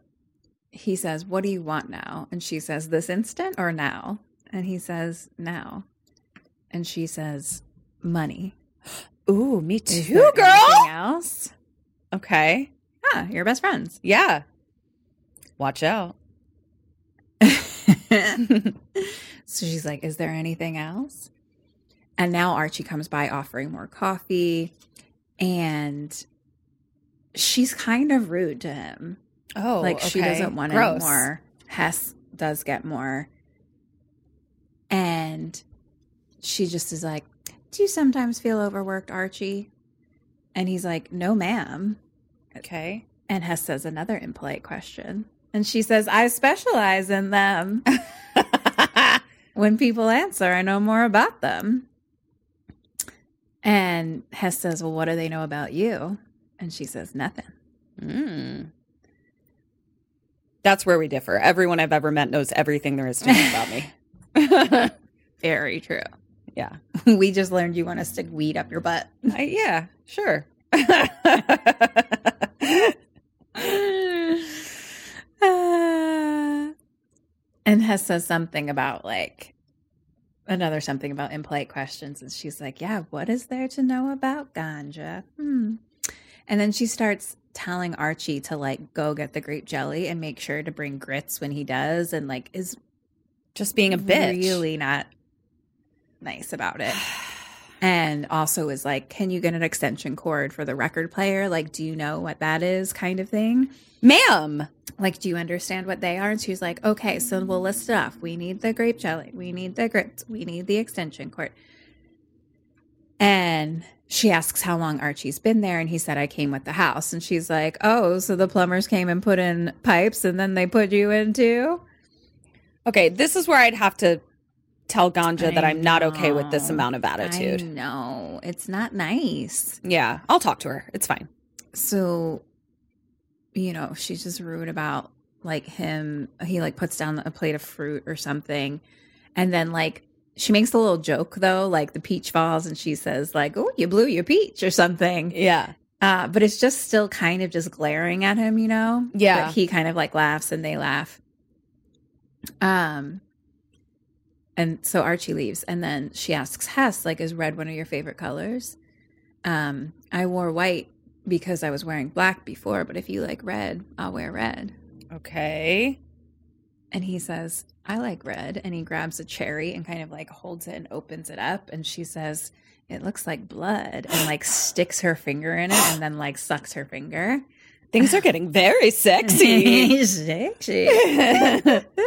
[SPEAKER 2] He says, what do you want now? And she says, this instant or now? And he says, now. And she says, money.
[SPEAKER 1] Ooh, me
[SPEAKER 2] Is
[SPEAKER 1] too,
[SPEAKER 2] there
[SPEAKER 1] girl.
[SPEAKER 2] anything else?
[SPEAKER 1] Okay.
[SPEAKER 2] Ah, you're best friends.
[SPEAKER 1] Yeah. Watch out.
[SPEAKER 2] So she's like, Is there anything else? And now Archie comes by offering more coffee. And she's kind of rude to him.
[SPEAKER 1] Oh,
[SPEAKER 2] like she
[SPEAKER 1] okay.
[SPEAKER 2] doesn't want
[SPEAKER 1] Gross.
[SPEAKER 2] any more. Hess does get more. And she just is like, Do you sometimes feel overworked, Archie? And he's like, No, ma'am.
[SPEAKER 1] Okay.
[SPEAKER 2] And Hess says another impolite question. And she says, I specialize in them. when people answer, I know more about them. And Hess says, Well, what do they know about you? And she says, Nothing.
[SPEAKER 1] Mm. That's where we differ. Everyone I've ever met knows everything there is to know about me.
[SPEAKER 2] Very true.
[SPEAKER 1] Yeah.
[SPEAKER 2] we just learned you want to stick weed up your butt.
[SPEAKER 1] I, yeah. Sure.
[SPEAKER 2] Uh, and Hess says something about like another something about impolite questions. And she's like, Yeah, what is there to know about ganja? Hmm. And then she starts telling Archie to like go get the grape jelly and make sure to bring grits when he does and like is
[SPEAKER 1] Just being a bitch.
[SPEAKER 2] really not nice about it. And also is like, can you get an extension cord for the record player? Like, do you know what that is? Kind of thing
[SPEAKER 1] Ma'am.
[SPEAKER 2] like, do you understand what they are? And she was like, okay, so we'll list it off. We need the grape jelly. We need the grits. We need the extension cord. And she asks how long Archie's been there. And he said, I came with the house. And she's like, oh, so the plumbers came and put in pipes and then they put you in too?
[SPEAKER 1] Okay, this is where I'd have to tell Ganja that
[SPEAKER 2] I
[SPEAKER 1] I'm not okay with this
[SPEAKER 2] know.
[SPEAKER 1] amount of attitude.
[SPEAKER 2] No, it's not nice.
[SPEAKER 1] Yeah, I'll talk to her. It's fine.
[SPEAKER 2] so you know she's just rude about like him he like puts down a plate of fruit or something and then like she makes a little joke though like the peach falls and she says like oh you blew your peach or something
[SPEAKER 1] Yeah.
[SPEAKER 2] uh, but it's just still kind of just glaring at him you know
[SPEAKER 1] Yeah.
[SPEAKER 2] but he kind of like laughs and they laugh um and so archie leaves and then she asks hess like is red one of your favorite colors um i wore white because i was wearing black before but if you like red i'll wear red
[SPEAKER 1] Okay.
[SPEAKER 2] and he says i like red and he grabs a cherry and kind of like holds it and opens it up and she says it looks like blood and like sticks her finger in it and then like sucks her finger
[SPEAKER 1] Things are getting very sexy.
[SPEAKER 2] Sexy.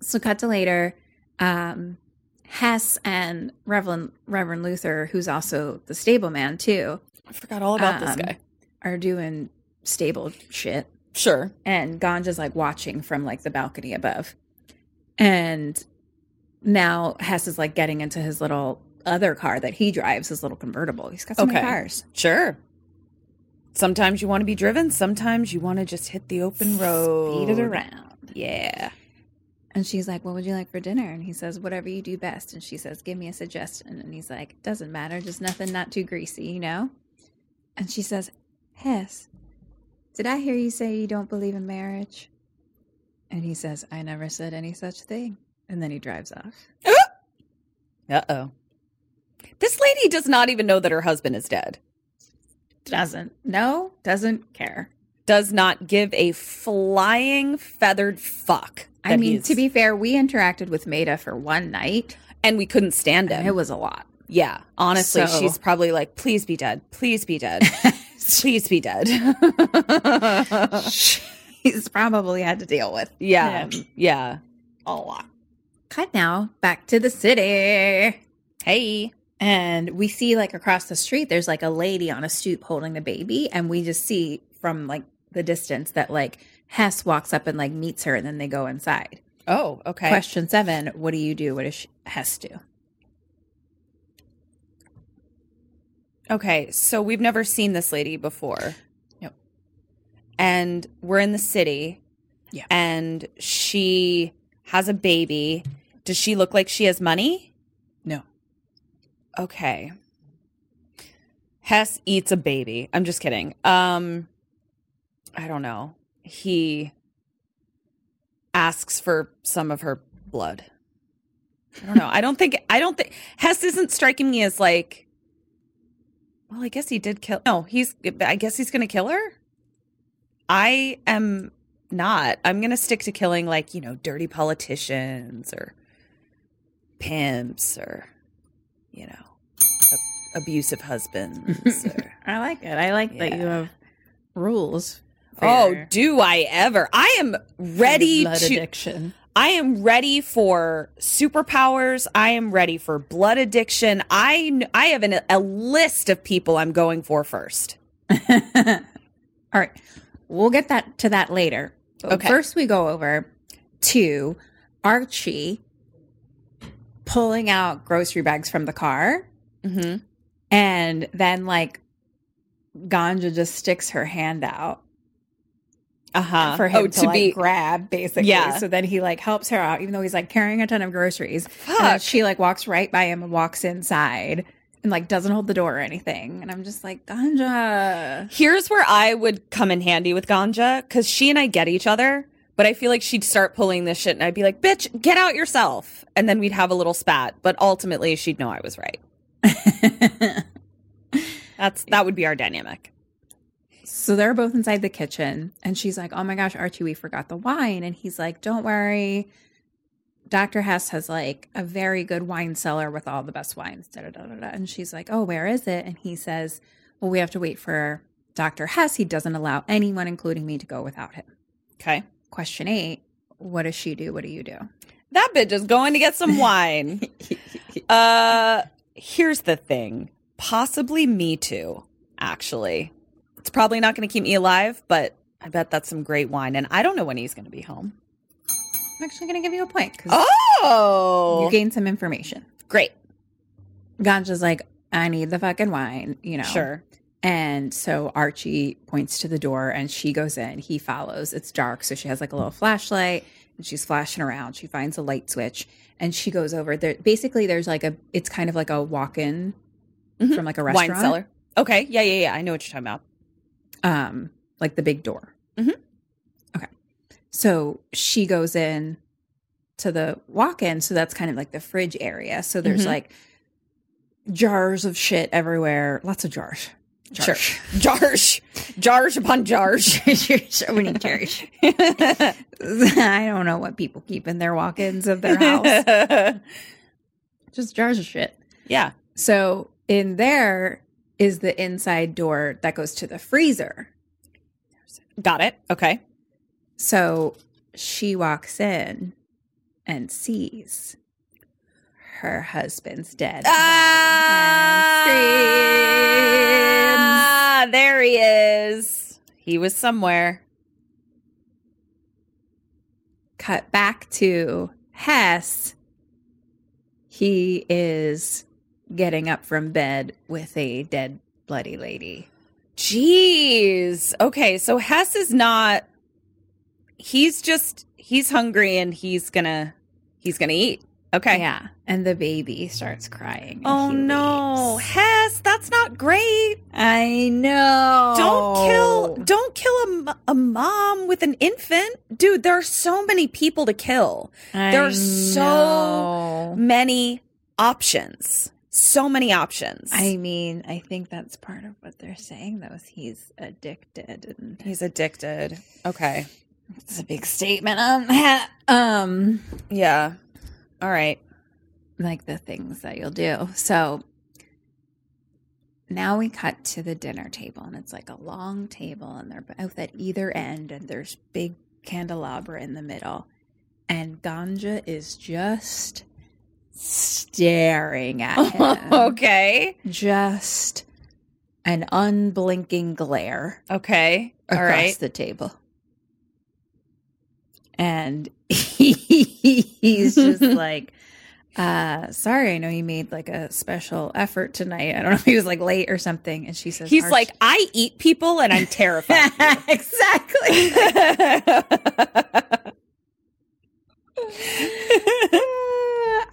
[SPEAKER 2] so cut to later. Um, Hess and Reverend Reverend Luther, who's also the stable man too,
[SPEAKER 1] I forgot all about this
[SPEAKER 2] Um,
[SPEAKER 1] guy.
[SPEAKER 2] are doing stable shit.
[SPEAKER 1] Sure.
[SPEAKER 2] And Ganja's like watching from like the balcony above. And now Hess is like getting into his little other car that he drives, his little convertible. He's got so many
[SPEAKER 1] Okay.
[SPEAKER 2] cars.
[SPEAKER 1] Sure. Sometimes you want to be driven, sometimes you want to just hit the open road.
[SPEAKER 2] Beat it around.
[SPEAKER 1] Yeah.
[SPEAKER 2] And she's like, What would you like for dinner? And he says, Whatever you do best. And she says, Give me a suggestion. And he's like, Doesn't matter. Just nothing not too greasy, you know? And she says, Hess, did I hear you say you don't believe in marriage? And he says, I never said any such thing. And then he drives off.
[SPEAKER 1] Uh oh. This lady does not even know that her husband is dead.
[SPEAKER 2] Doesn't. No, doesn't care.
[SPEAKER 1] Does not give a flying feathered fuck.
[SPEAKER 2] I
[SPEAKER 1] that
[SPEAKER 2] mean,
[SPEAKER 1] he's-
[SPEAKER 2] to be fair, we interacted with Maida for one night.
[SPEAKER 1] and we couldn't stand him.
[SPEAKER 2] And it was a lot.
[SPEAKER 1] Yeah, honestly,
[SPEAKER 2] So-
[SPEAKER 1] she's probably like, please be dead. Please be dead. please be dead.
[SPEAKER 2] He's probably had to deal with
[SPEAKER 1] yeah.
[SPEAKER 2] him
[SPEAKER 1] Yeah.
[SPEAKER 2] a lot. Cut now back to the city. Hey. And we see like across the street, there's like a lady on a stoop holding the baby. And we just see from like the distance that like Hess walks up and like meets her and then they go inside.
[SPEAKER 1] Oh, okay.
[SPEAKER 2] Question seven What do you do? What does she has to? do?
[SPEAKER 1] Okay, so we've never seen this lady before.
[SPEAKER 2] Nope.
[SPEAKER 1] And we're in the city.
[SPEAKER 2] Yeah.
[SPEAKER 1] And she has a baby. Does she look like she has money?
[SPEAKER 2] No.
[SPEAKER 1] Okay. Hess eats a baby. I'm just kidding. Um I don't know. He asks for some of her blood. I don't know. I don't think I don't think Hess isn't striking me as like well, I guess he did kill No, he's I guess he's going to kill her. I am not. I'm going to stick to killing like, you know, dirty politicians or pimps or you know, ab- abusive husbands or
[SPEAKER 2] I like it. I like that you
[SPEAKER 1] Yeah.
[SPEAKER 2] have rules. for
[SPEAKER 1] Oh,
[SPEAKER 2] your-
[SPEAKER 1] do I ever? I am ready
[SPEAKER 2] blood
[SPEAKER 1] to.
[SPEAKER 2] addiction.
[SPEAKER 1] I am ready for superpowers. I am ready for blood addiction. I kn- I have an, a list of people I'm going for first.
[SPEAKER 2] All right. We'll get that to that later. But
[SPEAKER 1] Okay.
[SPEAKER 2] First we go over to Archie pulling out grocery bags from the car
[SPEAKER 1] Mm-hmm.
[SPEAKER 2] and then like Ganja just sticks her hand out
[SPEAKER 1] Uh huh.
[SPEAKER 2] for him
[SPEAKER 1] oh,
[SPEAKER 2] to, like
[SPEAKER 1] be
[SPEAKER 2] grab basically.
[SPEAKER 1] Yeah.
[SPEAKER 2] So then he like helps her out, even though he's like carrying a ton of groceries. And then
[SPEAKER 1] Fuck.
[SPEAKER 2] she like walks right by him and walks inside and like doesn't hold the door or anything. And I'm just like, Ganja.
[SPEAKER 1] Here's where I would come in handy with Ganja because she and I get each other, but I feel like she'd start pulling this shit and I'd be like, bitch, get out yourself. And then we'd have a little spat, but ultimately she'd know I was right. That's That would be our dynamic.
[SPEAKER 2] So they're both inside the kitchen, and she's like, "Oh my gosh, Archie, we forgot the wine." And he's like, "Don't worry, Doctor Hess has like a very good wine cellar with all the best wines." Da, da, da, da, da. And she's like, "Oh, where is it?" And he says, "Well, we have to wait for Doctor Hess. He doesn't allow anyone, including me, to go without him."
[SPEAKER 1] Okay.
[SPEAKER 2] Question eight: What does she do? What do you do?
[SPEAKER 1] that bitch is going to get some wine. uh here's the thing. Possibly me too, actually. It's probably not gonna keep me alive, but I bet that's some great wine. And I don't know when he's gonna be home.
[SPEAKER 2] I'm actually going to give you a point because
[SPEAKER 1] Oh
[SPEAKER 2] you gain some information.
[SPEAKER 1] great.
[SPEAKER 2] Ganja's like, "I need the fucking wine," you know.
[SPEAKER 1] Sure.
[SPEAKER 2] And so Archie points to the door and she goes in. He follows. It's dark. So she has like a little flashlight and she's flashing around. She finds a light switch and she goes over there. Basically, there's like a, it's kind of like a walk in
[SPEAKER 1] Mhm.
[SPEAKER 2] from like a
[SPEAKER 1] Wine
[SPEAKER 2] restaurant.
[SPEAKER 1] cellar. Okay. Yeah, yeah, yeah. I know what you're talking about.
[SPEAKER 2] Um, like the big door.
[SPEAKER 1] Mhm.
[SPEAKER 2] Okay. So she goes in to the walk in. So that's kind of like the fridge area. So there's
[SPEAKER 1] Mhm.
[SPEAKER 2] like jars of shit everywhere. Lots of jars.
[SPEAKER 1] Sure. Jarsh. Jarsh upon jarsh.
[SPEAKER 2] so many jars. I don't know what people keep in their walk-ins of their house. Just jars of shit.
[SPEAKER 1] yeah.
[SPEAKER 2] So in there is the inside door that goes to the freezer.
[SPEAKER 1] Got it. Okay.
[SPEAKER 2] So she walks in and sees her husband's dead.
[SPEAKER 1] Ah, there he is. He was somewhere.
[SPEAKER 2] Cut back to Hess. He is getting up from bed with a dead bloody lady.
[SPEAKER 1] Jeez. Okay, so Hess is not he's just he's hungry and he's gonna he's gonna eat. Okay.
[SPEAKER 2] Yeah. And the baby starts crying. and
[SPEAKER 1] Oh
[SPEAKER 2] he
[SPEAKER 1] no.
[SPEAKER 2] weeps.
[SPEAKER 1] Hess, that's not great.
[SPEAKER 2] I know.
[SPEAKER 1] Don't kill don't kill a, mo- a mom with an infant. Dude, there are so many people to kill.
[SPEAKER 2] I
[SPEAKER 1] There are so
[SPEAKER 2] know.
[SPEAKER 1] many options. So many options.
[SPEAKER 2] I mean, I think that's part of what they're saying, though, is he's addicted. And
[SPEAKER 1] He's addicted. Okay.
[SPEAKER 2] it's a big statement on that. Um,
[SPEAKER 1] Yeah. All right.
[SPEAKER 2] like the things that you'll do. So now we cut to the dinner table, and it's like a long table, and they're both at either end, and there's big candelabra in the middle. And Ganja is just staring at him.
[SPEAKER 1] Oh, okay.
[SPEAKER 2] Just an unblinking glare
[SPEAKER 1] Okay. All
[SPEAKER 2] across
[SPEAKER 1] right.
[SPEAKER 2] the table. and he's just like uh sorry i know you made like a special effort tonight i don't know if he was like late or something and she says
[SPEAKER 1] He's
[SPEAKER 2] "Harsh-
[SPEAKER 1] like, I eat people and I'm terrified.
[SPEAKER 2] exactly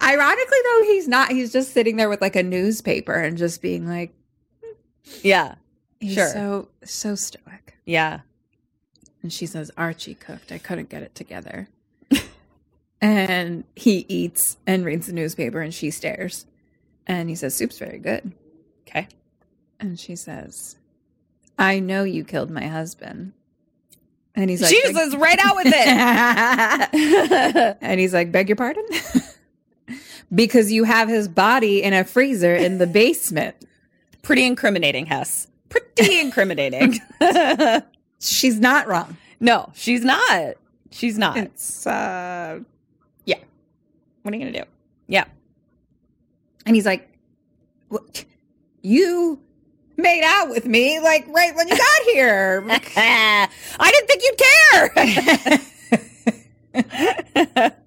[SPEAKER 2] ironically though he's not he's just sitting there with like a newspaper and just being like
[SPEAKER 1] yeah.
[SPEAKER 2] he's
[SPEAKER 1] Sure.
[SPEAKER 2] so so stoic
[SPEAKER 1] Yeah.
[SPEAKER 2] And she says, Archie cooked. I couldn't get it together. and he eats and reads the newspaper and she stares. And he says, Soup's very good.
[SPEAKER 1] Okay.
[SPEAKER 2] And she says, I know you killed my husband. And he's like,
[SPEAKER 1] she just is right out with it.
[SPEAKER 2] and he's like, Beg your pardon? because you have his body in a freezer in the basement.
[SPEAKER 1] Pretty incriminating, Hess. Pretty incriminating.
[SPEAKER 2] She's not wrong.
[SPEAKER 1] no, she's not. She's not.
[SPEAKER 2] It's, uh, yeah. What are you going to do?
[SPEAKER 1] yeah.
[SPEAKER 2] And he's like, "What? You made out with me like right when you got here.
[SPEAKER 1] Ah, I didn't think you'd care.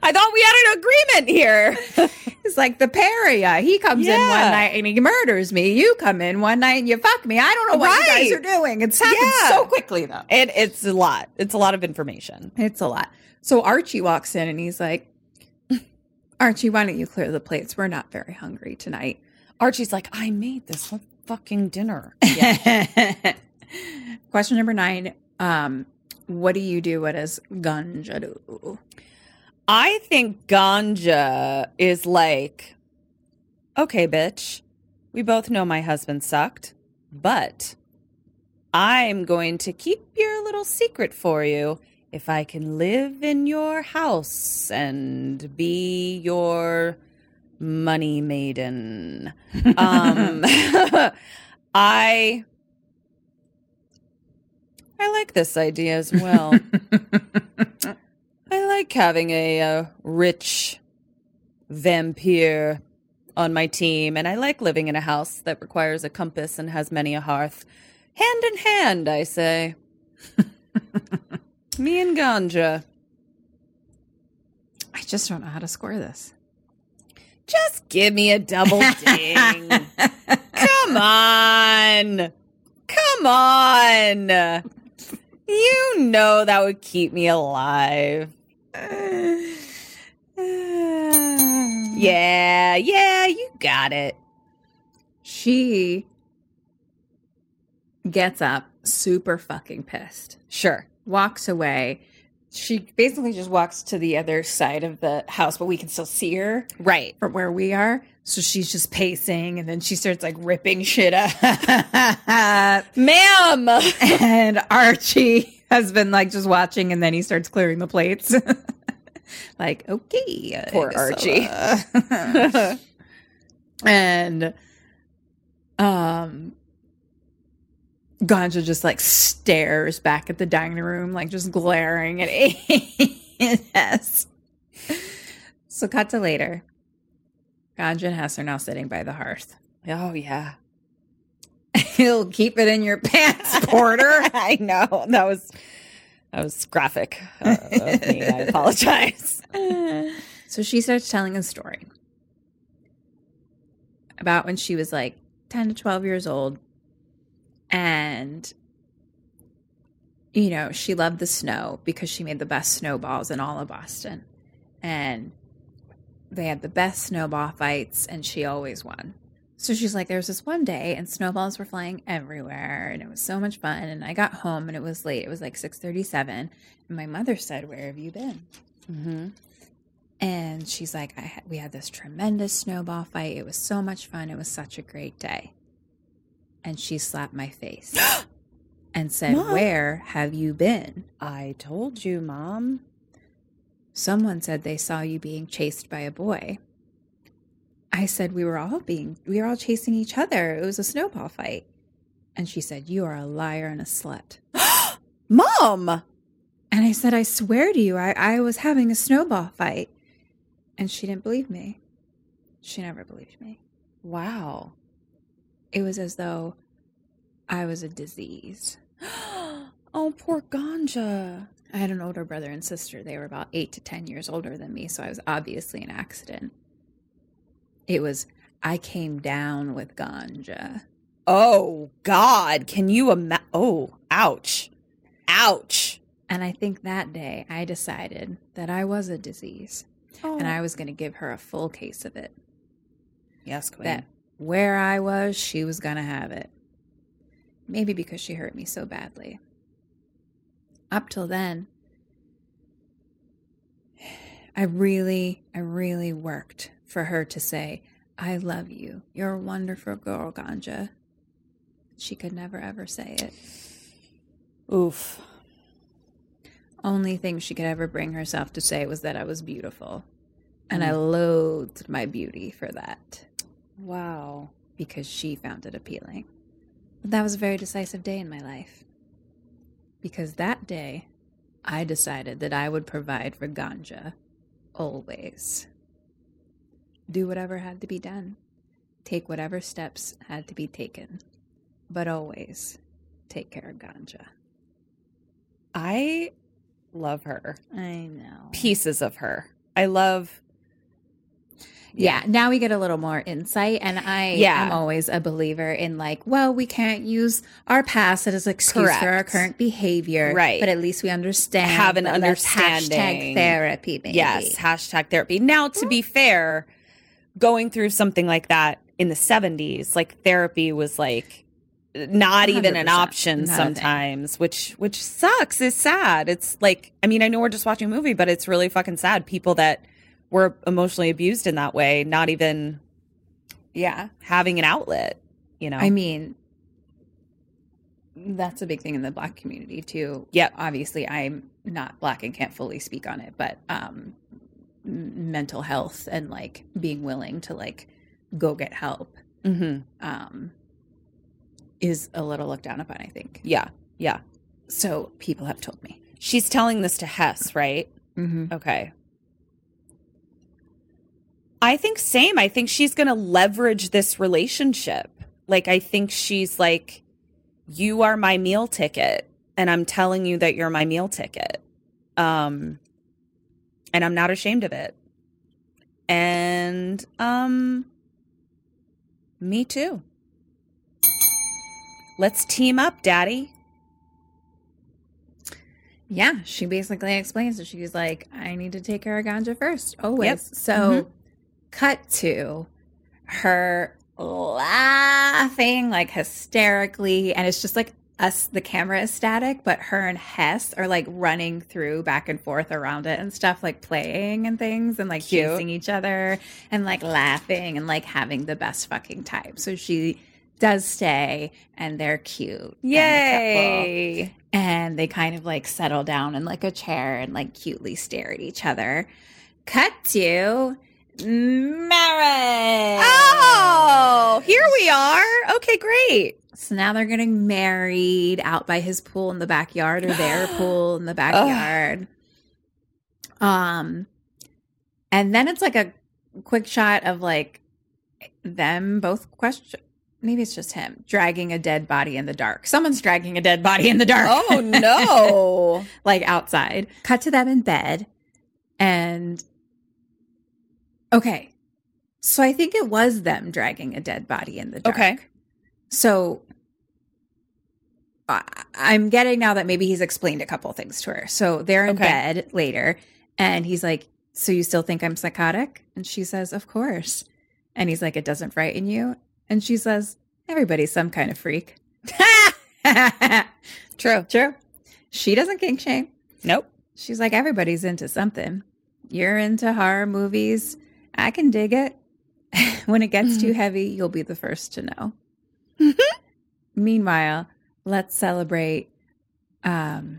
[SPEAKER 1] I thought we had an agreement here.
[SPEAKER 2] it's like the paria. He comes in
[SPEAKER 1] Yeah.
[SPEAKER 2] one night and he murders me. You come in one night and you fuck me. I don't know what you
[SPEAKER 1] Right.
[SPEAKER 2] guys are doing. It's happened
[SPEAKER 1] Yeah.
[SPEAKER 2] so quickly though.
[SPEAKER 1] It, it's a lot. It's a lot of information.
[SPEAKER 2] It's a lot. So Archie walks in and he's like, Archie, why don't you clear the plates? We're not very hungry tonight.
[SPEAKER 1] Archie's like, I made this whole fucking dinner.
[SPEAKER 2] Question number nine. Um, what do you do? What does ganja do?
[SPEAKER 1] I think ganja is like, okay, bitch, we both know my husband sucked, but I'm going to keep your little secret for you if I can live in your house and be your money maiden. um, I. I like this idea as well. I like having a uh, rich vampire on my team, and I like living in a house that requires a compass and has many a hearth. Hand in hand, I say. Me and Ganja.
[SPEAKER 2] I just don't know how to score this.
[SPEAKER 1] Just give me a double ding. Come on. Come on. You know that would keep me alive. Yeah, yeah, you got it.
[SPEAKER 2] She gets up super fucking pissed,
[SPEAKER 1] Sure.
[SPEAKER 2] walks away. She basically just walks to the other side of the house, but we can still see her
[SPEAKER 1] Right.
[SPEAKER 2] from where we are. So she's just pacing and then she starts like ripping shit up.
[SPEAKER 1] Ma'am.
[SPEAKER 2] and Archie has been like just watching and then he starts clearing the plates. like, okay. I
[SPEAKER 1] Poor
[SPEAKER 2] guess I'll,
[SPEAKER 1] Archie.
[SPEAKER 2] uh, and um Ganja just like stares back at the dining room, like just glaring at Hess. So cut to later. Ganja and Hess are now sitting by the hearth.
[SPEAKER 1] Oh yeah.
[SPEAKER 2] He'll keep it in your pants, Porter.
[SPEAKER 1] I know. That was that was graphic uh, of me. I apologize.
[SPEAKER 2] So she starts telling a story about when she was like 10 to 12 years old. And, you know, she loved the snow because she made the best snowballs in all of Boston. And they had the best snowball fights, and she always won. So she's like, there was this one day, and snowballs were flying everywhere, and it was so much fun. And I got home, and it was late. It was like six thirty-seven, and my mother said, "Where have you been?" And she's like, I ha- we had this tremendous snowball fight. It was so much fun. It was such a great day. And she slapped my face and said,
[SPEAKER 1] Mom.
[SPEAKER 2] Where have you been?
[SPEAKER 1] I told you, Mom.
[SPEAKER 2] Someone said they saw you being chased by a boy. I said, We were all being, we were all chasing each other. It was a snowball fight. And she said, You are a liar and a slut.
[SPEAKER 1] Mom.
[SPEAKER 2] And I said, I swear to you, I, I was having a snowball fight. And she didn't believe me. She never believed me.
[SPEAKER 1] Wow.
[SPEAKER 2] it was as though I was a disease.
[SPEAKER 1] Oh, poor Ganja.
[SPEAKER 2] I had an older brother and sister. They were about eight to 10 years older than me. So I was obviously an accident. It was, I came down with ganja.
[SPEAKER 1] Oh God, can you imagine? Oh, ouch, ouch.
[SPEAKER 2] And I think that day I decided that I was a disease
[SPEAKER 1] Oh.
[SPEAKER 2] and I was going to give her a full case of it.
[SPEAKER 1] Yes, Queen.
[SPEAKER 2] That where I was, she was going to have it. Maybe because she hurt me so badly. Up till then, I really, I really worked for her to say, I love you. You're a wonderful girl, Ganja. She could never ever say it.
[SPEAKER 1] Oof.
[SPEAKER 2] Only thing she could ever bring herself to say was that I was beautiful. And I loathed my beauty for that
[SPEAKER 1] Wow.
[SPEAKER 2] because she found it appealing. But that was a very decisive day in my life. Because that day, I decided that I would provide for Ganja always. Do whatever had to be done, take whatever steps had to be taken, but always take care of Ganja.
[SPEAKER 1] I love her.
[SPEAKER 2] I know.
[SPEAKER 1] Pieces of her. I love.
[SPEAKER 2] Yeah, now we get a little more insight, and I
[SPEAKER 1] Yeah.
[SPEAKER 2] am always a believer in like, well, we can't use our past as an excuse for our
[SPEAKER 1] Correct.
[SPEAKER 2] current behavior,
[SPEAKER 1] Right.
[SPEAKER 2] but at least we understand,
[SPEAKER 1] Have an
[SPEAKER 2] Let- let's Hashtag
[SPEAKER 1] understanding.
[SPEAKER 2] therapy, baby.
[SPEAKER 1] Yes. Hashtag therapy. Now, to be fair, going through something like that in the seventies, like therapy was like not even
[SPEAKER 2] 100%,
[SPEAKER 1] an option
[SPEAKER 2] not a thing.
[SPEAKER 1] sometimes, which which sucks. Is sad. It's like I mean, I know we're just watching a movie, but it's really fucking sad. People that were emotionally abused in that way, not even
[SPEAKER 3] Yeah.
[SPEAKER 1] having an outlet. You know.
[SPEAKER 2] I mean, that's a big thing in the black community too.
[SPEAKER 1] Yep.
[SPEAKER 2] Obviously, I'm not black and can't fully speak on it, but um m- mental health and like being willing to like go get help
[SPEAKER 1] mm-hmm.
[SPEAKER 2] um is a little looked down upon, I think.
[SPEAKER 1] Yeah. Yeah.
[SPEAKER 2] So people have told me.
[SPEAKER 1] She's telling this to Hess, right?
[SPEAKER 2] Mm-hmm.
[SPEAKER 1] Okay. I think same. I think she's going to leverage this relationship. Like I think she's like you are my meal ticket and I'm telling you that you're my meal ticket. Um and I'm not ashamed of it. And um me too. Let's team up, daddy.
[SPEAKER 2] Yeah, she basically explains it. She's like, I need to take care of Ganja first, always.
[SPEAKER 1] Yep. Mm-hmm.
[SPEAKER 2] So, cut to her laughing like hysterically. And it's just like us, the camera is static, but her and Hess are like running through back and forth around it and stuff, like playing and things and like
[SPEAKER 1] Cute.
[SPEAKER 2] chasing each other and like laughing and like having the best fucking time. So, she does stay and they're cute. and a couple
[SPEAKER 1] Yay.
[SPEAKER 2] and they kind of like settle down in like a chair and like cutely stare at each other. Cut to marriage.
[SPEAKER 1] Oh, here we are. Okay, great.
[SPEAKER 2] So now they're getting married out by his pool in the backyard or their pool in the backyard. um and then it's like a quick shot of like them both question maybe it's just him dragging a dead body in the dark. Someone's dragging a dead body in the dark.
[SPEAKER 1] Oh no.
[SPEAKER 2] like outside. Cut to them in bed. And okay. So I think it was them dragging a dead body in the dark.
[SPEAKER 1] Okay.
[SPEAKER 2] So I, I'm getting now that maybe he's explained a couple things to her. So they're in
[SPEAKER 1] Okay.
[SPEAKER 2] bed later and he's like, So you still think I'm psychotic? And she says, Of course. And he's like, It doesn't frighten you? And she says, Everybody's some kind of freak.
[SPEAKER 1] True.
[SPEAKER 2] True. She doesn't kink shame.
[SPEAKER 1] Nope.
[SPEAKER 2] She's like, everybody's into something. You're into horror movies. I can dig it. when it gets
[SPEAKER 1] Mm-hmm.
[SPEAKER 2] too heavy, you'll be the first to know. Meanwhile, let's celebrate um,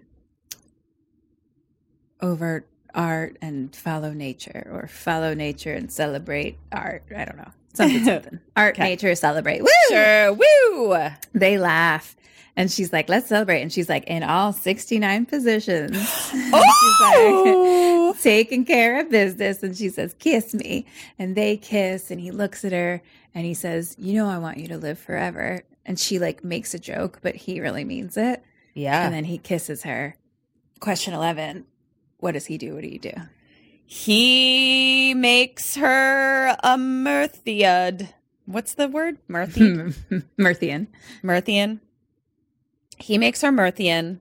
[SPEAKER 2] overt art and follow nature, or follow nature and celebrate art. I don't know. Something, something. Art,
[SPEAKER 1] Okay.
[SPEAKER 2] nature, celebrate. Woo!
[SPEAKER 1] Sure. Uh, Woo.
[SPEAKER 2] They laugh. And she's like, let's celebrate. And she's like, in all 69 positions.
[SPEAKER 1] Oh.
[SPEAKER 2] she's like, taking care of business. And she says, kiss me. And they kiss. And he looks at her and he says, you know, I want you to live forever. And she like makes a joke, but he really means it.
[SPEAKER 1] Yeah.
[SPEAKER 2] And then he kisses her. Question 11. What does he do? What do you do?
[SPEAKER 1] He makes her a Mirthiad. What's the word? Mirthiad?
[SPEAKER 2] Murthian.
[SPEAKER 1] Mirthian. He makes her Mirthian.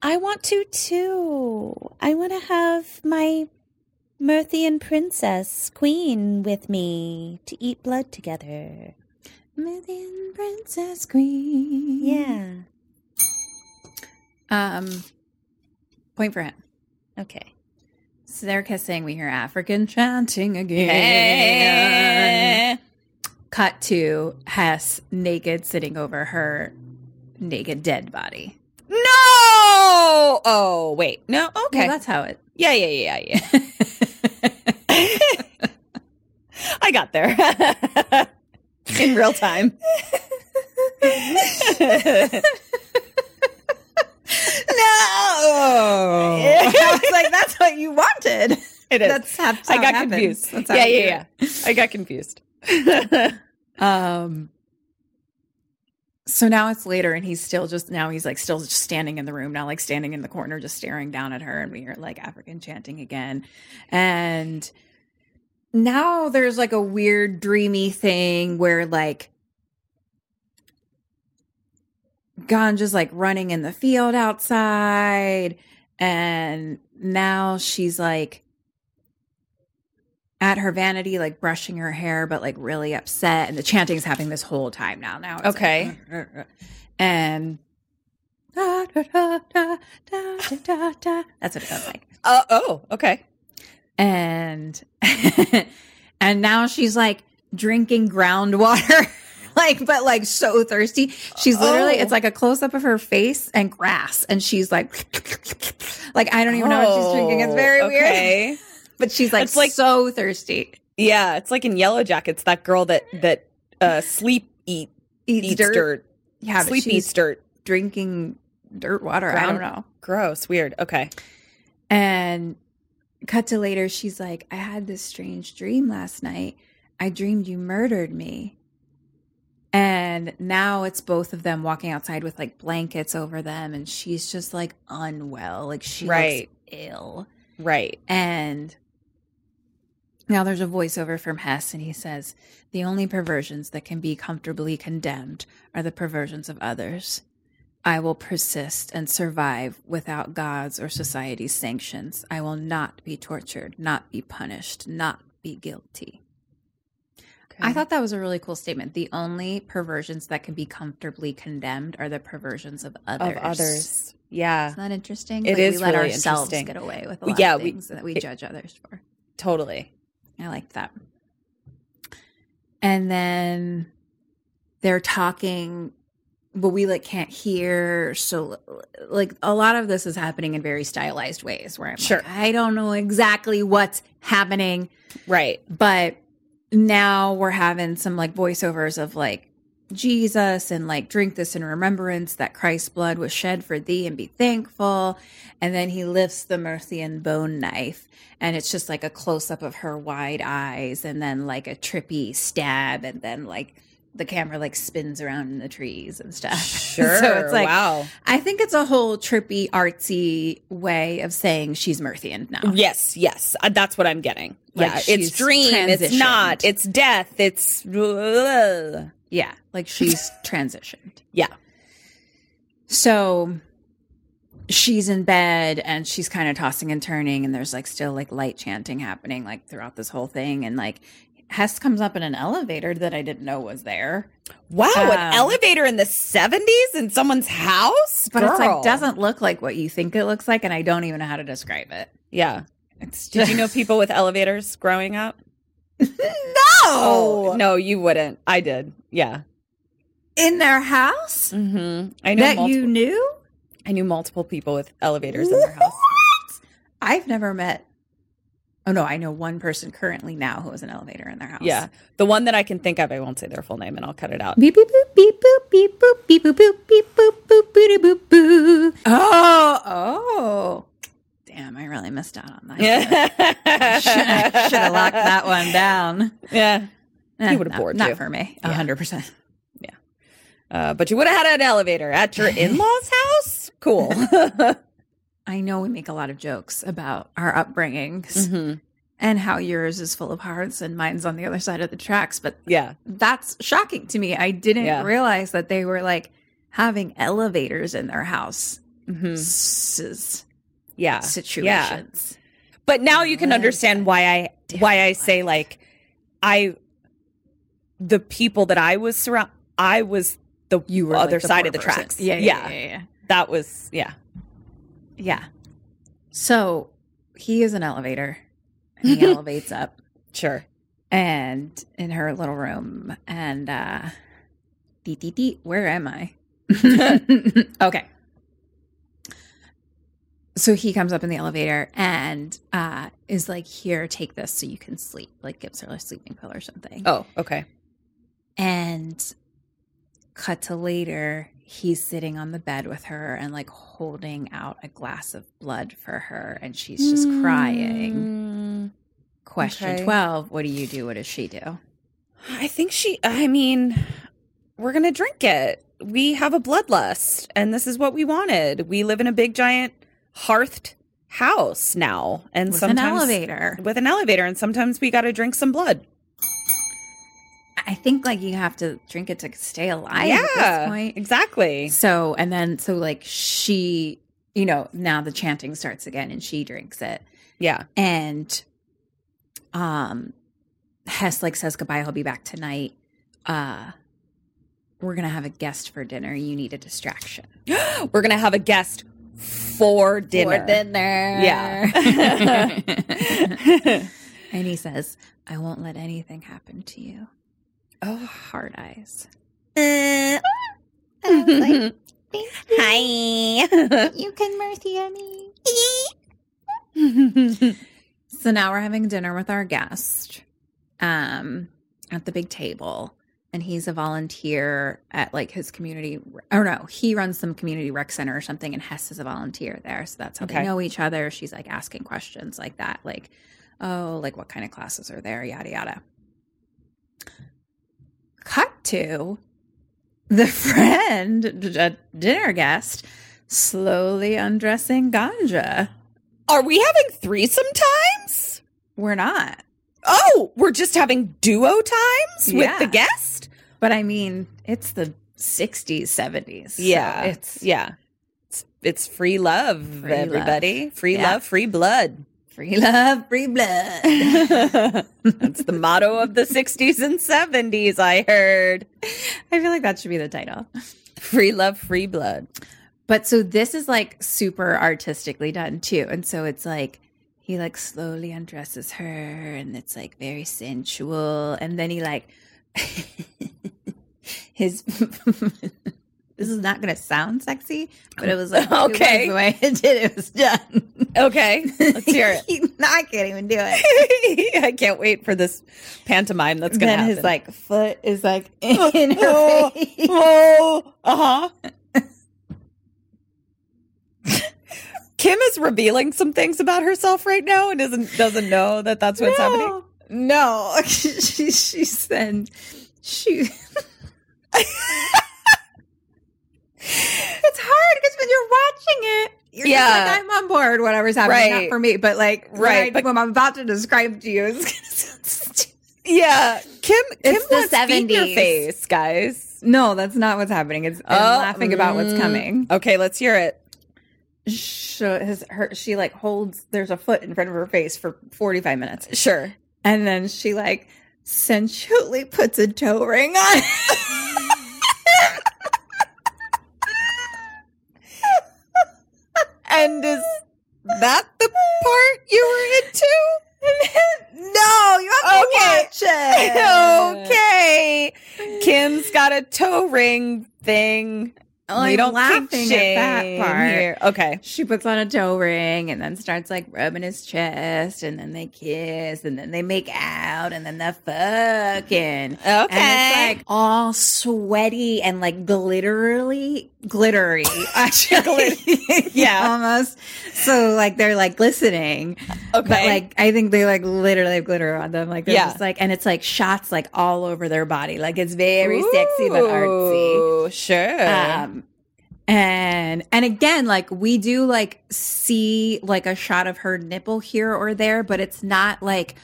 [SPEAKER 1] I want to too. I want to have my Mirthian princess queen with me to eat blood together.
[SPEAKER 2] Murthian Princess Queen.
[SPEAKER 1] Yeah.
[SPEAKER 2] Um, point for him.
[SPEAKER 1] Okay.
[SPEAKER 2] So they're kissing. We hear African chanting again. Cut to Hess naked sitting over her naked dead body.
[SPEAKER 1] No. Oh wait. No. Okay.
[SPEAKER 2] Well, that's how it.
[SPEAKER 1] yeah. Yeah. Yeah. Yeah. I got there in real time. no,
[SPEAKER 3] It's like that's what you wanted.
[SPEAKER 1] it is.
[SPEAKER 3] That's how,
[SPEAKER 1] I
[SPEAKER 3] how it
[SPEAKER 1] got
[SPEAKER 3] happens.
[SPEAKER 1] confused.
[SPEAKER 3] That's how
[SPEAKER 1] Yeah,
[SPEAKER 3] you do
[SPEAKER 1] yeah,
[SPEAKER 3] it.
[SPEAKER 1] yeah. I got confused.
[SPEAKER 2] Um. So now it's later, and he's still just now he's like still just standing in the room, not like standing in the corner, just staring down at her. And we hear like African chanting again, and now there's like a weird dreamy thing where like Ganja's like running in the field outside, and now she's like at her vanity, like brushing her hair, but like really upset. And the chanting's happening this whole time now. Now, it's like, uh,
[SPEAKER 1] Okay.
[SPEAKER 2] and da, da, da, da, da, da, da. that's what it sounds like.
[SPEAKER 1] Uh, oh, okay.
[SPEAKER 2] And and now she's like drinking groundwater. Like, but like so thirsty. She's literally,
[SPEAKER 1] Oh.
[SPEAKER 2] it's like a close up of her face and grass. And she's like, like, I don't even know what she's drinking. It's very weird.
[SPEAKER 1] Oh, okay.
[SPEAKER 2] But she's like,
[SPEAKER 1] It's like-
[SPEAKER 2] so thirsty.
[SPEAKER 1] Yeah, it's like in Yellow Jackets, that girl that that uh, sleep eat
[SPEAKER 2] Eats,
[SPEAKER 1] eats, dirt.
[SPEAKER 2] Yeah, but
[SPEAKER 1] sleep
[SPEAKER 2] she's
[SPEAKER 1] eats dirt.
[SPEAKER 2] drinking dirt water. I
[SPEAKER 1] Ground-
[SPEAKER 2] don't know.
[SPEAKER 1] Gross. Weird. Okay.
[SPEAKER 2] And cut to later, she's like, I had this strange dream last night. I dreamed you murdered me. And now it's both of them walking outside with like blankets over them. And she's just like unwell. Like she
[SPEAKER 1] Right.
[SPEAKER 2] looks ill.
[SPEAKER 1] Right.
[SPEAKER 2] And now there's a voiceover from Hess, and he says, The only perversions that can be comfortably condemned are the perversions of others. I will persist and survive without God's or society's sanctions. I will not be tortured, not be punished, not be guilty. I thought that was a really cool statement. The only perversions that can be comfortably condemned are the perversions of others.
[SPEAKER 1] of others. Yeah,
[SPEAKER 2] Isn't that interesting? It
[SPEAKER 1] It
[SPEAKER 2] is
[SPEAKER 1] is
[SPEAKER 2] we let
[SPEAKER 1] really
[SPEAKER 2] ourselves
[SPEAKER 1] interesting.
[SPEAKER 2] get away with a lot
[SPEAKER 1] Yeah,
[SPEAKER 2] of
[SPEAKER 1] we-
[SPEAKER 2] things that we
[SPEAKER 1] it-
[SPEAKER 2] judge others for.
[SPEAKER 1] totally.
[SPEAKER 2] I like that. And then they're talking, but we like can't hear. So like a lot of this is happening in very stylized ways where I'm
[SPEAKER 1] Sure.
[SPEAKER 2] like, I don't know exactly what's happening,
[SPEAKER 1] Right.
[SPEAKER 2] but now we're having some like voiceovers of like Jesus and like drink this in remembrance that Christ's blood was shed for thee and be thankful. And then he lifts the Murthian bone knife and it's just like a close up of her wide eyes and then like a trippy stab and then like the camera like spins around in the trees and stuff.
[SPEAKER 1] Sure.
[SPEAKER 2] so it's like
[SPEAKER 1] wow.
[SPEAKER 2] I think it's a whole trippy artsy way of saying she's Murthian now.
[SPEAKER 1] Yes. Yes. Uh, that's what I'm getting.
[SPEAKER 2] oh. Like,
[SPEAKER 1] yeah. It's
[SPEAKER 2] she's
[SPEAKER 1] dream. It's not.
[SPEAKER 2] transitioned.
[SPEAKER 1] It's death. It's.
[SPEAKER 2] Yeah, like she's transitioned.
[SPEAKER 1] Yeah.
[SPEAKER 2] So she's in bed and she's kind of tossing and turning, and there's like still like light chanting happening like throughout this whole thing. And like Hess comes up in an elevator that I didn't know was there,
[SPEAKER 1] Wow.
[SPEAKER 2] Um,
[SPEAKER 1] an elevator in the 70s in someone's house.
[SPEAKER 2] but it's
[SPEAKER 1] Girl.
[SPEAKER 2] like doesn't look like what you think it looks like, and I don't even know how to describe it.
[SPEAKER 1] Yeah.
[SPEAKER 2] It's
[SPEAKER 1] Did
[SPEAKER 2] just,
[SPEAKER 1] you know people with elevators growing up?
[SPEAKER 2] no
[SPEAKER 1] Oh no, you wouldn't. I did. Yeah.
[SPEAKER 2] in their house
[SPEAKER 1] Mm-hmm. I know.
[SPEAKER 2] that
[SPEAKER 1] multiple,
[SPEAKER 2] you knew.
[SPEAKER 1] I knew multiple people with elevators in their house.
[SPEAKER 2] I've never met. Oh no, I know one person currently now who has an elevator in their house.
[SPEAKER 1] Yeah. The one that I can think of, I won't say their full name and I'll cut it out.
[SPEAKER 2] Beep beep boop beep boop beep boop beep boop boop beep boop boop booty boop boo. Oh oh. Damn, I really missed out on that.
[SPEAKER 1] Yeah.
[SPEAKER 2] Should have locked that one down.
[SPEAKER 1] Yeah.
[SPEAKER 2] Eh,
[SPEAKER 1] would've
[SPEAKER 2] not-
[SPEAKER 1] bored
[SPEAKER 2] Not
[SPEAKER 1] you.
[SPEAKER 2] for me. A hundred percent.
[SPEAKER 1] Uh, but you would have had an elevator at your in law's house? Cool.
[SPEAKER 2] I know we make a lot of jokes about our upbringings
[SPEAKER 1] Mhm.
[SPEAKER 2] and how yours is full of hearts and mine's on the other side of the tracks, but
[SPEAKER 1] Yeah.
[SPEAKER 2] that's shocking to me. I didn't
[SPEAKER 1] Yeah.
[SPEAKER 2] realize that they were like having elevators in their house
[SPEAKER 1] hmm
[SPEAKER 2] Mm-hmm. s-
[SPEAKER 1] Yeah. Yeah.
[SPEAKER 2] situations.
[SPEAKER 1] But now you can understand why I why I say like I the people that I was surround I was the
[SPEAKER 2] You were like,
[SPEAKER 1] other
[SPEAKER 2] the
[SPEAKER 1] side
[SPEAKER 2] poor
[SPEAKER 1] of the
[SPEAKER 2] person.
[SPEAKER 1] tracks.
[SPEAKER 2] Yeah, yeah, yeah, yeah.
[SPEAKER 1] That was yeah.
[SPEAKER 2] Yeah. So he is an elevator. And he elevates up
[SPEAKER 1] Sure.
[SPEAKER 2] and in her little room and uh dee dee dee where am i okay so he comes up in the elevator and uh is like here take this so you can sleep like gives her a sleeping pill or something
[SPEAKER 1] Oh, okay.
[SPEAKER 2] and cut to later he's sitting on the bed with her and like holding out a glass of blood for her and she's just crying question
[SPEAKER 1] Mm, okay.
[SPEAKER 2] 12 what do you do what does she do
[SPEAKER 1] I think she I mean we're going to drink it. We have a bloodlust and this is what we wanted. We live in a big giant hearthed house now and
[SPEAKER 2] with an
[SPEAKER 1] sometimes
[SPEAKER 2] elevator.
[SPEAKER 1] with an elevator and sometimes we got to drink some blood.
[SPEAKER 2] I think like you have to drink it to stay alive
[SPEAKER 1] yeah.
[SPEAKER 2] at this point.
[SPEAKER 1] Exactly.
[SPEAKER 2] So and then so like she, you know, now the chanting starts again and she drinks it.
[SPEAKER 1] Yeah.
[SPEAKER 2] And um Hess like says goodbye, he'll be back tonight. Uh we're gonna have a guest for dinner. You need a distraction.
[SPEAKER 1] We're going to have a guest for dinner.
[SPEAKER 2] For dinner.
[SPEAKER 1] Yeah.
[SPEAKER 2] and he says, I won't let anything happen to you. Oh, hard eyes.
[SPEAKER 1] Hi.
[SPEAKER 2] So now we're having dinner with our guest um at the big table and he's a volunteer at like his community or no, he runs some community rec center or something and Hess is a volunteer there. So that's how
[SPEAKER 1] Okay.
[SPEAKER 2] they know each other. She's like asking questions like that like oh, like what kind of classes are there, yada yada. Cut to the friend d- d- dinner guest slowly undressing Ganja.
[SPEAKER 1] Are we having threesome times?
[SPEAKER 2] We're not
[SPEAKER 1] Oh, we're just having duo times with
[SPEAKER 2] Yeah.
[SPEAKER 1] the guest?
[SPEAKER 2] But I mean, it's the 60s, 70s. so
[SPEAKER 1] it's yeah. It's it's free love,
[SPEAKER 2] Free
[SPEAKER 1] everybody. Free
[SPEAKER 2] Yeah.
[SPEAKER 1] love, free blood.
[SPEAKER 2] free love, free blood.
[SPEAKER 1] That's the motto of the 60s and 70s, I heard.
[SPEAKER 2] I feel like that should be the title.
[SPEAKER 1] Free love, free blood.
[SPEAKER 2] But so this is like super artistically done too. And so it's like he like slowly undresses her and it's like very sensual. And then he like his this is not gonna sound sexy, but it was like it was
[SPEAKER 1] Okay.
[SPEAKER 2] the way it did it was done.
[SPEAKER 1] Okay, let's hear
[SPEAKER 2] I can't even do it.
[SPEAKER 1] it. I can't wait for this pantomime that's going to
[SPEAKER 2] then
[SPEAKER 1] happen.
[SPEAKER 2] his like foot is like in her
[SPEAKER 1] Oh.
[SPEAKER 2] face.
[SPEAKER 1] oh, uh huh. Kim is revealing some things about herself right now and isn't doesn't know that that's what's happening.
[SPEAKER 2] No, she she said she. it's hard because when you're watching it, you're
[SPEAKER 1] Yeah.
[SPEAKER 2] just like I'm on board. Whatever's happening,
[SPEAKER 1] Right.
[SPEAKER 2] not for me, but like when
[SPEAKER 1] Right,
[SPEAKER 2] I-
[SPEAKER 1] but-
[SPEAKER 2] when I'm about to describe to you, it's gonna sound stupid.
[SPEAKER 1] Yeah, Kim. Kim
[SPEAKER 2] It's the
[SPEAKER 1] wants feet in your
[SPEAKER 2] 70s.
[SPEAKER 1] face, guys.
[SPEAKER 2] No, that's not what's happening. It's I'm laughing about what's
[SPEAKER 1] mm.
[SPEAKER 2] coming.
[SPEAKER 1] Okay, let's hear it.
[SPEAKER 2] So his her she like holds there's a foot in front of her face for 45 minutes.
[SPEAKER 1] Sure.
[SPEAKER 2] And then she like sensually puts a toe ring on.
[SPEAKER 1] And is that the part you were into? no, you have okay. okay. Kim's got a toe ring thing.
[SPEAKER 2] Oh,
[SPEAKER 1] we
[SPEAKER 2] I'm
[SPEAKER 1] don't
[SPEAKER 2] laughing at that part.
[SPEAKER 1] Here. Okay.
[SPEAKER 2] she puts on a toe ring and then starts like rubbing his chest and then they kiss and then they make out and then they're fucking. And it's like all sweaty and like glitterly glittery. Actually.
[SPEAKER 1] Yeah.
[SPEAKER 2] Almost. So like they're like glistening. But
[SPEAKER 1] okay.
[SPEAKER 2] like I think they like literally have glitter on them. Like they're
[SPEAKER 1] Yeah.
[SPEAKER 2] just like and it's like shots like all over their body. Like it's very sexy but artsy.
[SPEAKER 1] Ooh, Sure.
[SPEAKER 2] Um And and again, like we do like see like a shot of her nipple here or there, but it's not like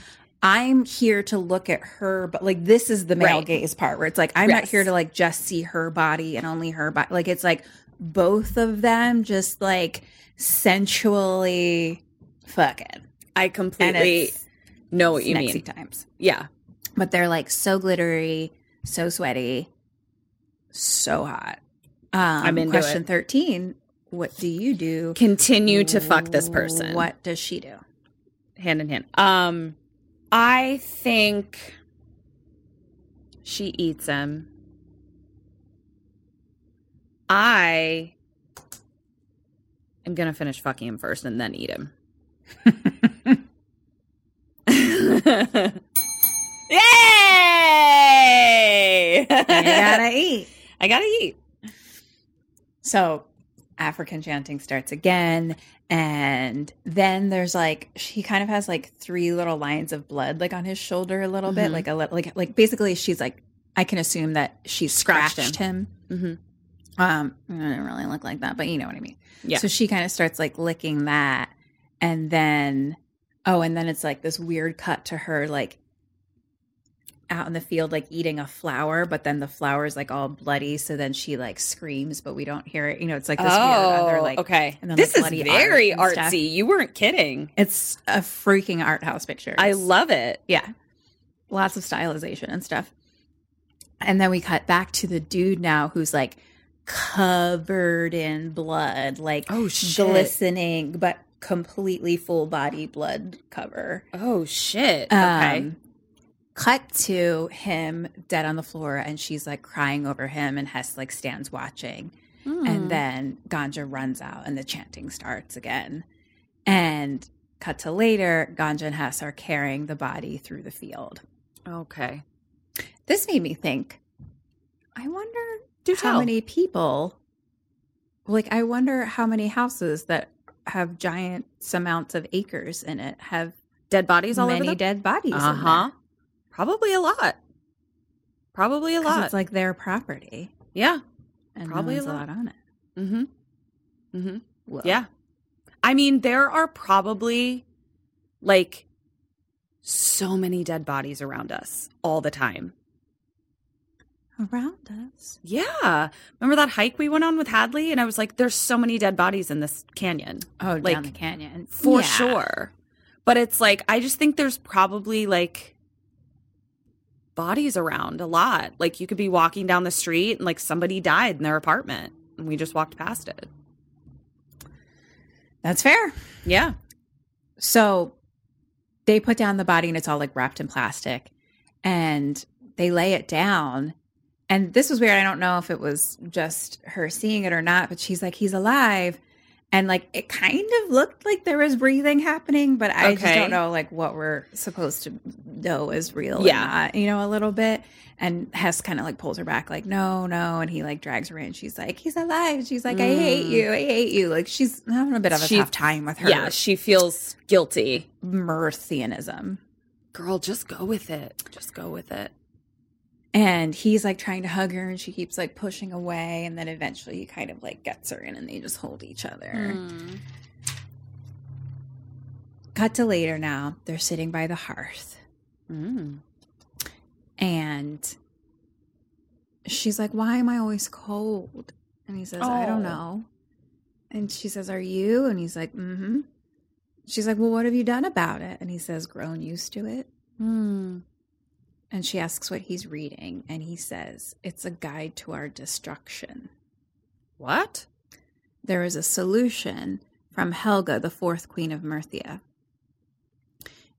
[SPEAKER 2] I'm here to look at her, but like this is the male
[SPEAKER 1] Right.
[SPEAKER 2] gaze part where it's like I'm not here to like just see her body and only her body. Like it's like both of them just like sensually fucking.
[SPEAKER 1] I
[SPEAKER 2] And
[SPEAKER 1] completely
[SPEAKER 2] it's
[SPEAKER 1] know what you
[SPEAKER 2] sexy
[SPEAKER 1] mean.
[SPEAKER 2] times.
[SPEAKER 1] Yeah.
[SPEAKER 2] But they're like so glittery, so sweaty, so hot. Um,
[SPEAKER 1] I'm into
[SPEAKER 2] question
[SPEAKER 1] it.
[SPEAKER 2] 13 What do you do?
[SPEAKER 1] Continue to fuck this person.
[SPEAKER 2] What does she do?
[SPEAKER 1] hand in hand. Um, I think she eats him. I am gonna finish fucking him first and then eat him. Yay!
[SPEAKER 2] You gotta eat.
[SPEAKER 1] I gotta eat.
[SPEAKER 2] So African chanting starts again. And then there's like she kind of has like three little lines of blood like on his shoulder a little bit,
[SPEAKER 1] Mhm.
[SPEAKER 2] like a little like like basically she's like I can assume that she
[SPEAKER 1] Scratched
[SPEAKER 2] scratched,
[SPEAKER 1] him.
[SPEAKER 2] him.
[SPEAKER 1] Mhm.
[SPEAKER 2] Um, it didn't really look like that, but you know what I mean.
[SPEAKER 1] Yeah.
[SPEAKER 2] So she kind of starts like licking that, and then oh, and then it's like this weird cut to her like out in the field like eating a flower, but then the flower is like all bloody. So then she like screams, but we don't hear it. You know, it's like this weird other like
[SPEAKER 1] Oh, okay.
[SPEAKER 2] and then,
[SPEAKER 1] This
[SPEAKER 2] like,
[SPEAKER 1] is
[SPEAKER 2] bloody
[SPEAKER 1] very
[SPEAKER 2] art
[SPEAKER 1] artsy.
[SPEAKER 2] and stuff.
[SPEAKER 1] You weren't kidding.
[SPEAKER 2] It's a freaking art house picture.
[SPEAKER 1] I
[SPEAKER 2] It's-
[SPEAKER 1] love it.
[SPEAKER 2] yeah. Lots of stylization and stuff. And then we cut back to the dude now who's like covered in blood, like
[SPEAKER 1] Oh, shit.
[SPEAKER 2] glistening, but completely full body blood cover.
[SPEAKER 1] Oh shit. okay.
[SPEAKER 2] Um, cut to him dead on the floor, and she's like crying over him, and Hess like stands watching.
[SPEAKER 1] Hmm.
[SPEAKER 2] And then Ganja runs out, and the chanting starts again. And cut to later, Ganja and Hess are carrying the body through the field.
[SPEAKER 1] Okay.
[SPEAKER 2] This made me think. I wonder
[SPEAKER 1] Do
[SPEAKER 2] how
[SPEAKER 1] tell.
[SPEAKER 2] many people. Like, I wonder how many houses that have giant amounts of acres in it have
[SPEAKER 1] Dead bodies all
[SPEAKER 2] many
[SPEAKER 1] over the
[SPEAKER 2] dead bodies. in
[SPEAKER 1] Uh
[SPEAKER 2] there.
[SPEAKER 1] huh. Probably a lot. Probably a
[SPEAKER 2] 'Cause
[SPEAKER 1] lot.
[SPEAKER 2] It's like their property,
[SPEAKER 1] yeah.
[SPEAKER 2] and probably
[SPEAKER 1] Probably a
[SPEAKER 2] no one's
[SPEAKER 1] lot.
[SPEAKER 2] allowed on it.
[SPEAKER 1] Mm-hmm. Mm-hmm.
[SPEAKER 2] Whoa.
[SPEAKER 1] Yeah. I mean, there are probably like so many dead bodies around us all the time.
[SPEAKER 2] around us.
[SPEAKER 1] Yeah. Remember that hike we went on with Hadley? And I was like, there's so many dead bodies in this canyon.
[SPEAKER 2] Oh,
[SPEAKER 1] Like, the
[SPEAKER 2] canyon
[SPEAKER 1] for sure. But it's like I just think there's probably like bodies around a lot. Like you could be walking down the street and like somebody died in their apartment and we just walked past it.
[SPEAKER 2] That's fair.
[SPEAKER 1] Yeah.
[SPEAKER 2] So they put down the body and it's all like wrapped in plastic and they lay it down. And this was weird. I don't know if it was just her seeing it or not, but she's like, he's alive. And like it kind of looked like there was breathing happening, but I just
[SPEAKER 1] Okay.
[SPEAKER 2] don't know like what we're supposed to know is real
[SPEAKER 1] Yeah.
[SPEAKER 2] yeah. you know, a little bit. And Hess kind of like pulls her back, like, no, no. And he like drags her in. She's like, he's alive. She's like, I hate you. I hate you. Like she's having a bit of a
[SPEAKER 1] Mm. She-
[SPEAKER 2] tough time with her
[SPEAKER 1] Yeah, she feels guilty.
[SPEAKER 2] Murcianism.
[SPEAKER 1] Girl, just go with it. Just go with it.
[SPEAKER 2] And he's like trying to hug her and she keeps like pushing away. And then eventually he kind of like gets her in and they just hold each other.
[SPEAKER 1] Hmm.
[SPEAKER 2] Cut to later now. They're sitting by the hearth
[SPEAKER 1] Mm.
[SPEAKER 2] and she's like, Why am I always cold? And he says, I don't
[SPEAKER 1] Oh.
[SPEAKER 2] know. And she says, Are you? And he's like, Mm hmm. She's like, Well, what have you done about it? And he says, Grown used to it.
[SPEAKER 1] Hmm.
[SPEAKER 2] And she asks what he's reading, and he says, It's a guide to our destruction.
[SPEAKER 1] What?
[SPEAKER 2] There is a solution from Helga, the fourth queen of Mirthia.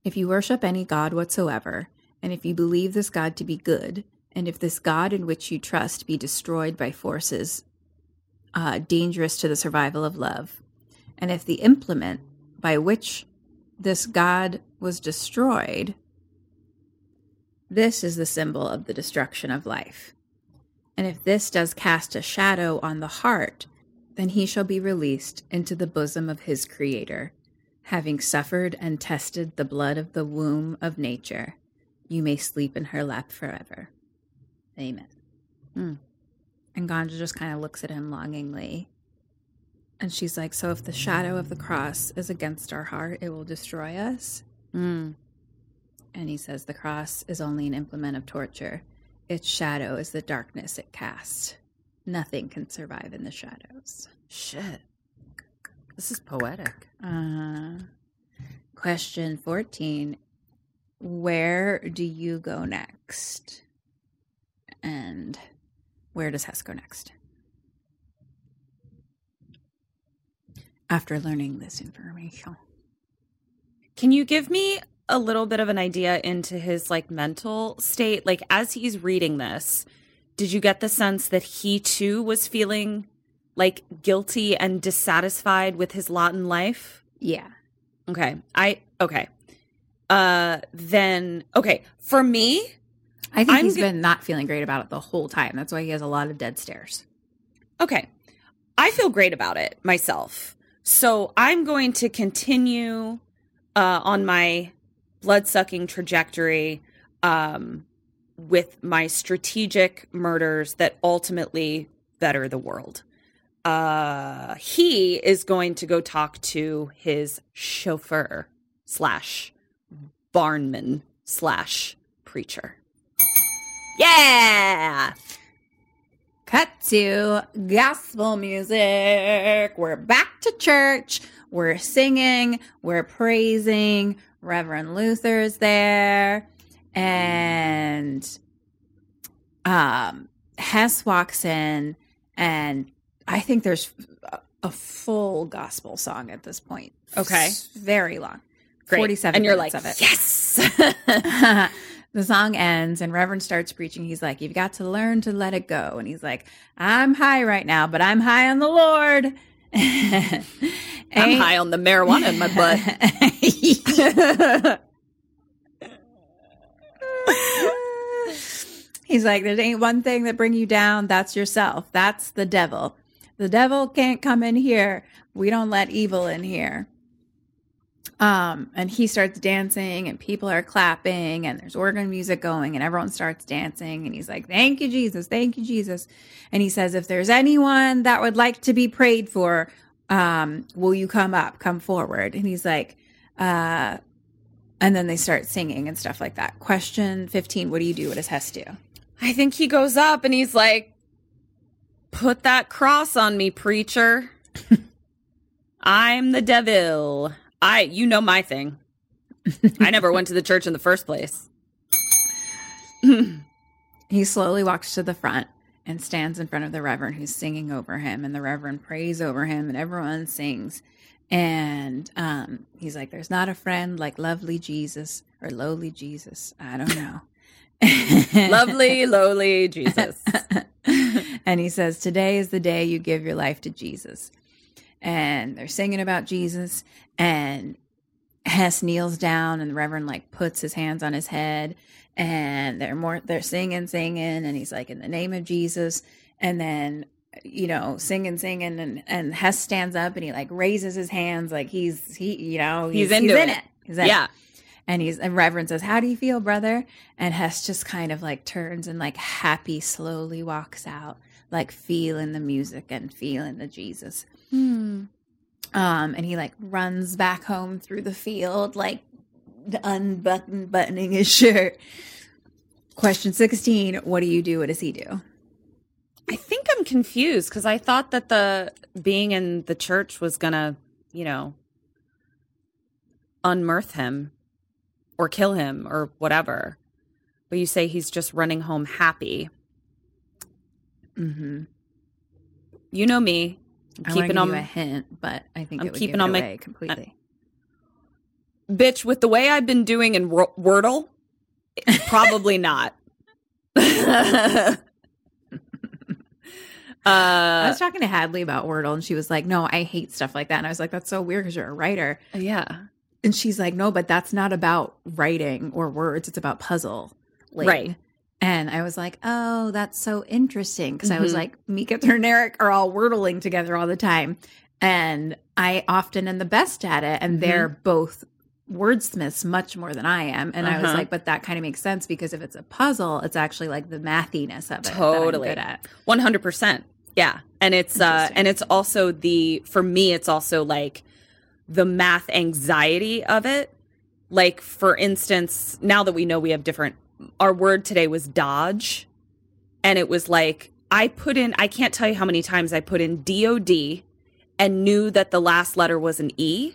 [SPEAKER 2] If you worship any god whatsoever, and if you believe this god to be good, and if this god in which you trust be destroyed by forces uh, dangerous to the survival of love, and if the implement by which this god was destroyed, this is the symbol of the destruction of life. And if this does cast a shadow on the heart, then he shall be released into the bosom of his Creator, having suffered and tested the blood of the womb of nature. You may sleep in her lap forever. Amen. Hmm. And Ganja just kind of looks at him longingly. And she's like, So if the shadow of the cross is against our heart, it will destroy us? Hmm. And he says, The cross is only an implement of torture. Its shadow is the darkness it casts. Nothing can survive in the shadows.
[SPEAKER 4] Shit. This is poetic.
[SPEAKER 2] Uh, question 14 Where do you go next? And where does Hess go next? After learning this information.
[SPEAKER 1] Can you give me a little bit of an idea into his like mental state? Like as he's reading this, did you get the sense that he too was feeling like guilty and dissatisfied with his lot in life?
[SPEAKER 2] Yeah.
[SPEAKER 1] Okay. I okay. Uh then okay, for me,
[SPEAKER 2] I think
[SPEAKER 1] I'm
[SPEAKER 2] he's
[SPEAKER 1] go-
[SPEAKER 2] been not feeling great about it the whole time. That's why he has a lot of dead stares.
[SPEAKER 1] Okay. I feel great about it myself. So I'm going to continue uh, on my blood sucking trajectory um, with my strategic murders that ultimately better the world. Uh, he is going to go talk to his chauffeur slash barnman slash preacher. Yeah.
[SPEAKER 2] Cut to gospel music. We're back to church. We're singing. We're praising. Reverend Luther's there. And um, Hess walks in, and I think there's a- a full gospel song at this point.
[SPEAKER 1] Okay.
[SPEAKER 2] It's very long.
[SPEAKER 1] Great.
[SPEAKER 2] 47
[SPEAKER 1] and you're like
[SPEAKER 2] minutes of it.
[SPEAKER 1] yes
[SPEAKER 2] the song ends and Reverend starts preaching. He's like, You've got to learn to let it go. And he's like, I'm high right now, but I'm high on the Lord.
[SPEAKER 1] I'm high on the marijuana in my butt.
[SPEAKER 2] butt. He's like, there ain't one thing that bring you down. That's yourself. That's the devil. The devil can't come in here. We don't let evil in here. Um, and he starts dancing, and people are clapping, and there's organ music going, and everyone starts dancing. And he's like, Thank you, Jesus. Thank you, Jesus. And he says, If there's anyone that would like to be prayed for, um, will you come up, come forward? And he's like, uh, and then they start singing and stuff like that. Question 15 What do you do? What does Hess do?
[SPEAKER 1] I think he goes up and he's like, Put that cross on me, preacher. I'm the devil. I, you know my thing. I never went to the church in the first place.
[SPEAKER 2] He slowly walks to the front and stands in front of the Reverend who's singing over him, and the Reverend prays over him, and everyone sings. And um, he's like, There's not a friend like lovely Jesus or lowly Jesus. I don't know.
[SPEAKER 1] Lovely, lowly Jesus.
[SPEAKER 2] and he says, Today is the day you give your life to Jesus. And they're singing about Jesus. And Hess kneels down, and the Reverend like puts his hands on his head. And they're more, they're singing, singing. And he's like, In the name of Jesus. And then, you know, singing, singing. And, and Hess stands up and he like raises his hands, like he's, he, you know,
[SPEAKER 1] He's into
[SPEAKER 2] in
[SPEAKER 1] it.
[SPEAKER 2] it. He's in it.
[SPEAKER 1] Yeah.
[SPEAKER 2] And he's and Reverend says, How do you feel, brother? And Hess just kind of like turns and like happy slowly walks out, like feeling the music and feeling the Jesus.
[SPEAKER 1] Hmm.
[SPEAKER 2] Um, and he like runs back home through the field, like unbutton buttoning his shirt. Question 16, what do you do? What does he do?
[SPEAKER 1] I think I'm confused because I thought that the being in the church was gonna, you know, unmirth him or kill him or whatever. But you say he's just running home happy.
[SPEAKER 2] Mm-hmm.
[SPEAKER 1] You know me.
[SPEAKER 2] I keeping
[SPEAKER 1] I'm keeping
[SPEAKER 2] give
[SPEAKER 1] on
[SPEAKER 2] you a hint, but I think
[SPEAKER 1] I'm
[SPEAKER 2] it would
[SPEAKER 1] keeping
[SPEAKER 2] give it
[SPEAKER 1] on my-
[SPEAKER 2] away completely.
[SPEAKER 1] bitch with the way I've been doing in Wor- Wordle. Probably not. uh,
[SPEAKER 2] I
[SPEAKER 1] uh,
[SPEAKER 2] was talking to Hadley about Wordle, and she was like, "No, I hate stuff like that." And I was like, "That's so weird because you're a writer."
[SPEAKER 1] yeah.
[SPEAKER 2] And she's like, no, but that's not about writing or words. It's about puzzle.
[SPEAKER 1] Right.
[SPEAKER 2] And I was like, oh, that's so interesting. because I was
[SPEAKER 1] Mm-hmm.
[SPEAKER 2] like, Mika and Eric are all wordling
[SPEAKER 1] Mm-hmm.
[SPEAKER 2] together all the time. And I often am the best at it. And they're both wordsmiths much more than I am. And I was
[SPEAKER 1] Uh-huh.
[SPEAKER 2] like, but that kind of makes sense because if it's a puzzle, it's actually like the mathiness of it.
[SPEAKER 1] Totally.
[SPEAKER 2] That I'm good at.
[SPEAKER 1] One hundred percent. Yeah, and it's uh,
[SPEAKER 2] Interesting.
[SPEAKER 1] and it's also the for me, it's also like the math anxiety of it. Like for instance, now that we know we have different, our word today was dodge, and it was like I put in. I can't tell you how many times I put in DOD and knew that the last letter was an E,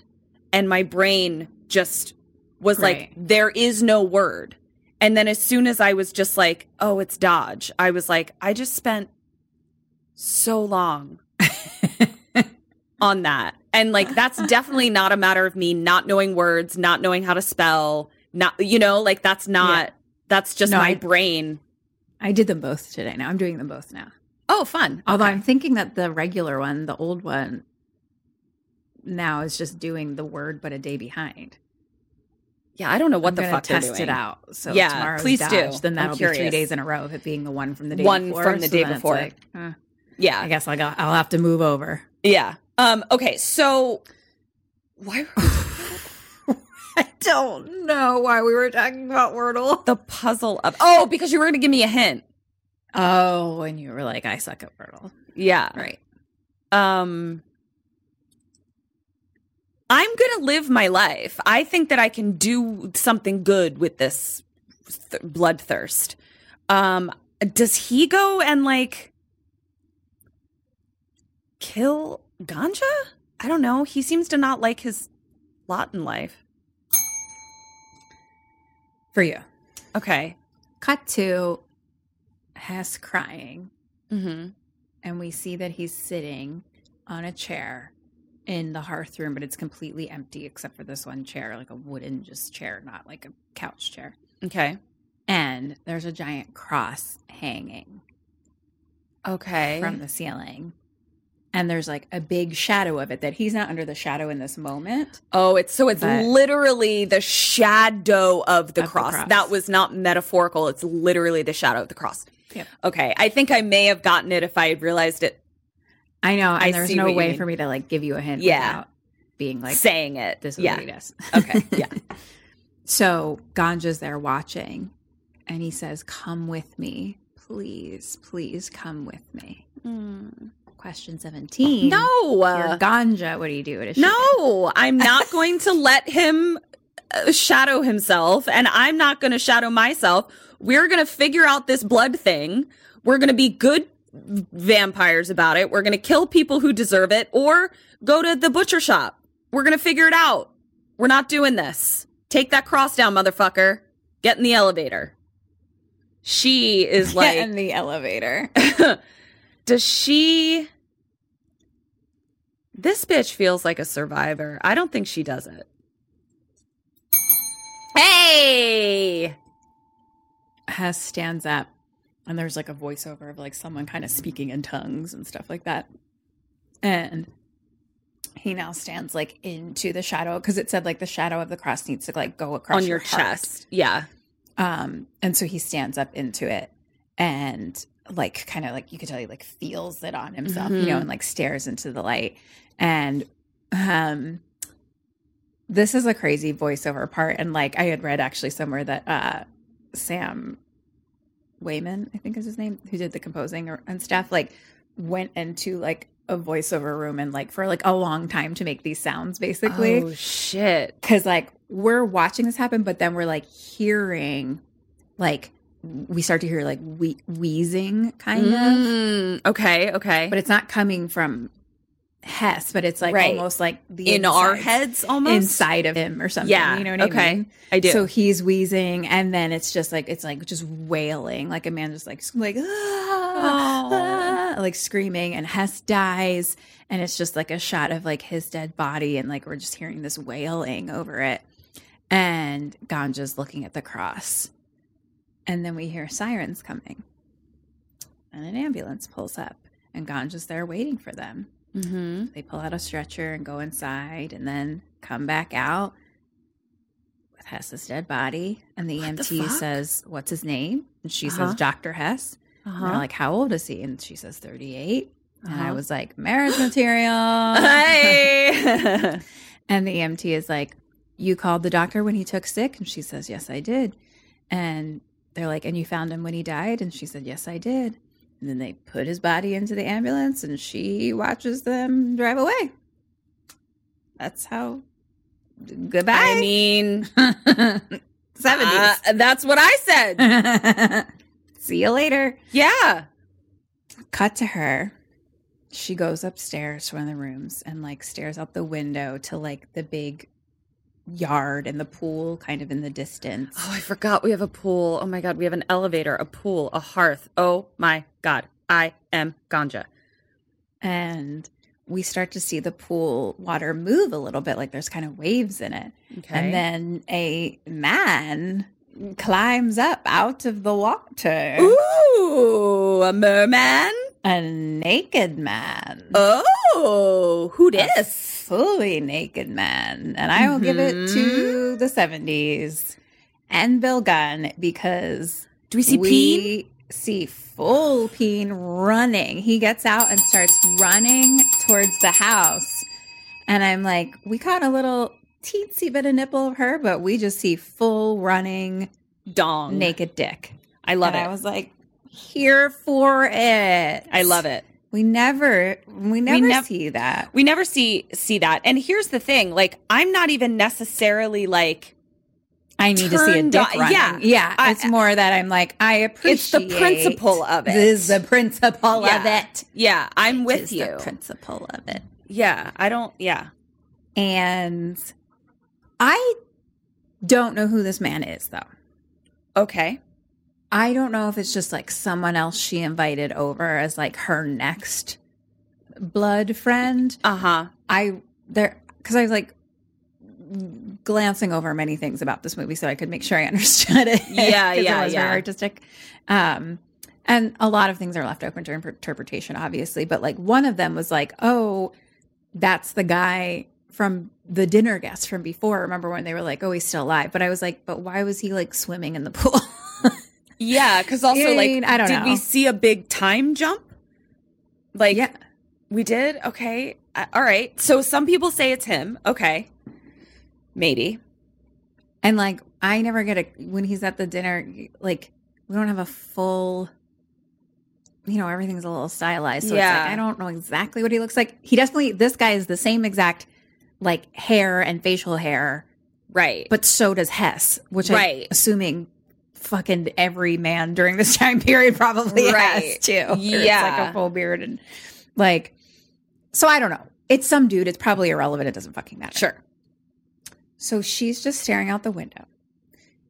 [SPEAKER 1] and my brain just was
[SPEAKER 2] Right.
[SPEAKER 1] like, there is no word. And then as soon as I was just like, oh, it's Dodge, I was like, I just spent so long on that. And like, that's definitely not a matter of me not knowing words, not knowing how to spell, not, you know, like that's not, that's just
[SPEAKER 2] No,
[SPEAKER 1] my
[SPEAKER 2] I-
[SPEAKER 1] brain.
[SPEAKER 2] I did them both today. Now I'm doing them both now.
[SPEAKER 1] Oh, fun.
[SPEAKER 2] Although I'm thinking that the regular one, the old one, now is just doing the word but a day behind.
[SPEAKER 1] Yeah, I don't know what
[SPEAKER 2] I'm
[SPEAKER 1] the
[SPEAKER 2] gonna
[SPEAKER 1] fuck they're
[SPEAKER 2] test it
[SPEAKER 1] doing.
[SPEAKER 2] out. So
[SPEAKER 1] Yeah,
[SPEAKER 2] yeah, tomorrow's
[SPEAKER 1] please do.
[SPEAKER 2] Dodge,
[SPEAKER 1] I'm
[SPEAKER 2] Then that'll be three
[SPEAKER 1] curious.
[SPEAKER 2] days in a row of it being the one from the day
[SPEAKER 1] One
[SPEAKER 2] before.
[SPEAKER 1] from the
[SPEAKER 2] So
[SPEAKER 1] day
[SPEAKER 2] then it's
[SPEAKER 1] before. Uh,
[SPEAKER 2] like, eh, I
[SPEAKER 1] Yeah.
[SPEAKER 2] guess I'll, go, I'll have to move over.
[SPEAKER 1] Yeah. Um, okay. So why were we
[SPEAKER 2] I don't know why we were talking about Wordle.
[SPEAKER 1] the puzzle of oh because you were gonna give me a hint
[SPEAKER 2] Oh, and you were like, I suck at Wordle.
[SPEAKER 1] yeah
[SPEAKER 2] Right.
[SPEAKER 1] um i'm gonna live my life i think that i can do something good with this th- bloodthirst um does he go and like kill ganja i don't know he seems to not like his lot in life
[SPEAKER 2] For you.
[SPEAKER 1] okay
[SPEAKER 2] Cut to Hess crying,
[SPEAKER 1] mm-hmm
[SPEAKER 2] and we see that he's sitting on a chair in the hearth room, but it's completely empty except for this one chair, like a wooden just chair, not like a couch chair.
[SPEAKER 1] okay
[SPEAKER 2] And there's a giant cross hanging
[SPEAKER 1] okay
[SPEAKER 2] from the ceiling. And there's like a big shadow of it that he's not under the shadow in this moment.
[SPEAKER 1] Oh, it's so it's
[SPEAKER 2] But-
[SPEAKER 1] literally the shadow of the,
[SPEAKER 2] Of the
[SPEAKER 1] cross.
[SPEAKER 2] cross.
[SPEAKER 1] That was not metaphorical. It's literally the shadow of the cross.
[SPEAKER 2] Yep.
[SPEAKER 1] Okay. I think I may have gotten it if I had realized it
[SPEAKER 2] I know,
[SPEAKER 1] I
[SPEAKER 2] and there's
[SPEAKER 1] see
[SPEAKER 2] no
[SPEAKER 1] what you
[SPEAKER 2] way
[SPEAKER 1] mean.
[SPEAKER 2] for me to like give you a hint
[SPEAKER 1] Yeah.
[SPEAKER 2] without being like
[SPEAKER 1] saying it.
[SPEAKER 2] this is
[SPEAKER 1] yeah.
[SPEAKER 2] what it is.
[SPEAKER 1] okay. Yeah.
[SPEAKER 2] So Ganja's there watching, and he says, "Come with me, please, please come with me." Question seventeen.
[SPEAKER 1] Mm. No.
[SPEAKER 2] You're
[SPEAKER 1] uh,
[SPEAKER 2] Ganja. What do you do? What does she do?
[SPEAKER 1] no, I'm not going to let him uh, shadow himself and I'm not going to shadow myself. We're going to figure out this blood thing. We're going to be good vampires about it. We're going to kill people who deserve it or go to the butcher shop. We're going to figure it out. We're not doing this. Take that cross down, motherfucker. Get in the elevator. She is like
[SPEAKER 2] in the elevator.
[SPEAKER 1] does she this bitch feels like a survivor i don't think she does it hey
[SPEAKER 2] Hess stands up, and there's like a voiceover of like someone kind of speaking in tongues and stuff like that. And he now stands like into the shadow because it said like the shadow of the cross needs to like go across
[SPEAKER 1] on your
[SPEAKER 2] heart.
[SPEAKER 1] chest yeah
[SPEAKER 2] Um, and so he stands up into it and like kind of like you could tell he like feels it on himself, you know,
[SPEAKER 1] Mhm.
[SPEAKER 2] and like stares into the light. And um this is a crazy voiceover part. And like I had read actually somewhere that uh Sam Wayman, I think is his name, who did the composing or- and stuff, like went into like a voiceover room and like for like a long time to make these sounds basically
[SPEAKER 1] oh shit
[SPEAKER 2] because like we're watching this happen, but then we're like hearing, like we start to hear like whe- wheezing kind of,
[SPEAKER 1] Mm, okay okay
[SPEAKER 2] but it's not coming from Hess, but it's like
[SPEAKER 1] Right.
[SPEAKER 2] almost like the
[SPEAKER 1] in our
[SPEAKER 2] insides-
[SPEAKER 1] heads almost
[SPEAKER 2] inside of him or something.
[SPEAKER 1] Yeah,
[SPEAKER 2] you know what
[SPEAKER 1] okay.
[SPEAKER 2] I mean.
[SPEAKER 1] i do
[SPEAKER 2] So he's wheezing, and then it's just like it's like just wailing, like a man just like sc- like ah, ah, like screaming, and Hess dies, and it's just like a shot of like his dead body, and like we're just hearing this wailing over it, and Ganja's looking at the cross, and then we hear sirens coming, and an ambulance pulls up, and Ganja's there waiting for them.
[SPEAKER 1] mm-hmm.
[SPEAKER 2] They pull out a stretcher and go inside and then come back out with Hess's dead body. And the
[SPEAKER 1] What the
[SPEAKER 2] EMT
[SPEAKER 1] fuck?
[SPEAKER 2] says, What's his name? And she
[SPEAKER 1] Uh-huh.
[SPEAKER 2] says, Dr. Hess. And
[SPEAKER 1] uh-huh.
[SPEAKER 2] they're like, How old is he? And she says, 38. And I
[SPEAKER 1] Uh-huh.
[SPEAKER 2] was like, Marriage material.
[SPEAKER 1] hey
[SPEAKER 2] and the EMT E is like, you called the doctor when he took sick? And she says, Yes, I did. And they're like, And you found him when he died? And she said, Yes, I did. And then they put his body into the ambulance and she watches them drive away. That's how. Goodbye.
[SPEAKER 1] I mean,
[SPEAKER 2] 70s.
[SPEAKER 1] uh, that's what I said.
[SPEAKER 2] See you later.
[SPEAKER 1] Yeah.
[SPEAKER 2] Cut to her. She goes upstairs to one of the rooms and like stares out the window to like the big yard and the pool kind of in the distance.
[SPEAKER 4] Oh, I forgot we have a pool. Oh my god, we have an elevator, a pool, a hearth. Oh my god, I am ganja.
[SPEAKER 2] And we start to see the pool water move a little bit, like there's kind of waves in it.
[SPEAKER 4] Okay.
[SPEAKER 2] And then a man climbs up out of the water.
[SPEAKER 1] Ooh, a merman.
[SPEAKER 2] A naked man.
[SPEAKER 1] Oh, who dis?
[SPEAKER 2] fully naked man. And I will give it
[SPEAKER 1] Mm-hmm.
[SPEAKER 2] to the 70s and Bill Gunn because
[SPEAKER 1] Do we see peen?
[SPEAKER 2] see full Peen running. He gets out and starts running towards the house. And I'm like, we caught a little teensy bit of nipple of her, but we just see full running
[SPEAKER 1] Dong.
[SPEAKER 2] naked dick.
[SPEAKER 1] I love
[SPEAKER 2] And
[SPEAKER 1] it.
[SPEAKER 2] I was like, here for it.
[SPEAKER 1] I love it.
[SPEAKER 2] We never, we never
[SPEAKER 1] nev-
[SPEAKER 2] see that.
[SPEAKER 1] we never see see that and here's the thing like i'm not even necessarily like
[SPEAKER 2] I need to see a
[SPEAKER 1] turned
[SPEAKER 2] dick
[SPEAKER 1] on-
[SPEAKER 2] running.
[SPEAKER 1] yeah.
[SPEAKER 2] yeah.
[SPEAKER 1] I-
[SPEAKER 2] it's more that I'm like, I
[SPEAKER 1] It's the
[SPEAKER 2] appreciate
[SPEAKER 1] principle of it.
[SPEAKER 2] This is the principle of
[SPEAKER 1] Yeah.
[SPEAKER 2] it.
[SPEAKER 1] yeah i'm with
[SPEAKER 2] It's
[SPEAKER 1] you
[SPEAKER 2] the principle of it.
[SPEAKER 1] yeah i don't yeah
[SPEAKER 2] And I don't know who this man is though.
[SPEAKER 1] okay
[SPEAKER 2] I don't know if it's just like someone else she invited over as like her next blood friend.
[SPEAKER 1] uh-huh
[SPEAKER 2] I there because I was like glancing over many things about this movie so I could make sure I understood it.
[SPEAKER 1] Yeah,
[SPEAKER 2] 'Cause
[SPEAKER 1] yeah,
[SPEAKER 2] It was
[SPEAKER 1] yeah.
[SPEAKER 2] very artistic, um, and a lot of things are left open to inter- interpretation, obviously. But like one of them was like, oh, that's the guy from the dinner guest from before. Remember when they were like, oh, he's still alive? But I was like, but why was he like swimming in the pool?
[SPEAKER 1] yeah because also
[SPEAKER 2] Yeah,
[SPEAKER 1] like
[SPEAKER 2] I don't
[SPEAKER 1] did
[SPEAKER 2] know.
[SPEAKER 1] we see a big time jump like
[SPEAKER 2] yeah,
[SPEAKER 1] we did okay I, all right so some people say it's him okay maybe
[SPEAKER 2] and like I never get a when he's at the dinner like we don't have a full you know everything's a little stylized so
[SPEAKER 1] Yeah.
[SPEAKER 2] it's like I don't know exactly what he looks like. He definitely this guy is the same exact like hair and facial hair,
[SPEAKER 1] right
[SPEAKER 2] but so does Hess, which I'm
[SPEAKER 1] Right.
[SPEAKER 2] assuming fucking every man during this time period probably has
[SPEAKER 1] Right.
[SPEAKER 2] too. Or it's like
[SPEAKER 1] Yeah.
[SPEAKER 2] a full beard and like so I don't know. It's some dude. It's probably irrelevant. It doesn't fucking matter.
[SPEAKER 1] sure
[SPEAKER 2] So she's just staring out the window.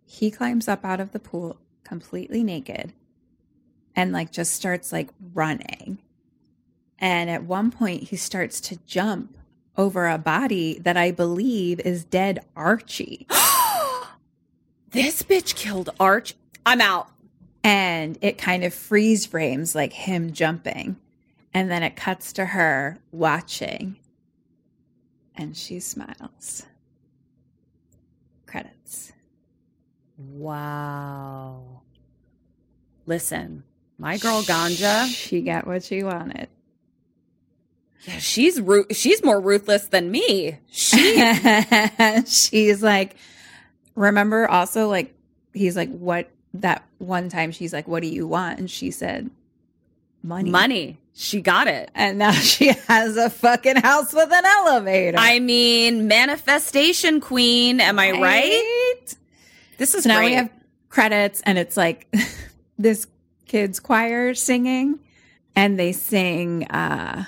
[SPEAKER 2] He climbs up out of the pool completely naked and like just starts like running. And at one point he starts to jump over a body that I believe is dead Archie.
[SPEAKER 1] this bitch killed arch i'm out
[SPEAKER 2] and it kind of freeze frames like him jumping. And then it cuts to her watching. And she smiles. Credits.
[SPEAKER 4] Wow. Listen, my girl Ganja,
[SPEAKER 2] She got what she wanted.
[SPEAKER 1] yeah she's ru- she's more ruthless than me she
[SPEAKER 2] she's like, remember also, like, he's like, what that one time she's like, what do you want? And she said, money.
[SPEAKER 1] money. She got it.
[SPEAKER 2] And now she has a fucking house with an elevator.
[SPEAKER 1] I mean, manifestation queen. Am I right? This is
[SPEAKER 2] So now
[SPEAKER 1] great.
[SPEAKER 2] we have credits, and it's like this kids' choir singing, and they sing, uh,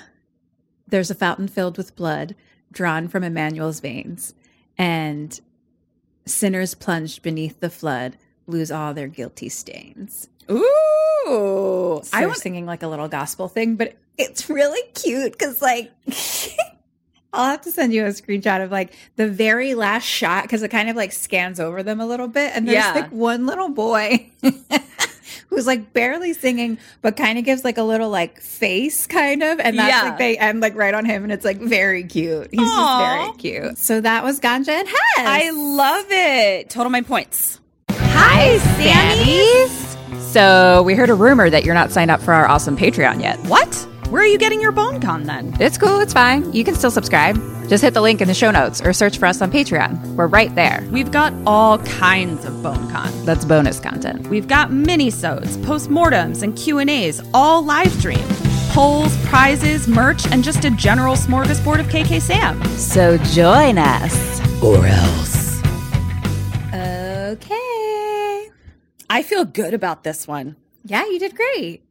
[SPEAKER 2] There's a fountain filled with blood drawn from Emmanuel's veins, and sinners plunged beneath the flood lose all their guilty stains.
[SPEAKER 1] Ooh,
[SPEAKER 2] So
[SPEAKER 1] I
[SPEAKER 2] they're
[SPEAKER 1] want.
[SPEAKER 2] singing like a little gospel thing, but it's really cute because, like, I'll have to send you a screenshot of like the very last shot because it kind of like scans over them a little bit. And there's
[SPEAKER 1] Yeah.
[SPEAKER 2] like one little boy who's like barely singing, but kind of gives like a little like face kind of. And that's
[SPEAKER 1] Yeah.
[SPEAKER 2] like they end like right on him. And it's like very cute. He's
[SPEAKER 1] Aw.
[SPEAKER 2] just very cute. So that was Ganja and Hess.
[SPEAKER 1] I love it. Total my points.
[SPEAKER 2] Hi,
[SPEAKER 5] Uh,
[SPEAKER 2] Sammy's. So we heard a rumor that you're not signed up for our awesome Patreon yet.
[SPEAKER 1] What? Where are you getting your BoneCon then?
[SPEAKER 5] It's cool, it's fine. You can still subscribe. Just hit the link in the show notes or search for us on Patreon. We're right there.
[SPEAKER 1] We've got all kinds of BoneCon.
[SPEAKER 5] That's bonus content.
[SPEAKER 1] We've got mini-sodes, postmortems, and Q&As, all live stream. Polls, prizes, merch, and just a general smorgasbord of KK Sam.
[SPEAKER 5] So join us.
[SPEAKER 1] Or else.
[SPEAKER 3] Okay.
[SPEAKER 1] I feel good about this one.
[SPEAKER 2] Yeah, you did great.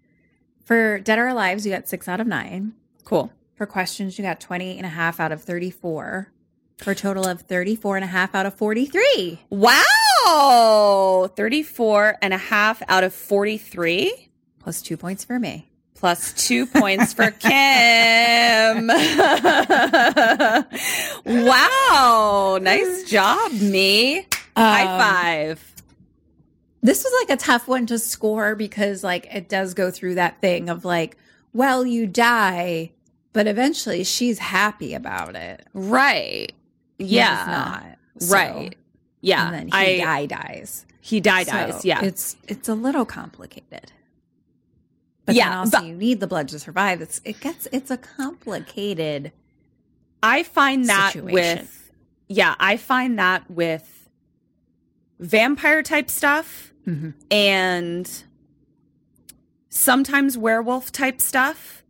[SPEAKER 2] For Dead or Alive, you got six out of nine.
[SPEAKER 1] Cool.
[SPEAKER 2] For questions, you got 20 and a half out of 34. For a total of 34 and a half out of 43.
[SPEAKER 1] Wow. 34 and a half out of 43.
[SPEAKER 2] Plus two points for me.
[SPEAKER 1] Plus two points for Kim. wow. Nice job, me. High
[SPEAKER 2] Um,
[SPEAKER 1] five.
[SPEAKER 2] This was like a tough one to score because, like, it does go through that thing of, like, well, you die, but eventually she's happy about it.
[SPEAKER 1] Right.
[SPEAKER 2] He's
[SPEAKER 1] Yeah.
[SPEAKER 2] not, so-
[SPEAKER 1] Right. Yeah.
[SPEAKER 2] And then
[SPEAKER 1] I-
[SPEAKER 2] he die dies.
[SPEAKER 1] He die
[SPEAKER 2] So
[SPEAKER 1] dies. Yeah.
[SPEAKER 2] It's it's a little complicated. But yeah,
[SPEAKER 1] Yeah,
[SPEAKER 2] also you need the blood to survive. It's it gets it's a complicated
[SPEAKER 1] I find that
[SPEAKER 2] situation.
[SPEAKER 1] with yeah, I find that with vampire type stuff
[SPEAKER 2] Mhm.
[SPEAKER 1] and sometimes werewolf type stuff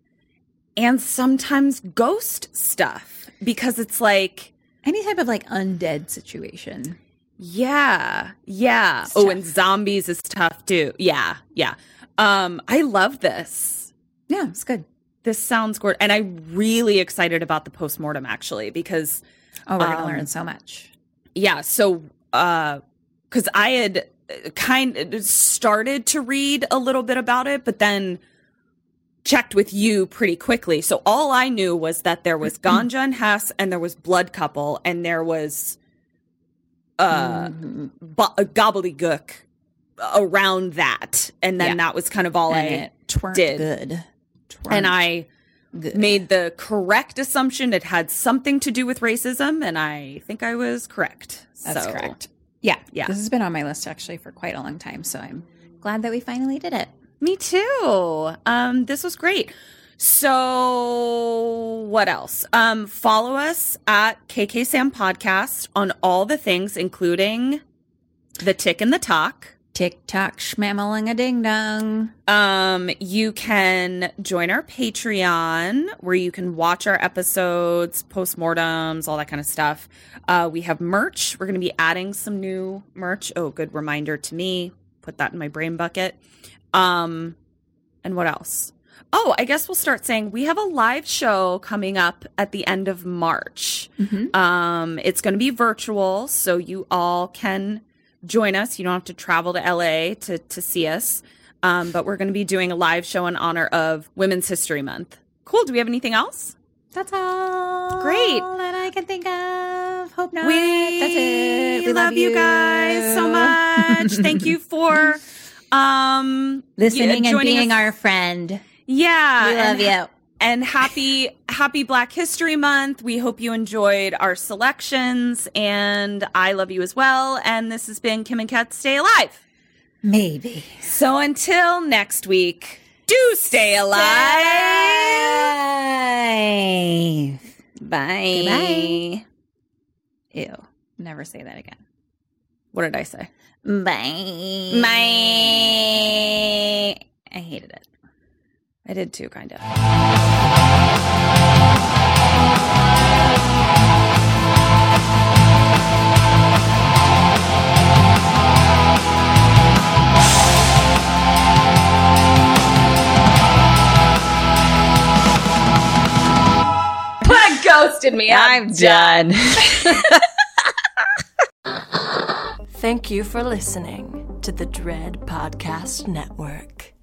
[SPEAKER 1] and sometimes ghost stuff because it's like
[SPEAKER 2] any type of like undead situation.
[SPEAKER 1] yeah, yeah.
[SPEAKER 2] It's
[SPEAKER 1] oh,
[SPEAKER 2] tough.
[SPEAKER 1] and zombies is tough too. Yeah, yeah. Um I love this.
[SPEAKER 2] Yeah, it's good.
[SPEAKER 1] This sounds good and I'm really excited about the postmortem actually because
[SPEAKER 2] Oh, we're gonna
[SPEAKER 1] Um,
[SPEAKER 2] learn so much.
[SPEAKER 1] yeah so uh because i had uh, kind of started to read a little bit about it but then checked with you pretty quickly so all i knew was that there was
[SPEAKER 2] Mm-hmm.
[SPEAKER 1] ganja and hess and there was blood couple and there was uh
[SPEAKER 2] Mm-hmm.
[SPEAKER 1] bo- a gobbledygook around that and then
[SPEAKER 2] Yeah.
[SPEAKER 1] that was kind of all
[SPEAKER 2] And
[SPEAKER 1] i
[SPEAKER 2] it twerked
[SPEAKER 1] did.
[SPEAKER 2] good.
[SPEAKER 1] and
[SPEAKER 2] Twerked
[SPEAKER 1] i
[SPEAKER 2] good.
[SPEAKER 1] made the correct assumption it had something to do with racism and i think i was correct
[SPEAKER 2] That's
[SPEAKER 1] So-
[SPEAKER 2] correct. Yeah.
[SPEAKER 1] Yeah.
[SPEAKER 2] This has been on my list actually for quite a long time, so I'm glad that we finally did it.
[SPEAKER 1] Me too. Um, this was great. So what else? Um, follow us at KK Sam Podcast on all the things, including the tick and the talk.
[SPEAKER 2] Tick tock schmammeling a ding dong.
[SPEAKER 1] Um, you can join our Patreon where you can watch our episodes, postmortems, all that kind of stuff. Uh, we have merch. We're going to be adding some new merch. Oh, good reminder to me. Put that in my brain bucket. Um, and what else? Oh, I guess we'll start saying we have a live show coming up at the end of March. Um, it's going to be virtual, so you all can join us. You don't have to travel to LA to to see us. Um, but we're going to be doing a live show in honor of Women's History Month. Cool. Do we have anything else?
[SPEAKER 2] That's all.
[SPEAKER 1] Great.
[SPEAKER 2] That I can think of. Hope not.
[SPEAKER 1] We
[SPEAKER 2] That's it. We
[SPEAKER 1] love you guys so much. Thank you for um
[SPEAKER 2] Listening and
[SPEAKER 1] joining
[SPEAKER 2] being
[SPEAKER 1] us.
[SPEAKER 2] our friend.
[SPEAKER 1] yeah.
[SPEAKER 2] We love
[SPEAKER 1] and-
[SPEAKER 2] you.
[SPEAKER 1] And happy happy Black History Month. We hope you enjoyed our selections and I love you as well. And this has been Kim and Kat Stay Alive.
[SPEAKER 2] Maybe.
[SPEAKER 1] So until next week, do stay alive.
[SPEAKER 3] Bye. Bye.
[SPEAKER 1] Bye.
[SPEAKER 2] Ew. Never say that again.
[SPEAKER 1] What did I say?
[SPEAKER 3] Bye.
[SPEAKER 1] My
[SPEAKER 3] I hated it.
[SPEAKER 1] I did too, kind of.
[SPEAKER 3] Put ghosted me. I'm done.
[SPEAKER 6] Thank you for listening to the Dread Podcast Network.